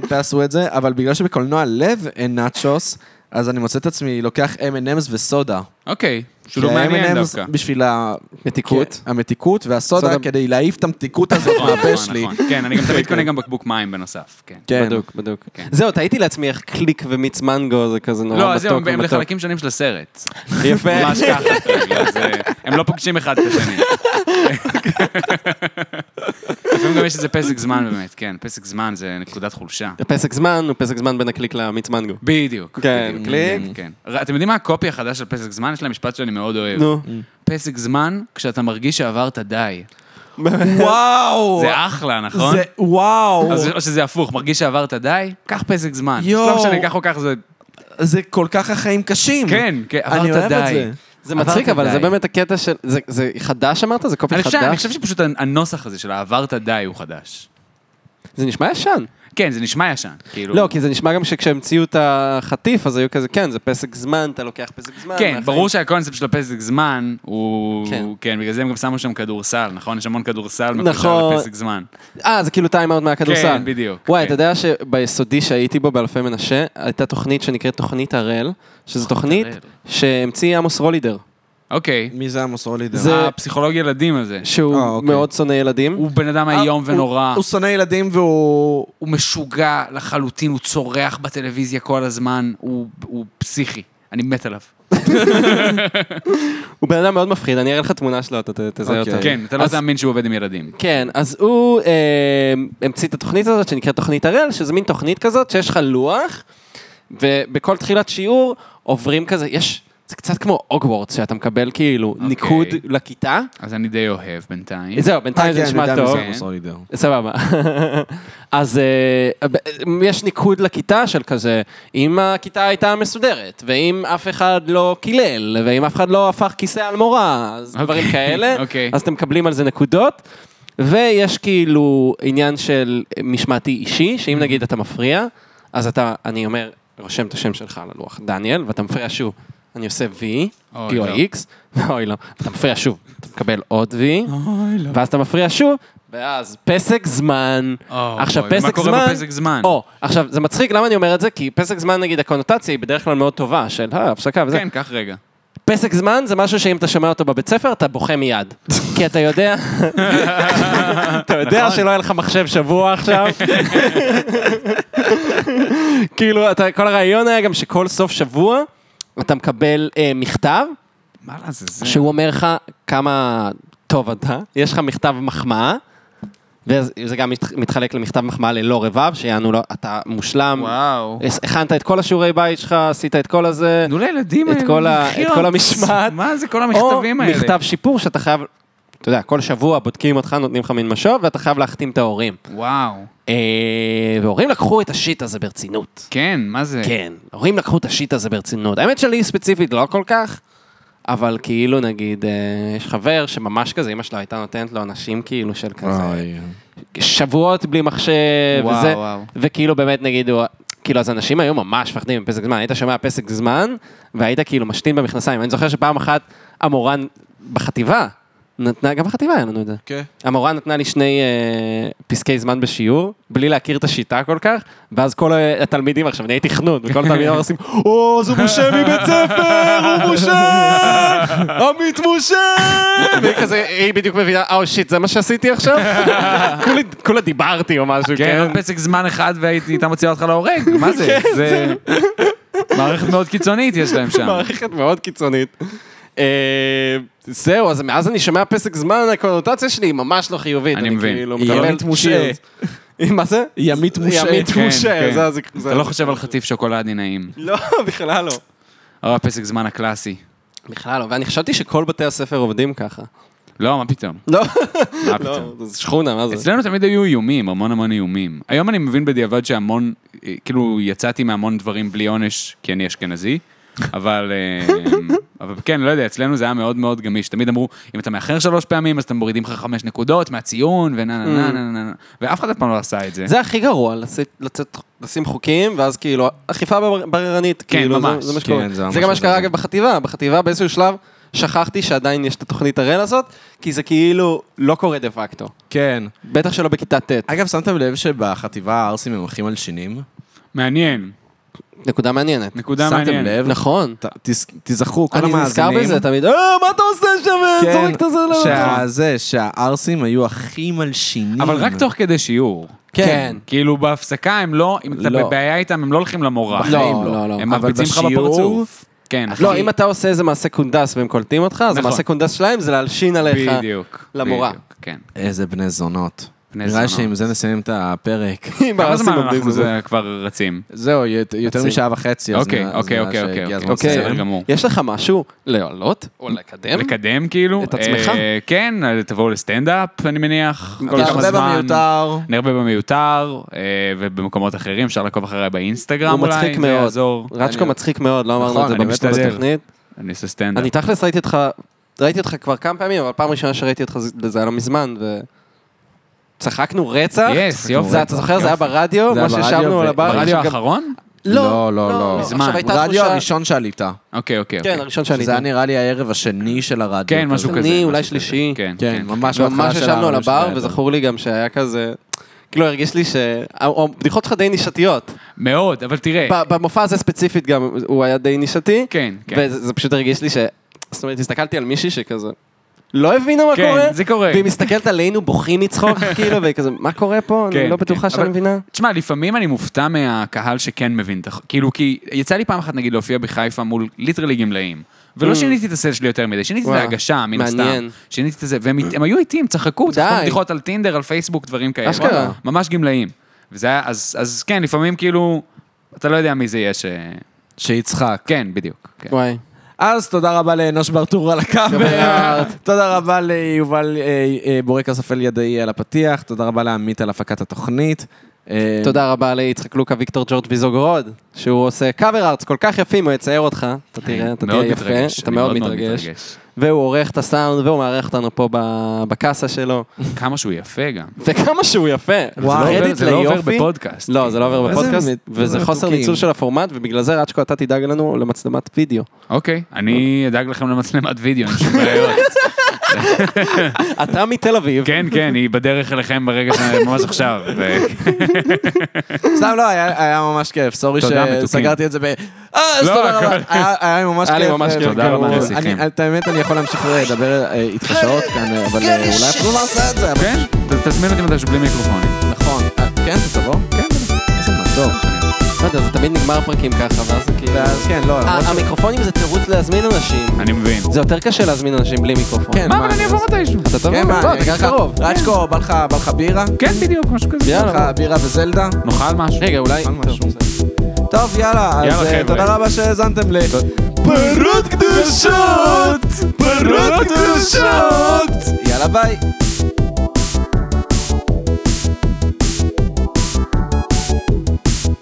[SPEAKER 3] ותעשו את זה, אבל בגלל שבקולנוע לב אין נאצ'וס, אז אני מוצא את עצמי לוקח M&M's וסודה.
[SPEAKER 4] אוקיי. שילוב
[SPEAKER 3] כי
[SPEAKER 4] מעניין
[SPEAKER 3] ה-M&M's
[SPEAKER 4] דווקא.
[SPEAKER 3] בשביל ה- כן.
[SPEAKER 5] מתיקות.
[SPEAKER 3] המתיקות, והסודה
[SPEAKER 5] סודה-
[SPEAKER 3] כדי להעיף את המתיקות הזאת
[SPEAKER 4] נכון,
[SPEAKER 3] מהפה
[SPEAKER 4] נכון,
[SPEAKER 3] שלי.
[SPEAKER 4] נכון. כן, אני גם תמיד קונה גם בקבוק מים בנוסף. כן.
[SPEAKER 3] כן.
[SPEAKER 5] בדוק, בדוק.
[SPEAKER 4] כן.
[SPEAKER 5] זהו, תהיתי לעצמי איך קליק ומיץ מנגו זה כזה נורא מתוק.
[SPEAKER 4] לא, אז זהו, הם- הם
[SPEAKER 5] ומתוק.
[SPEAKER 4] לחלקים שונים של הסרט.
[SPEAKER 5] יפה.
[SPEAKER 4] ממש ככה. כאילו, זה- הם לא פוגשים אחד את השני. לפעמים גם יש איזה פסק זמן באמת, כן. פסק זמן זה נקודת חולשה.
[SPEAKER 5] פסק זמן הוא פסק זמן בין הקליק למיץ מנגו.
[SPEAKER 4] בדיוק.
[SPEAKER 5] כן,
[SPEAKER 4] בדיוק,
[SPEAKER 5] קליק.
[SPEAKER 4] כן, כן. ר- אתם יודעים מה הקופי החדש של פסק זמן? יש להם משפט שאני מאוד אוהב.
[SPEAKER 5] נו.
[SPEAKER 4] פסק זמן, כשאתה מרגיש שעברת די.
[SPEAKER 3] וואו!
[SPEAKER 4] זה אחלה, נכון?
[SPEAKER 3] זה- וואו!
[SPEAKER 4] אז או שזה הפוך, מרגיש שעברת די, קח פסק זמן.
[SPEAKER 3] יואו.
[SPEAKER 4] לא משנה, כך או כך זה...
[SPEAKER 3] זה כל כך החיים קשים.
[SPEAKER 4] כן, כן,
[SPEAKER 3] אני אוהב
[SPEAKER 4] עברת
[SPEAKER 3] את
[SPEAKER 4] די.
[SPEAKER 3] זה.
[SPEAKER 5] זה מצחיק,
[SPEAKER 4] עברת
[SPEAKER 5] אבל זה
[SPEAKER 4] די.
[SPEAKER 5] באמת הקטע של... זה- זה חדש אמרת? זה קופי
[SPEAKER 4] אני חושב- אני
[SPEAKER 5] חדש?
[SPEAKER 4] חושב שפשוט הנוסח הזה של העברת די הוא חדש.
[SPEAKER 5] זה נשמע ישן.
[SPEAKER 4] כן, זה נשמע ישן. כאילו...
[SPEAKER 5] לא, כי זה נשמע גם שכשהמציאו את החטיף, אז היו כזה, כן, זה פסק זמן, אתה לוקח פסק זמן.
[SPEAKER 4] כן,
[SPEAKER 5] מהחיים."
[SPEAKER 4] ברור שהקונספט של הפסק זמן הוא...
[SPEAKER 5] כן.
[SPEAKER 4] כן, בגלל זה הם גם שמו שם כדורסל, נכון? יש המון כדורסל מקושר
[SPEAKER 5] נכון.
[SPEAKER 4] לפסק זמן.
[SPEAKER 5] אה, זה כאילו טיים אאוט מהכדורסל.
[SPEAKER 4] כן, בדיוק,
[SPEAKER 5] וואי,
[SPEAKER 4] כן.
[SPEAKER 5] אתה יודע שביסודי שהייתי בו, באלפי מנשה, הייתה תוכנית שנקראת תוכנית הראל, שזו תוכנית
[SPEAKER 4] הראל.
[SPEAKER 5] שהמציא עמוס רולידר,
[SPEAKER 4] אוקיי.
[SPEAKER 3] מי זה עמוס רולידר?
[SPEAKER 5] זה-
[SPEAKER 4] הפסיכולוג ילדים הזה.
[SPEAKER 5] שהוא
[SPEAKER 3] אה, אוקיי.
[SPEAKER 5] מאוד שונא ילדים.
[SPEAKER 4] הוא בן אדם
[SPEAKER 3] אה,
[SPEAKER 4] איום
[SPEAKER 3] הוא-
[SPEAKER 4] ונורא.
[SPEAKER 3] הוא שונא ילדים והוא...
[SPEAKER 5] אה,
[SPEAKER 4] הוא משוגע לחלוטין, הוא צורח בטלוויזיה כל הזמן, הוא הוא פסיכי. אני מת עליו.
[SPEAKER 5] הוא בן אדם מאוד מפחיד, אני אראה לך תמונה שלו, אתה ת- תזהה
[SPEAKER 3] אוקיי.
[SPEAKER 5] אותו.
[SPEAKER 4] כן, אתה לא
[SPEAKER 5] אז-
[SPEAKER 4] תאמין שהוא עובד עם ילדים.
[SPEAKER 5] כן, אז הוא אה, המציא את התוכנית הזאת שנקראת תוכנית הראל, שזה מין תוכנית כזאת שיש לך לוח, ובכל תחילת שיעור עוברים כזה, יש, זה קצת כמו הוגוורטס, שאתה מקבל כאילו
[SPEAKER 4] אוקיי. אה,
[SPEAKER 5] ניקוד לכיתה.
[SPEAKER 4] אז אני די אוהב בינתיים.
[SPEAKER 5] זהו, בינתיים זה
[SPEAKER 3] אה, כן, אני
[SPEAKER 5] נשמע
[SPEAKER 3] יודע מי
[SPEAKER 5] טוב.
[SPEAKER 3] זה עמוס רולידר.
[SPEAKER 5] סבבה. אז אה, ב- יש ניקוד לכיתה של כזה, אם הכיתה הייתה מסודרת, ואם אף אחד לא קילל, ואם אף אחד לא הפך כיסא על מורה, אז
[SPEAKER 4] אוקיי,
[SPEAKER 5] דברים כאלה,
[SPEAKER 4] אוקיי.
[SPEAKER 5] אז אתם מקבלים על זה נקודות. ויש כאילו עניין של משמעתי אישי, שאם
[SPEAKER 4] Mm-hmm.
[SPEAKER 5] נגיד אתה מפריע, אז אתה, אני אומר, רושם את השם שלך על הלוח, דניאל, ואתה מפריע שוב. אני עושה V,
[SPEAKER 4] אוי,
[SPEAKER 5] כי הוא
[SPEAKER 4] לא.
[SPEAKER 5] ה-X, אוי לא, אתה מפריע שוב, אתה מקבל עוד V, ואז אתה מפריע שוב, ואז פסק זמן.
[SPEAKER 4] אוי,
[SPEAKER 5] עכשיו,
[SPEAKER 4] אוי,
[SPEAKER 5] פסק
[SPEAKER 4] מה
[SPEAKER 5] זמן...
[SPEAKER 4] Oh, קורה בפסק זמן?
[SPEAKER 5] או, עכשיו, זה מצחיק, למה אני אומר את זה? כי פסק זמן, נגיד, הקונוטציה היא בדרך כלל מאוד טובה, של "אה, הפסקה וזה.
[SPEAKER 4] כן, קח רגע.
[SPEAKER 5] פסק זמן זה משהו שאם אתה שומע אותו בבית ספר, אתה בוכה מיד. כי אתה יודע, אתה
[SPEAKER 4] נכון.
[SPEAKER 5] יודע שלא היה לך מחשב שבוע עכשיו. כאילו, אתה- כל הרעיון היה גם שכל סוף שבוע אתה מקבל אה, מכתב,
[SPEAKER 4] מה לעזאזל?
[SPEAKER 5] כן. שהוא אומר לך כמה טוב אתה, יש לך מכתב מחמאה. וזה גם מת- מתחלק למכתב מחמאה ללא רבב, שיענו לו, אתה מושלם,
[SPEAKER 4] וואו.
[SPEAKER 5] הכנת את כל השיעורי בית שלך, עשית את כל הזה,
[SPEAKER 4] תנו לילדים
[SPEAKER 5] את
[SPEAKER 4] האלה
[SPEAKER 5] כל ה- את
[SPEAKER 4] לחיות.
[SPEAKER 5] כל המשמעת.
[SPEAKER 4] מה זה כל המכתבים האלה?
[SPEAKER 5] או מכתב שיפור שאתה חייב, אתה יודע, כל שבוע בודקים אותך, נותנים לך מין משוב, ואתה חייב להחתים את ההורים.
[SPEAKER 4] וואו.
[SPEAKER 5] אה, והורים לקחו את השיט הזה ברצינות.
[SPEAKER 4] כן, מה זה?
[SPEAKER 5] כן, הורים לקחו את השיט הזה ברצינות. האמת שלי ספציפית לא כל כך, אבל כאילו נגיד, אה, יש חבר שממש כזה, אמא שלו הייתה נותנת לו אנשים כאילו של כזה, שבועות בלי מחשב,
[SPEAKER 4] וואו,
[SPEAKER 5] כן, וזה,
[SPEAKER 4] וואו.
[SPEAKER 5] וכאילו באמת נגיד, הוא- כאילו אז אנשים היו ממש מפחדים מפסק זמן, היית שומע פסק זמן, והיית כאילו משתין במכנסיים. אני זוכר שפעם אחת המורן בחטיבה, נתנה, גם בחטיבה היה לנו את זה.
[SPEAKER 3] כן.
[SPEAKER 5] המורה נתנה לי שני אה, פסקי זמן בשיעור, בלי להכיר את השיטה כל כך, ואז כל ה- התלמידים עכשיו, אני הייתי חנון, וכל התלמידים עושים, או, זה משה מבית ספר, הוא משה, עמית משה, והיא כזה, היא בדיוק מבינה, אה, שיט, זה מה שעשיתי עכשיו? כולי- כולה דיברתי או משהו,
[SPEAKER 4] כן,
[SPEAKER 5] כן?
[SPEAKER 4] עוד פסק זמן אחד והייתי הייתה מוציאה אותך להורג, מה זה? כן, זה... מערכת מאוד קיצונית יש להם שם.
[SPEAKER 5] מערכת מאוד קיצונית. אה, זהו, אז מאז אני שומע פסק זמן, הקונוטציה שלי היא ממש לא חיובית.
[SPEAKER 4] אני מבין.
[SPEAKER 5] כאילו
[SPEAKER 3] היא
[SPEAKER 5] מקבל
[SPEAKER 3] ימית משה.
[SPEAKER 5] cheers. מה זה?
[SPEAKER 3] ימית משה.
[SPEAKER 5] ימית
[SPEAKER 4] כן,
[SPEAKER 5] משה,
[SPEAKER 4] כן.
[SPEAKER 5] זה הזיק- זה
[SPEAKER 4] אתה לא
[SPEAKER 5] הזיק-
[SPEAKER 4] חושב על חטיף שוקולדי נעים.
[SPEAKER 5] לא, בכלל לא.
[SPEAKER 4] או הפסק זמן הקלאסי.
[SPEAKER 5] בכלל לא, ואני חשבתי שכל בתי הספר עובדים ככה.
[SPEAKER 4] לא, מה פתאום?
[SPEAKER 5] לא,
[SPEAKER 4] מה
[SPEAKER 5] לא,
[SPEAKER 4] פתאום?
[SPEAKER 5] זה שכונה, מה זה?
[SPEAKER 4] אצלנו תמיד היו איומים, המון המון איומים. היום אני מבין בדיעבד שהמון, אה, כאילו, יצאתי מהמון דברים בלי עונש, כי אני אשכנזי, אבל, אה, אבל כן, לא יודע, אצלנו זה היה מאוד מאוד גמיש. תמיד אמרו, אם אתה מאחר שלוש פעמים, אז אתם מורידים לך חמש נקודות מהציון, ונה נה נה נה נה נה, ואף אחד אף פעם לא עשה את זה.
[SPEAKER 5] זה הכי גרוע, לצאת- לצאת- לשים חוקים, ואז כאילו, אכיפה בר- בררנית,
[SPEAKER 4] כן,
[SPEAKER 5] כאילו, זה-
[SPEAKER 4] ממש. לא
[SPEAKER 5] זה מה
[SPEAKER 3] כן,
[SPEAKER 5] שקורה.
[SPEAKER 3] זה
[SPEAKER 5] זה
[SPEAKER 3] ממש
[SPEAKER 5] גם מה שקרה
[SPEAKER 3] מזעזע.
[SPEAKER 5] אגב בחטיבה, בחטיבה באיזשהו שלב שכחתי שעדיין יש את התוכנית הראל הזאת, כי זה כאילו לא קורה דה פקטו.
[SPEAKER 3] כן.
[SPEAKER 5] בטח שלא בכיתה ט'.
[SPEAKER 3] אגב, שמתם לב שבחטיבה הערסים הם הכי מלשינים?
[SPEAKER 4] מעניין,
[SPEAKER 5] נקודה מעניינת.
[SPEAKER 4] נקודה
[SPEAKER 3] שמתם
[SPEAKER 4] מעניינת.
[SPEAKER 3] לב?
[SPEAKER 5] נכון.
[SPEAKER 3] ת- תז- תיזכרו, כל
[SPEAKER 5] אני
[SPEAKER 3] המאזינים.
[SPEAKER 5] נזכר בזה תמיד, אה, מה אתה עושה שם?
[SPEAKER 3] כן,
[SPEAKER 5] זורק את הזה לא...
[SPEAKER 3] שהזה, שהערסים היו הכי מלשינים.
[SPEAKER 4] אבל רק תוך כדי שיעור.
[SPEAKER 5] כן.
[SPEAKER 4] כאילו בהפסקה הם לא, אם אתה
[SPEAKER 3] לא.
[SPEAKER 4] בבעיה איתם, הם לא הולכים למורה.
[SPEAKER 5] בחיים
[SPEAKER 3] לא,
[SPEAKER 5] לא, לא.
[SPEAKER 4] הם
[SPEAKER 3] אבל
[SPEAKER 4] מרביצים לך
[SPEAKER 3] בשיעור-
[SPEAKER 4] בפרצוף. כן,
[SPEAKER 5] לא,
[SPEAKER 4] אחי.
[SPEAKER 5] אם אתה עושה איזה מעשה קונדס והם קולטים אותך, אז
[SPEAKER 4] נכון.
[SPEAKER 5] המעשה קונדס שלהם זה להלשין עליך.
[SPEAKER 4] בדיוק.
[SPEAKER 5] למורה.
[SPEAKER 4] בדיוק, כן.
[SPEAKER 3] איזה בני זונות.
[SPEAKER 4] בני
[SPEAKER 3] נראה לי
[SPEAKER 4] זונות.
[SPEAKER 3] שעם זה נסיים את הפרק.
[SPEAKER 5] אם
[SPEAKER 4] כמה
[SPEAKER 5] הרסים
[SPEAKER 4] זמן
[SPEAKER 5] עובדים
[SPEAKER 4] אנחנו
[SPEAKER 5] זה-
[SPEAKER 4] זה כבר רצים?
[SPEAKER 3] זהו, יות- יותר
[SPEAKER 5] עצים.
[SPEAKER 3] משעה וחצי. אז
[SPEAKER 4] אוקיי,
[SPEAKER 3] נראה- אז
[SPEAKER 4] אוקיי,
[SPEAKER 3] נראה
[SPEAKER 4] אוקיי,
[SPEAKER 3] שהגיע
[SPEAKER 4] אוקיי,
[SPEAKER 3] הזמן
[SPEAKER 5] אוקיי.
[SPEAKER 3] לסיים.
[SPEAKER 4] בסדר גמור.
[SPEAKER 5] יש לך משהו להעלות או לקדם?
[SPEAKER 4] לקדם כאילו.
[SPEAKER 5] את עצמך?
[SPEAKER 4] אה, כן, אה, תבואו לסטנדאפ, אני מניח. כל כמה
[SPEAKER 3] נרבה
[SPEAKER 4] זמן.
[SPEAKER 3] במיותר.
[SPEAKER 4] נרבה במיותר, אה, ובמקומות אחרים, אפשר לעקוב אחריי באינסטגרם
[SPEAKER 5] הוא
[SPEAKER 4] אולי,
[SPEAKER 5] מצחיק
[SPEAKER 4] זה
[SPEAKER 5] מאוד.
[SPEAKER 4] יעזור.
[SPEAKER 5] רצ'קו
[SPEAKER 3] אני-
[SPEAKER 5] מצחיק מאוד, לא אמרנו
[SPEAKER 3] נכון,
[SPEAKER 5] את זה
[SPEAKER 3] אני
[SPEAKER 4] משתדל.
[SPEAKER 5] בתוכנית.
[SPEAKER 4] אני עושה סטנדאפ.
[SPEAKER 5] אני תכלס ראיתי אותך, ראיתי אותך כבר כמה פעמים, אבל פעם ראשונה שראיתי אותך זה- זה היה לא מזמן, ו... צחקנו רצח.
[SPEAKER 4] יס, יופי.
[SPEAKER 5] זה, אתה זוכר, זה היה ברדיו,
[SPEAKER 3] זה היה
[SPEAKER 5] מה
[SPEAKER 3] ברדיו,
[SPEAKER 5] שישבנו
[SPEAKER 3] ו-
[SPEAKER 5] על הבר.
[SPEAKER 4] ברדיו
[SPEAKER 5] שגם-
[SPEAKER 4] האחרון?
[SPEAKER 3] לא, לא, לא.
[SPEAKER 5] עכשיו
[SPEAKER 4] מזמן.
[SPEAKER 5] הייתה
[SPEAKER 3] רדיו
[SPEAKER 5] תחושה-
[SPEAKER 3] הראשון שעלית.
[SPEAKER 4] אוקיי, אוקיי.
[SPEAKER 5] כן,
[SPEAKER 4] אוקיי.
[SPEAKER 5] הראשון שאני...
[SPEAKER 3] שזה היה נראה לי הערב השני של הרדיו.
[SPEAKER 4] כן, משהו
[SPEAKER 5] שני,
[SPEAKER 4] כזה. משהו
[SPEAKER 5] כאילו אולי
[SPEAKER 4] כזה.
[SPEAKER 5] שלישי.
[SPEAKER 4] כן,
[SPEAKER 3] כן, ממש בהתחלה
[SPEAKER 5] לא, ממש
[SPEAKER 3] של
[SPEAKER 5] ישבנו על
[SPEAKER 3] הערב של
[SPEAKER 5] הבר,
[SPEAKER 3] הערב.
[SPEAKER 5] וזכור לי גם שהיה כזה... כאילו הרגיש לי שהבדיחות שלך די נישתיות.
[SPEAKER 4] מאוד, אבל תראה.
[SPEAKER 5] ב- במופע הזה ספציפית גם הוא היה די נישתי.
[SPEAKER 4] כן, כן.
[SPEAKER 5] וזה זה פשוט הרגיש לי ש... זאת אומרת, הסתכלתי על מישהי שכזה... לא הבינה מה
[SPEAKER 4] כן,
[SPEAKER 5] קורה.
[SPEAKER 4] זה קורה.
[SPEAKER 5] והיא מסתכלת עלינו בוכים מצחוק, כאילו, והיא כזה, מה קורה פה? אני
[SPEAKER 4] כן,
[SPEAKER 5] לא בטוחה
[SPEAKER 4] כן.
[SPEAKER 5] שאני
[SPEAKER 4] אבל-
[SPEAKER 5] מבינה.
[SPEAKER 4] תשמע, לפעמים אני מופתע מהקהל שכן מבין את הח... כאילו, כי יצא לי פעם אחת, נגיד, להופיע בחיפה מול ליטרלי גמלאים. ולא
[SPEAKER 5] Mm.
[SPEAKER 4] שיניתי את הסט שלי יותר מדי, שיניתי את
[SPEAKER 5] וואו,
[SPEAKER 4] ההגשה, מן
[SPEAKER 5] מעניין.
[SPEAKER 4] הסתם. שיניתי את זה, והם הם היו איתי, הם צחקו, צחקו
[SPEAKER 5] די.
[SPEAKER 4] בדיחות על טינדר, על פייסבוק, דברים כאלה.
[SPEAKER 5] אשכרה.
[SPEAKER 4] וואלה, ממש גמלאים. וזה היה, אז, אז כן, לפעמים כאילו, אתה לא יודע מי זה יהיה ש...
[SPEAKER 3] שיצחק.
[SPEAKER 4] כן, בדיוק. כן.
[SPEAKER 5] וואי.
[SPEAKER 3] אז תודה רבה לאנוש ברטור על הקאבר, תודה רבה ליובל אה, אה, בורקס אפל ידעי על הפתיח, תודה רבה לעמית על הפקת התוכנית.
[SPEAKER 4] כן.
[SPEAKER 3] אה,
[SPEAKER 5] תודה רבה ליצחק לוקה ויקטור ג'ורג' ויזוגרוד, שהוא עושה קאבר ארץ כל כך יפים, הוא יצייר אותך, אתה תראה, אתה תהיה
[SPEAKER 4] מאוד
[SPEAKER 5] יפה,
[SPEAKER 4] מתרגש,
[SPEAKER 5] אתה
[SPEAKER 4] אני
[SPEAKER 5] מאוד
[SPEAKER 4] מאוד מאוד
[SPEAKER 5] מתרגש,
[SPEAKER 4] מתרגש.
[SPEAKER 5] והוא עורך את הסאונד והוא מארח אותנו פה ב- בקאסה שלו,
[SPEAKER 4] כמה שהוא יפה גם.
[SPEAKER 5] וכמה שהוא יפה.
[SPEAKER 4] זה לא עובר-
[SPEAKER 5] קרדיט
[SPEAKER 4] זה לא עובר
[SPEAKER 5] ליופי.
[SPEAKER 4] בפודקאסט. כאילו.
[SPEAKER 5] לא, זה לא עובר
[SPEAKER 3] איזה
[SPEAKER 5] בפודקאסט,
[SPEAKER 3] מת-
[SPEAKER 5] וזה
[SPEAKER 3] איזה
[SPEAKER 5] חוסר
[SPEAKER 3] מתוקים.
[SPEAKER 5] ניצול של הפורמט, ובגלל זה רצ'קו אתה תדאג לנו למצלמת וידאו.
[SPEAKER 4] אוקיי, אני אדאג לכם למצלמת וידאו, אין שום בעיות.
[SPEAKER 5] אתה מתל אביב,
[SPEAKER 4] כן, כן, היא בדרך אליכם ברגע ש... ממש עכשיו. ו-
[SPEAKER 3] סתם לא, היה היה ממש כיף, סורי
[SPEAKER 4] תודה, מתוקים.
[SPEAKER 3] שסגרתי את זה ב... אה, אז
[SPEAKER 4] לא,
[SPEAKER 3] תודה רבה.
[SPEAKER 4] הכל-
[SPEAKER 3] היה- היה לי ממש כיף. אה,
[SPEAKER 5] היה לי ממש כיף.
[SPEAKER 4] תודה רבה,
[SPEAKER 3] אני-
[SPEAKER 4] נסיכים.
[SPEAKER 3] את האמת, אני יכול להמשיך לדבר אה, איתך שעות כאן, אה, אבל אה, אולי אפילו לא עשה את זה. אבל-
[SPEAKER 4] כן, ת- תזמין אותי מתישהו בלי מיקרופונים.
[SPEAKER 3] נכון. אה, כן, אתה תבוא? כן. איזה מצור.
[SPEAKER 5] לא יודע, זה תמיד נגמר פרקים ככה, ואז זה כאילו...
[SPEAKER 3] ואז כן, לא, למרות
[SPEAKER 5] ה- המיקרופונים זה תירוץ להזמין אנשים,
[SPEAKER 4] אני מבין.
[SPEAKER 5] זה יותר קשה להזמין אנשים בלי מיקרופון.
[SPEAKER 3] כן,
[SPEAKER 4] מה, אבל אני אעבור מתישהו.
[SPEAKER 5] אתה טוב,
[SPEAKER 3] כן, מה,
[SPEAKER 5] לא,
[SPEAKER 3] אני
[SPEAKER 5] אתה
[SPEAKER 3] אגיד
[SPEAKER 5] גם
[SPEAKER 3] לך,
[SPEAKER 5] קרוב.
[SPEAKER 3] רצ'קו, בא לך בא לך בירה?
[SPEAKER 4] כן, בדיוק, משהו כזה.
[SPEAKER 3] בא לך בירה וזלדה?
[SPEAKER 4] נאכל משהו.
[SPEAKER 5] רגע, אולי...
[SPEAKER 3] אכל משהו. טוב, יאללה, אז
[SPEAKER 4] יאללה,
[SPEAKER 3] אה,
[SPEAKER 4] חבר'ה.
[SPEAKER 3] תודה רבה שהאזנתם ל... פרות קדושות! פרות קדושות! יאללה, ביי.